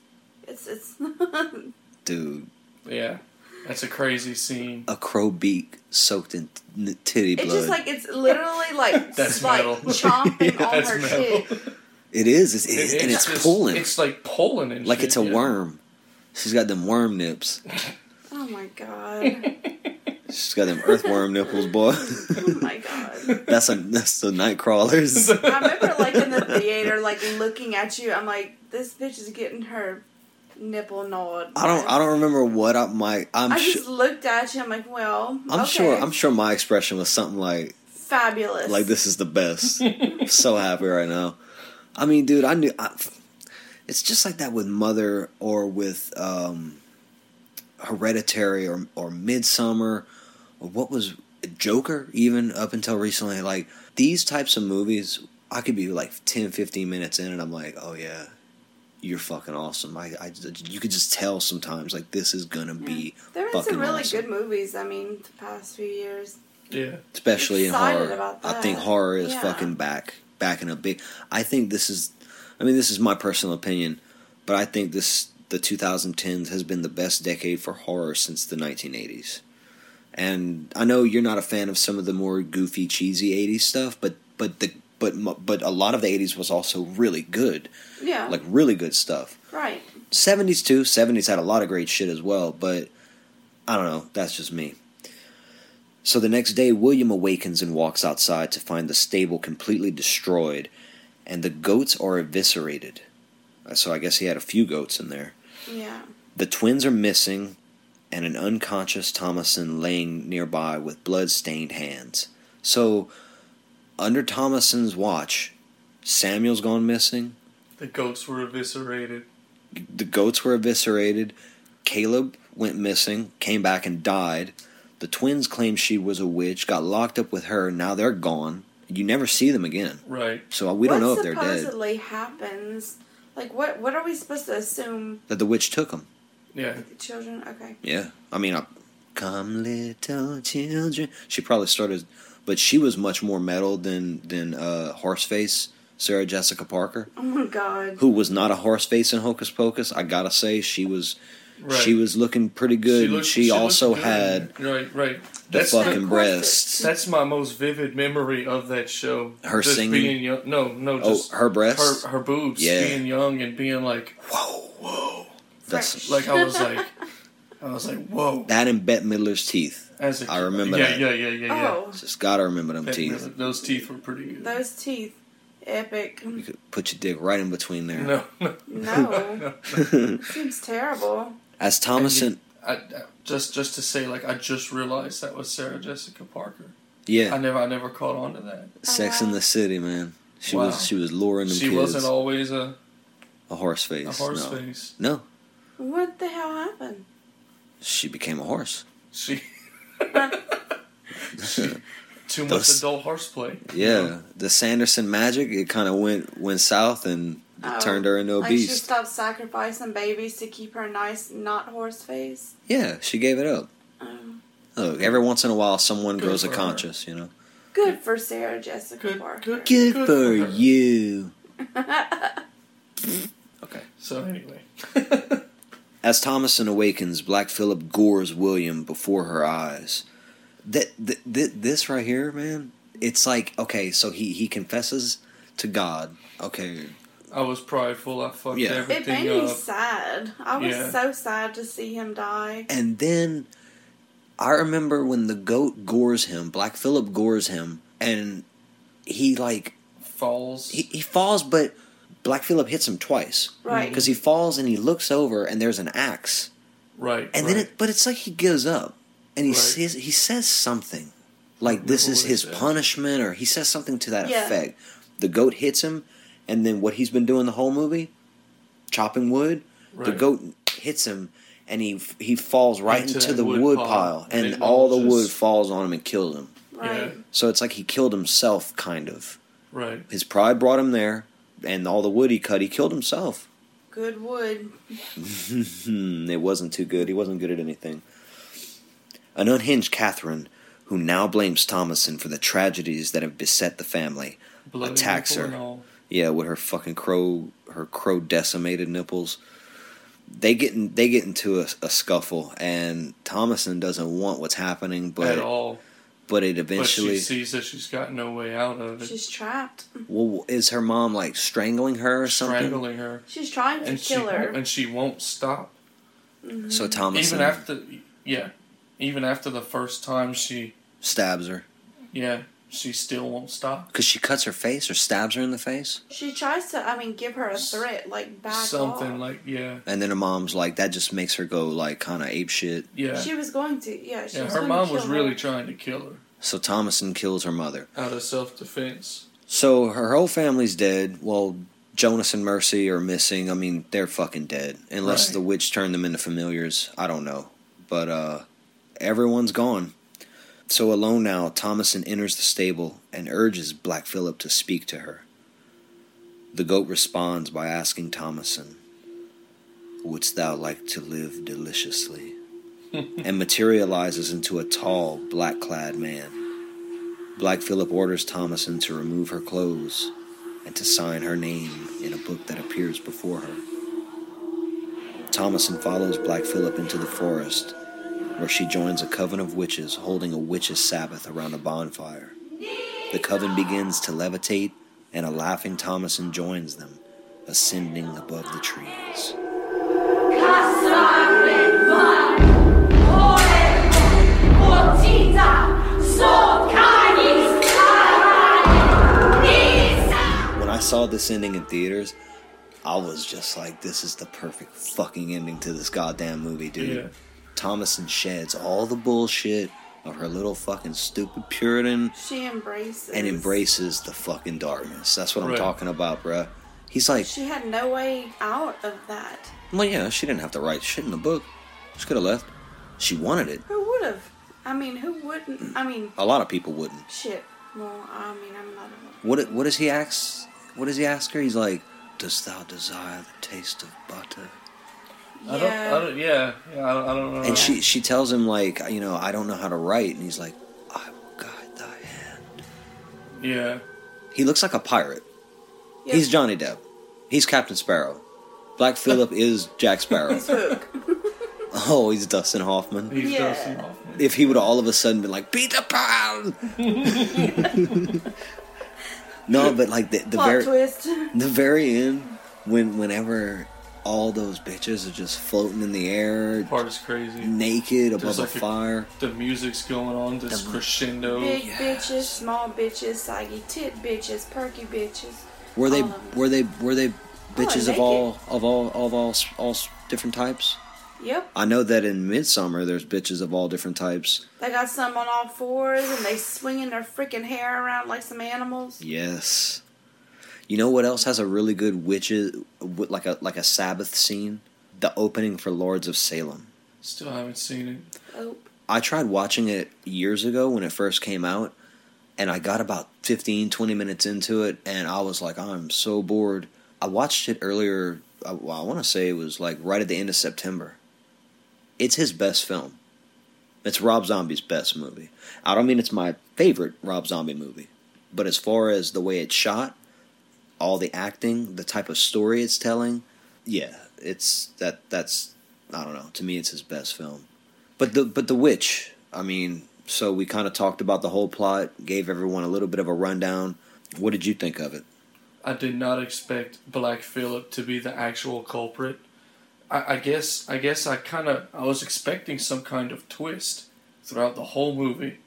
[SPEAKER 4] It's it's
[SPEAKER 5] Dude,
[SPEAKER 3] Yeah. That's a crazy scene.
[SPEAKER 5] a crow beak soaked in t- n- titty
[SPEAKER 4] it's
[SPEAKER 5] blood.
[SPEAKER 4] just like it's literally like
[SPEAKER 3] That's
[SPEAKER 4] like
[SPEAKER 3] metal.
[SPEAKER 4] chomping on
[SPEAKER 3] That's
[SPEAKER 4] her
[SPEAKER 3] metal.
[SPEAKER 4] shit.
[SPEAKER 5] it is, it's, it's, and it's,
[SPEAKER 3] just-
[SPEAKER 5] pulling.
[SPEAKER 3] It's like pulling and
[SPEAKER 5] like
[SPEAKER 3] shit,
[SPEAKER 5] it's a
[SPEAKER 3] yeah.
[SPEAKER 5] worm. She's got them worm nips.
[SPEAKER 4] Oh my god.
[SPEAKER 5] She's got them earthworm nipples, boy.
[SPEAKER 4] Oh my god.
[SPEAKER 5] that's a that's the night crawlers.
[SPEAKER 4] I remember like in the theater, like looking at you. I'm like, this bitch is getting her nipple gnawed.
[SPEAKER 5] I don't. I don't remember what I, my. I'm.
[SPEAKER 4] I
[SPEAKER 5] su-
[SPEAKER 4] just looked at you. I'm like, well,
[SPEAKER 5] I'm
[SPEAKER 4] okay.
[SPEAKER 5] sure. I'm sure my expression was something like,
[SPEAKER 4] fabulous.
[SPEAKER 5] like this is the best. I'm so happy right now. I mean, dude, I knew. I, it's just like that with Mother or with um, Hereditary or or Midsummer or what was Joker even up until recently. Like these types of movies, I could be like 10, 15 minutes in, and I'm like, oh yeah. You're fucking awesome. I, I, you could just tell sometimes like this is gonna be
[SPEAKER 4] There have been
[SPEAKER 5] fucking
[SPEAKER 4] some really
[SPEAKER 5] awesome.
[SPEAKER 4] good movies. I mean, the past few years.
[SPEAKER 3] Yeah.
[SPEAKER 5] especially in
[SPEAKER 4] Excited
[SPEAKER 5] horror.
[SPEAKER 4] about
[SPEAKER 5] I
[SPEAKER 4] that.
[SPEAKER 5] think horror is
[SPEAKER 4] Yeah.
[SPEAKER 5] fucking back, back in a big. I think this is, I mean, this is my personal opinion, but I think this the 2010s has been the best decade for horror since the 1980s. And I know you're not a fan of some of the more goofy, cheesy 80s stuff, but but the but mo- but a lot of the 80s was also really good,
[SPEAKER 4] Yeah.
[SPEAKER 5] like really good stuff.
[SPEAKER 4] right.
[SPEAKER 5] 70s too. 70s had a lot of great shit as well, but I don't know. That's just me. So the next day, William awakens and walks outside to find the stable completely destroyed and the goats are eviscerated. Uh, So I guess he had a few goats in there.
[SPEAKER 4] Yeah.
[SPEAKER 5] The twins are missing and an unconscious Thomason laying nearby with blood stained hands. So, under Thomason's watch, Samuel's gone missing,
[SPEAKER 3] The goats were eviscerated.
[SPEAKER 5] the goats were eviscerated. Caleb went missing, came back and died. The twins claimed she was a witch, got locked up with her. Now they're gone. You never see them again.
[SPEAKER 3] Right.
[SPEAKER 5] So we don't
[SPEAKER 4] what
[SPEAKER 5] know if they're dead.
[SPEAKER 4] supposedly happens? Like, what? What are we supposed to assume?
[SPEAKER 5] That the witch took them.
[SPEAKER 3] Yeah.
[SPEAKER 4] The children. Okay.
[SPEAKER 5] Yeah. I mean, I, come little children. She probably started, but she was much more metal than than uh, Horseface Sarah Jessica Parker,
[SPEAKER 4] Oh my god.
[SPEAKER 5] who was not a Horseface in Hocus Pocus. I gotta say, she was
[SPEAKER 3] Right.
[SPEAKER 5] she was looking pretty good. and
[SPEAKER 3] looked-
[SPEAKER 5] she,
[SPEAKER 3] looked
[SPEAKER 5] also
[SPEAKER 3] good.
[SPEAKER 5] had.
[SPEAKER 3] Right, right.
[SPEAKER 5] the
[SPEAKER 3] That's
[SPEAKER 5] fucking
[SPEAKER 4] Of course
[SPEAKER 5] breasts.
[SPEAKER 3] That's my most vivid memory of that show.
[SPEAKER 5] Her
[SPEAKER 3] just
[SPEAKER 5] singing?
[SPEAKER 3] being young. No, no.
[SPEAKER 5] Oh,
[SPEAKER 3] Just
[SPEAKER 5] her breasts?
[SPEAKER 3] Her, her boobs.
[SPEAKER 5] Yeah.
[SPEAKER 3] Being young and being like, whoa, whoa.
[SPEAKER 5] That's,
[SPEAKER 3] Like I was like, I was like, whoa.
[SPEAKER 5] that and Bette Midler's teeth.
[SPEAKER 3] As a
[SPEAKER 5] I remember
[SPEAKER 3] yeah,
[SPEAKER 5] that.
[SPEAKER 3] Yeah, yeah, yeah, yeah.
[SPEAKER 4] Oh,
[SPEAKER 5] Just gotta remember them
[SPEAKER 3] That-
[SPEAKER 5] teeth.
[SPEAKER 3] Those teeth were pretty good.
[SPEAKER 4] those teeth. Epic.
[SPEAKER 5] You could put your dick right in between there.
[SPEAKER 3] No, no.
[SPEAKER 4] No. Seems terrible.
[SPEAKER 5] As Thomason,
[SPEAKER 3] I, I- just just to say, like I just realized that was Sarah Jessica Parker. I
[SPEAKER 5] yeah,
[SPEAKER 3] never I never caught on to that.
[SPEAKER 5] Sex in the City, man. She
[SPEAKER 3] Wow.
[SPEAKER 5] was she was luring them
[SPEAKER 3] She
[SPEAKER 5] kids.
[SPEAKER 3] wasn't always a,
[SPEAKER 5] a horse face.
[SPEAKER 3] a horse
[SPEAKER 5] no.
[SPEAKER 3] face.
[SPEAKER 5] No,
[SPEAKER 4] What the hell happened?
[SPEAKER 5] she became a horse.
[SPEAKER 3] She, She- too much
[SPEAKER 5] Those-
[SPEAKER 3] adult horseplay.
[SPEAKER 5] Yeah, the Sanderson magic it kind of went went south and it
[SPEAKER 4] Oh,
[SPEAKER 5] turned her into a
[SPEAKER 4] like She
[SPEAKER 5] beast.
[SPEAKER 4] stopped sacrificing babies to keep her nice, not horse face.
[SPEAKER 5] yeah, she gave it up.
[SPEAKER 4] Um,
[SPEAKER 5] Look, every once in a while, someone
[SPEAKER 3] Good
[SPEAKER 5] grows a
[SPEAKER 3] for her.
[SPEAKER 5] conscience. You know,
[SPEAKER 4] good for Sarah Jessica
[SPEAKER 3] Good-
[SPEAKER 4] Parker.
[SPEAKER 3] good-
[SPEAKER 5] good,
[SPEAKER 3] Good
[SPEAKER 5] for,
[SPEAKER 3] for her.
[SPEAKER 5] you. okay.
[SPEAKER 3] So anyway,
[SPEAKER 5] As Thomason awakens, Black Phillip gores William before her eyes. That, th th this right here, man, it's like okay, so he he confesses to God. Okay,
[SPEAKER 3] I was prideful. I fucked
[SPEAKER 5] Yeah. It
[SPEAKER 4] it
[SPEAKER 3] everything
[SPEAKER 4] made me
[SPEAKER 3] up.
[SPEAKER 4] sad. I was
[SPEAKER 3] Yeah.
[SPEAKER 4] so sad to see him die.
[SPEAKER 5] and then I remember when the goat gores him, Black Phillip gores him, and he like
[SPEAKER 3] Falls.
[SPEAKER 5] he, he falls, but Black Phillip hits him twice
[SPEAKER 4] Right.
[SPEAKER 5] because he falls and he looks over and there's an axe,
[SPEAKER 3] right.
[SPEAKER 5] and
[SPEAKER 3] right.
[SPEAKER 5] then it but it's like he gives up and he
[SPEAKER 3] Right.
[SPEAKER 5] says he says something like this
[SPEAKER 3] remember
[SPEAKER 5] is
[SPEAKER 3] what he
[SPEAKER 5] his
[SPEAKER 3] said.
[SPEAKER 5] punishment or he says something to that
[SPEAKER 4] Yeah.
[SPEAKER 5] effect the goat hits him and then what he's been doing the whole movie chopping wood the
[SPEAKER 3] Right.
[SPEAKER 5] goat hits him and he he falls right into,
[SPEAKER 3] Into that
[SPEAKER 5] the wood,
[SPEAKER 3] wood
[SPEAKER 5] pile,
[SPEAKER 3] pile.
[SPEAKER 5] and
[SPEAKER 3] It
[SPEAKER 5] all the
[SPEAKER 3] all
[SPEAKER 5] wood
[SPEAKER 3] just-
[SPEAKER 5] falls on him and kills him
[SPEAKER 4] Right.
[SPEAKER 5] so it's like he killed himself kind of
[SPEAKER 3] Right.
[SPEAKER 5] his pride brought him there and all the wood he cut he killed himself
[SPEAKER 4] Good wood.
[SPEAKER 5] Hmm, it wasn't too good. He wasn't good at anything. An unhinged Catherine, who now blames Thomason for the tragedies that have beset the family,
[SPEAKER 3] Bloody
[SPEAKER 5] attacks
[SPEAKER 3] nipple and
[SPEAKER 5] her.
[SPEAKER 3] all.
[SPEAKER 5] Yeah, with her fucking crow, her crow decimated nipples. They get in, they get into a, a scuffle, and Thomason doesn't want what's happening,
[SPEAKER 3] at
[SPEAKER 5] but
[SPEAKER 3] all.
[SPEAKER 5] but it
[SPEAKER 3] but
[SPEAKER 5] eventually.
[SPEAKER 3] she sees that she's got no way out of it.
[SPEAKER 4] She's trapped.
[SPEAKER 5] well, is her mom like strangling her or something?
[SPEAKER 3] strangling her,
[SPEAKER 4] She's trying to
[SPEAKER 3] and she
[SPEAKER 4] kill her.
[SPEAKER 3] won't- and she won't stop.
[SPEAKER 5] So Thomason
[SPEAKER 3] Even after, yeah, even after the first time she,
[SPEAKER 5] stabs her.
[SPEAKER 3] yeah, she still won't stop.
[SPEAKER 5] Because she cuts her face or stabs her in the face.
[SPEAKER 4] She tries to, I mean, give her a threat, like back
[SPEAKER 3] Something
[SPEAKER 4] off.
[SPEAKER 3] like yeah,
[SPEAKER 5] And then her mom's like, that just makes her go like kind of ape shit.
[SPEAKER 3] yeah.
[SPEAKER 4] She was going to, yeah. She
[SPEAKER 3] yeah
[SPEAKER 4] was
[SPEAKER 3] her
[SPEAKER 4] going to
[SPEAKER 3] mom was
[SPEAKER 4] kill
[SPEAKER 3] really
[SPEAKER 4] her.
[SPEAKER 3] trying to kill her
[SPEAKER 5] So Thomason kills her mother.
[SPEAKER 3] out of self defense.
[SPEAKER 5] So her whole family's dead. Well, Jonas and Mercy are missing. I mean, they're fucking dead. Unless
[SPEAKER 3] Right.
[SPEAKER 5] the witch turned them into familiars. I don't know. But uh everyone's gone. So alone now, Thomason enters the stable and urges Black Phillip to speak to her. The goat responds by asking Thomason, Wouldst thou like to live deliciously? and materializes into a tall, black clad man. Black Phillip orders Thomason to remove her clothes and to sign her name in a book that appears before her. Thomason follows Black Phillip into the forest, where she joins a coven of witches holding a witches' Sabbath around a bonfire. The coven begins to levitate, and a laughing Thomason joins them, ascending above the trees. When I saw this ending in theaters, I was just like, this is the perfect fucking ending to this goddamn movie, dude.
[SPEAKER 3] Yeah.
[SPEAKER 5] Thomason sheds all the bullshit of her little fucking stupid Puritan
[SPEAKER 4] She embraces.
[SPEAKER 5] and embraces the fucking darkness. That's what I'm
[SPEAKER 3] Right.
[SPEAKER 5] talking about, bruh. He's like,
[SPEAKER 4] She had no way out of that.
[SPEAKER 5] well, yeah, she didn't have to write shit in the book. She could have left. She wanted it.
[SPEAKER 4] Who would have? I mean, who wouldn't? I mean,
[SPEAKER 5] A lot of people wouldn't.
[SPEAKER 4] shit. Well, I mean, I'm not a.
[SPEAKER 5] What what does he ask? What does he ask her? He's like, "Dost thou desire the taste of butter?"
[SPEAKER 4] Yeah.
[SPEAKER 3] I don't. I don't. Yeah. Yeah. I don't, I don't know.
[SPEAKER 5] And she she tells him like, you know, I don't know how to write, and he's like, "I will guide thy hand."
[SPEAKER 3] yeah.
[SPEAKER 5] He looks like a pirate.
[SPEAKER 4] Yeah.
[SPEAKER 5] He's Johnny Depp. He's Captain Sparrow. Black Phillip is Jack Sparrow.
[SPEAKER 4] Hook.
[SPEAKER 5] Oh, he's Dustin Hoffman.
[SPEAKER 3] He's
[SPEAKER 4] Yeah.
[SPEAKER 3] Dustin Hoffman.
[SPEAKER 5] if he would have all of a sudden been like Peter Pan. no, but like the, the
[SPEAKER 4] Plot
[SPEAKER 5] very
[SPEAKER 4] twist.
[SPEAKER 5] the very end when whenever all those bitches are just floating in the air,
[SPEAKER 3] Part is
[SPEAKER 5] Mm.
[SPEAKER 3] crazy.
[SPEAKER 5] naked above
[SPEAKER 3] There's
[SPEAKER 5] a
[SPEAKER 3] like a-
[SPEAKER 5] fire.
[SPEAKER 3] The music's going on. This crescendo.
[SPEAKER 4] Big
[SPEAKER 5] yes.
[SPEAKER 4] bitches, small bitches, saggy tit bitches, perky bitches.
[SPEAKER 5] Were they
[SPEAKER 4] all of them.
[SPEAKER 5] were they were they bitches of
[SPEAKER 4] naked.
[SPEAKER 5] all of all of all s- all s- different types?
[SPEAKER 4] Yep.
[SPEAKER 5] I know that in Midsummer there's bitches of all different types.
[SPEAKER 4] They got some on all fours and they swinging their freaking hair around like some animals.
[SPEAKER 5] Yes. You know what else has a really good witches wi- like a like a Sabbath scene? The opening for Lords of Salem.
[SPEAKER 3] Still haven't seen it.
[SPEAKER 4] Oh,
[SPEAKER 5] I tried watching it years ago when it first came out and I got about 15 20 minutes into it and I was like I'm so bored. I watched it earlier I, well, I want to say it was like right at the end of September. It's his best film. It's Rob Zombie's best movie. I don't mean it's my favorite Rob Zombie movie, but as far as the way it's shot, all the acting, the type of story it's telling, yeah, it's that that's I don't know. To me, it's his best film. But the but the witch, I mean, so we kind of talked about the whole plot, gave everyone a little bit of a rundown. What did you think of it?
[SPEAKER 3] I did not expect Black Phillip to be the actual culprit. I, I guess I guess I kind of I was expecting some kind of twist throughout the whole movie,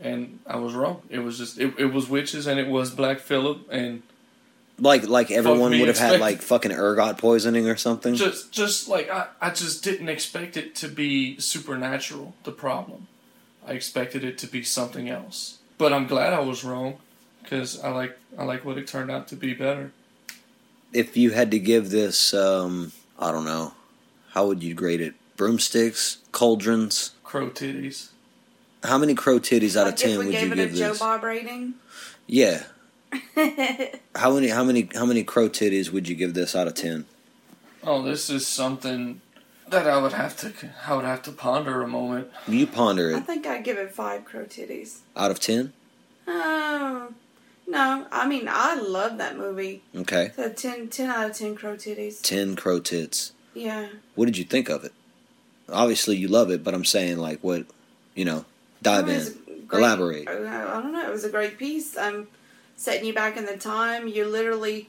[SPEAKER 3] and I was wrong. It was just it, it was witches and it was Black Phillip and
[SPEAKER 5] Like like everyone
[SPEAKER 3] me,
[SPEAKER 5] would have had
[SPEAKER 3] expect-
[SPEAKER 5] like fucking ergot poisoning or something.
[SPEAKER 3] just just like I, I just didn't expect it to be supernatural. The problem, I expected it to be something else. But I'm glad I was wrong, because I like I like what it turned out to be better.
[SPEAKER 5] If you had to give this, um, I don't know, how would you grade it? Broomsticks, cauldrons.
[SPEAKER 3] Crow titties.
[SPEAKER 5] How many crow titties out of
[SPEAKER 4] like if
[SPEAKER 5] ten
[SPEAKER 4] we
[SPEAKER 5] would
[SPEAKER 4] gave
[SPEAKER 5] you
[SPEAKER 4] it
[SPEAKER 5] give
[SPEAKER 4] a Joe
[SPEAKER 5] this?
[SPEAKER 4] Bob rating,
[SPEAKER 5] Yeah. how many? How many? How many crow titties would you give this out of ten?
[SPEAKER 3] Oh, this is something that I would have to I would have to ponder a moment.
[SPEAKER 5] You ponder
[SPEAKER 4] I
[SPEAKER 5] it.
[SPEAKER 4] think I'd give it five crow titties.
[SPEAKER 5] Out of ten.
[SPEAKER 4] Oh, no. I mean, I love that movie.
[SPEAKER 5] Okay.
[SPEAKER 4] So 10, 10 out of 10 crow titties.
[SPEAKER 5] Ten crow tits.
[SPEAKER 4] Yeah.
[SPEAKER 5] What did you think of it? Obviously, you love it, but I'm saying like what, you know, dive
[SPEAKER 4] It was
[SPEAKER 5] in,
[SPEAKER 4] great- Uh,
[SPEAKER 5] elaborate.
[SPEAKER 4] I I don't know. It was a great piece. Um, setting you back in the time. You're literally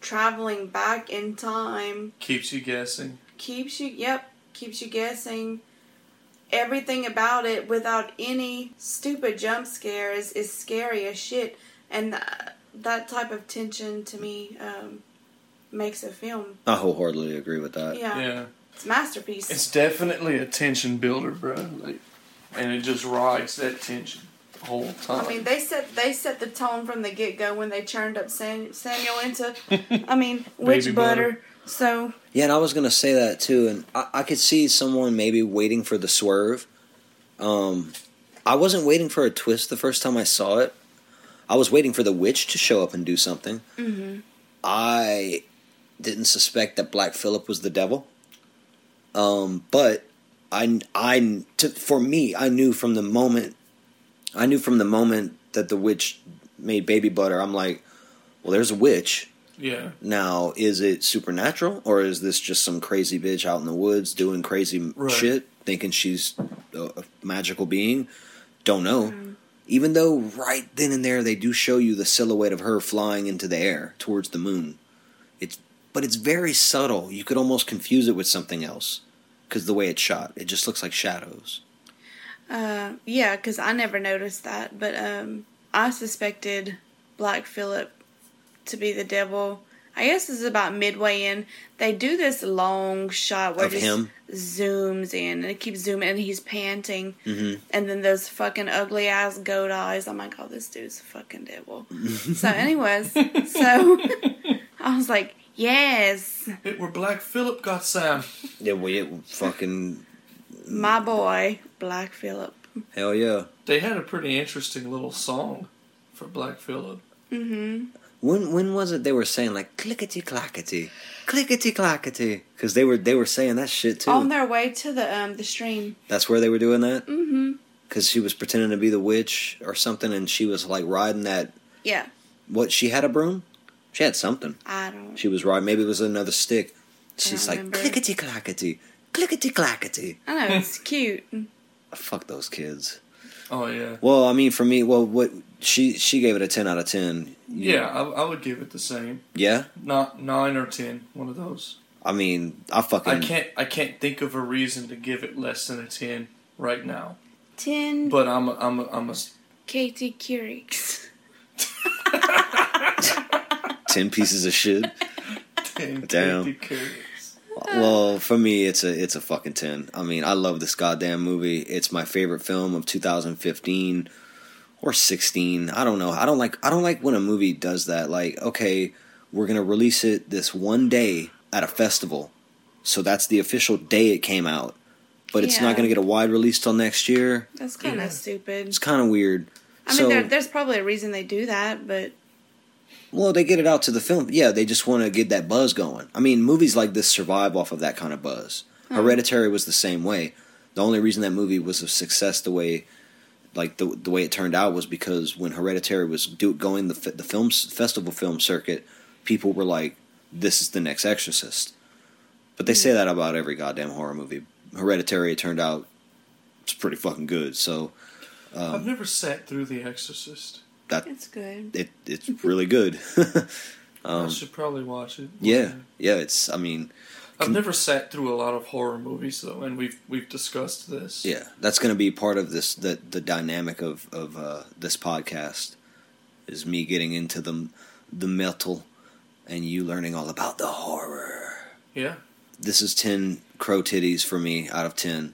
[SPEAKER 4] traveling back in time.
[SPEAKER 3] Keeps you guessing.
[SPEAKER 4] Keeps you. Yep. Keeps you guessing. everything about it without any stupid jump scares is scary as shit and th- that type of tension to me um, makes a film
[SPEAKER 5] I wholeheartedly agree with that.
[SPEAKER 4] yeah,
[SPEAKER 3] Yeah.
[SPEAKER 4] it's a masterpiece
[SPEAKER 3] It's definitely a tension builder, bro. Like, and it just rides that tension the whole time.
[SPEAKER 4] I mean, they set they set the tone from the get go when they churned up Sam, Samuel into, I mean, witch
[SPEAKER 3] Baby
[SPEAKER 4] butter.
[SPEAKER 3] butter.
[SPEAKER 4] So
[SPEAKER 5] Yeah, and I was gonna say that too, and I, I could see someone maybe waiting for the swerve. Um, I wasn't waiting for a twist the first time I saw it. I was waiting for the witch to show up and do something. I didn't suspect that Black Phillip was the devil. Um, but I, I, to, for me, I knew from the moment, I knew from the moment that the witch made baby butter. I'm like, well, there's a witch.
[SPEAKER 3] yeah.
[SPEAKER 5] Now, is it supernatural or is this just some crazy bitch out in the woods doing crazy m
[SPEAKER 3] Right.
[SPEAKER 5] shit, thinking she's a, a magical being? Don't know. Even though right then and there they do show you the silhouette of her flying into the air towards the moon. It's but it's very subtle. You could almost confuse it with something else cuz the way it's shot, it just looks like shadows.
[SPEAKER 4] uh, yeah, because I never noticed that, but um, I suspected Black Phillip to be the devil. I guess this is about midway in. They do this long shot where
[SPEAKER 5] Of
[SPEAKER 4] it just
[SPEAKER 5] him?
[SPEAKER 4] zooms in and it keeps zooming and he's panting.
[SPEAKER 5] Mm-hmm.
[SPEAKER 4] And then those fucking ugly ass goat eyes. I'm like, oh, this dude's a fucking devil. so, anyways, so I was like, yes,
[SPEAKER 3] It were Black Phillip got Sam.
[SPEAKER 5] Yeah, we it fucking
[SPEAKER 4] my boy, Black Phillip.
[SPEAKER 5] hell yeah.
[SPEAKER 3] They had a pretty interesting little song for Black Phillip.
[SPEAKER 5] When when was it they were saying like clickety clackety, clickety clackety? Because they were they were saying that shit too.
[SPEAKER 4] On their way to the um the stream.
[SPEAKER 5] That's where they were doing that. Mm-hmm. Because she was pretending to be the witch or something, and she was like riding that.
[SPEAKER 4] Yeah,
[SPEAKER 5] What she had a broom. She had something.
[SPEAKER 4] I don't.
[SPEAKER 5] She was riding. Maybe it was another stick. She's like
[SPEAKER 4] remember.
[SPEAKER 5] clickety clackety, clickety clackety.
[SPEAKER 4] I know it's cute.
[SPEAKER 5] Fuck those kids.
[SPEAKER 3] Oh yeah.
[SPEAKER 5] Well, I mean, for me, well, what she she gave it a ten out of ten.
[SPEAKER 3] Yeah, I, I would give it the same.
[SPEAKER 5] Yeah.
[SPEAKER 3] Not nine or ten, one of those.
[SPEAKER 5] I mean, I fucking
[SPEAKER 3] I can't I can't think of a reason to give it less than a ten right now.
[SPEAKER 4] Ten
[SPEAKER 3] But I'm a, I'm a, I'm a s-
[SPEAKER 4] Katie Couric.
[SPEAKER 5] ten pieces of shit.
[SPEAKER 3] ten.
[SPEAKER 5] Damn.
[SPEAKER 3] pretty curious.
[SPEAKER 4] Eh.
[SPEAKER 5] Well, for me, it's a it's a fucking ten. I mean, I love this goddamn movie. It's my favorite film of 2015 or 16. I don't know. I don't like I don't like when a movie does that. Like, okay, we're gonna release it this one day at a festival, so that's the official day it came out. But it's
[SPEAKER 4] Yeah.
[SPEAKER 5] not gonna get a wide release till next year.
[SPEAKER 4] That's kind of stupid.
[SPEAKER 5] It's kind of weird.
[SPEAKER 4] I mean, there, there's probably a reason they do that, but
[SPEAKER 5] Well, they get it out to the film. Yeah, they just want to get that buzz going. I mean, movies like this survive off of that kind of buzz. Hereditary was the same way. The only reason that movie was a success the way, like the the way it turned out, was because when Hereditary was do, going the fi- the film s- festival film circuit, people were like, "This is the next Exorcist." But they say that about every goddamn horror movie. Hereditary turned out it's pretty fucking good. So Um,
[SPEAKER 3] I've never sat through The Exorcist.
[SPEAKER 5] that
[SPEAKER 4] it's good.
[SPEAKER 5] it it's really good.
[SPEAKER 3] I should probably watch it.
[SPEAKER 5] um, yeah, yeah. It's I mean.
[SPEAKER 3] I've never sat through a lot of horror movies though, and we've we've discussed this.
[SPEAKER 5] Yeah, that's going to be part of this the the dynamic of of uh, this podcast is me getting into the the metal and you learning all about the horror.
[SPEAKER 3] Yeah.
[SPEAKER 5] This is ten crow titties for me out of ten.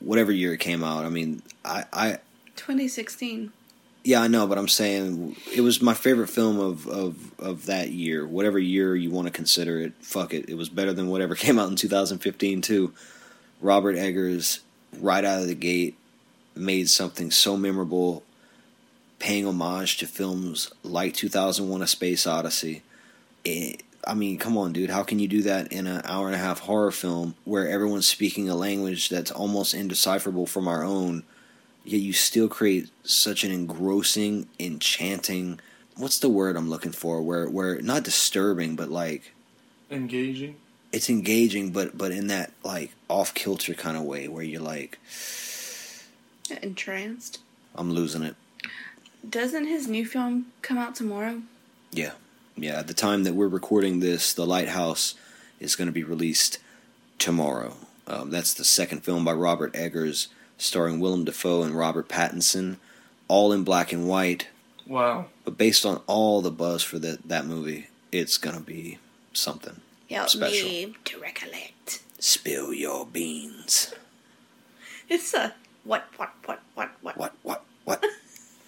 [SPEAKER 5] Whatever year it came out, I mean, I, I
[SPEAKER 4] 2016.
[SPEAKER 5] yeah, I know, but I'm saying it was my favorite film of of of that year. Whatever year you want to consider it, fuck it. It was better than whatever came out in 2015 too. Robert Eggers right out of the gate made something so memorable paying homage to films like 2001 A Space Odyssey. It, I mean, come on, dude. How can you do that in an hour and a half horror film where everyone's speaking a language that's almost indecipherable from our own, yet you still create such an engrossing, enchanting. What's the word I'm looking for? Where, where not disturbing, but like
[SPEAKER 3] Engaging.
[SPEAKER 5] it's engaging, but but in that like off kilter kind of way where you're like,
[SPEAKER 4] uh, Entranced.
[SPEAKER 5] I'm losing it.
[SPEAKER 4] Doesn't his new film come out tomorrow?
[SPEAKER 5] Yeah. Yeah. At the time that we're recording this, The Lighthouse is going to be released tomorrow. Um, that's the second film by Robert Eggers. starring Willem Dafoe and Robert Pattinson, all in black and white.
[SPEAKER 3] Wow.
[SPEAKER 5] But based on all the buzz for that that movie, it's gonna be something.
[SPEAKER 4] Help
[SPEAKER 5] Special.
[SPEAKER 4] me to recollect.
[SPEAKER 5] Spill your beans.
[SPEAKER 4] It's a what, what, what, what, what.
[SPEAKER 5] What? What? What?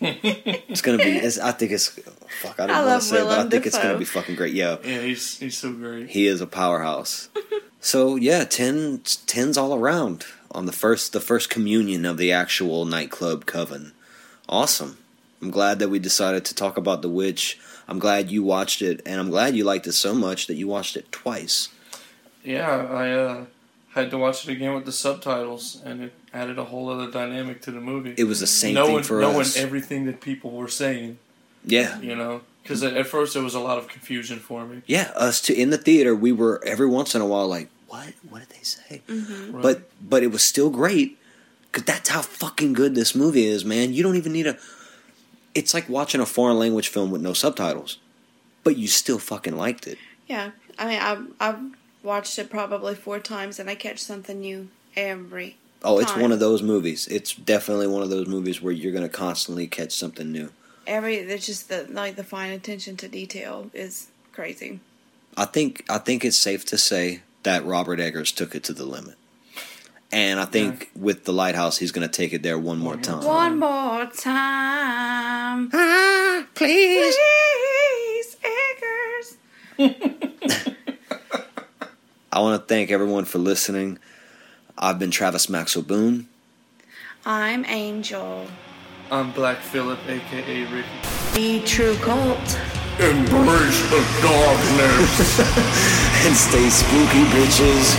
[SPEAKER 5] it's gonna be. It's, I think it's. Fuck, I
[SPEAKER 4] I
[SPEAKER 5] don't want
[SPEAKER 4] love
[SPEAKER 5] to say it, but I
[SPEAKER 4] Willem
[SPEAKER 5] think it's gonna
[SPEAKER 4] Dafoe.
[SPEAKER 5] be fucking great. Yeah,
[SPEAKER 3] Yeah, he's he's so great.
[SPEAKER 5] he is a powerhouse. so yeah, 10, 10s all around on the first the first communion of the actual nightclub coven. Awesome. I'm glad that we decided to talk about the witch. I'm glad you watched it, and I'm glad you liked it so much that you watched it twice.
[SPEAKER 3] Yeah, I uh, had to watch it again with the subtitles, and it added a whole other dynamic to the movie.
[SPEAKER 5] It was the same
[SPEAKER 3] knowing,
[SPEAKER 5] thing for
[SPEAKER 3] knowing
[SPEAKER 5] us.
[SPEAKER 3] everything that people were saying,
[SPEAKER 5] yeah,
[SPEAKER 3] you know, because at, at first there was a lot of confusion for me.
[SPEAKER 5] yeah. Us too. In the theater, we were every once in a while like, "What? What did they say?"
[SPEAKER 3] Right.
[SPEAKER 5] but but it was still great because that's how fucking good this movie is man you don't even need a it's like watching a foreign language film with no subtitles but you still fucking liked it
[SPEAKER 4] Yeah, I mean, I've, I've watched it probably four times, and I catch something new every.
[SPEAKER 5] oh it's
[SPEAKER 4] time.
[SPEAKER 5] one of those movies it's definitely one of those movies where you're gonna constantly catch something new
[SPEAKER 4] Every it's just the like the fine attention to detail is crazy.
[SPEAKER 5] i think i think it's safe to say that robert eggers took it to the limit and i think with the lighthouse he's gonna take it there one more time
[SPEAKER 4] One more time,
[SPEAKER 5] ah, please
[SPEAKER 4] please, Eggers.
[SPEAKER 5] i want to thank everyone for listening i've been travis maxwell boone
[SPEAKER 4] I'm Angel.
[SPEAKER 3] I'm Black Phillip, aka Ricky.
[SPEAKER 4] Be true cult.
[SPEAKER 3] Embrace the darkness.
[SPEAKER 5] and stay spooky, bitches.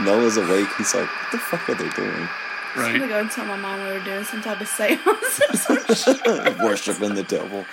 [SPEAKER 5] Noah's awake. He's like, what the fuck are they doing?
[SPEAKER 4] I'm gonna
[SPEAKER 3] Right.
[SPEAKER 4] go and tell my mom we were doing some type of seance or something.
[SPEAKER 5] Worshipping the devil.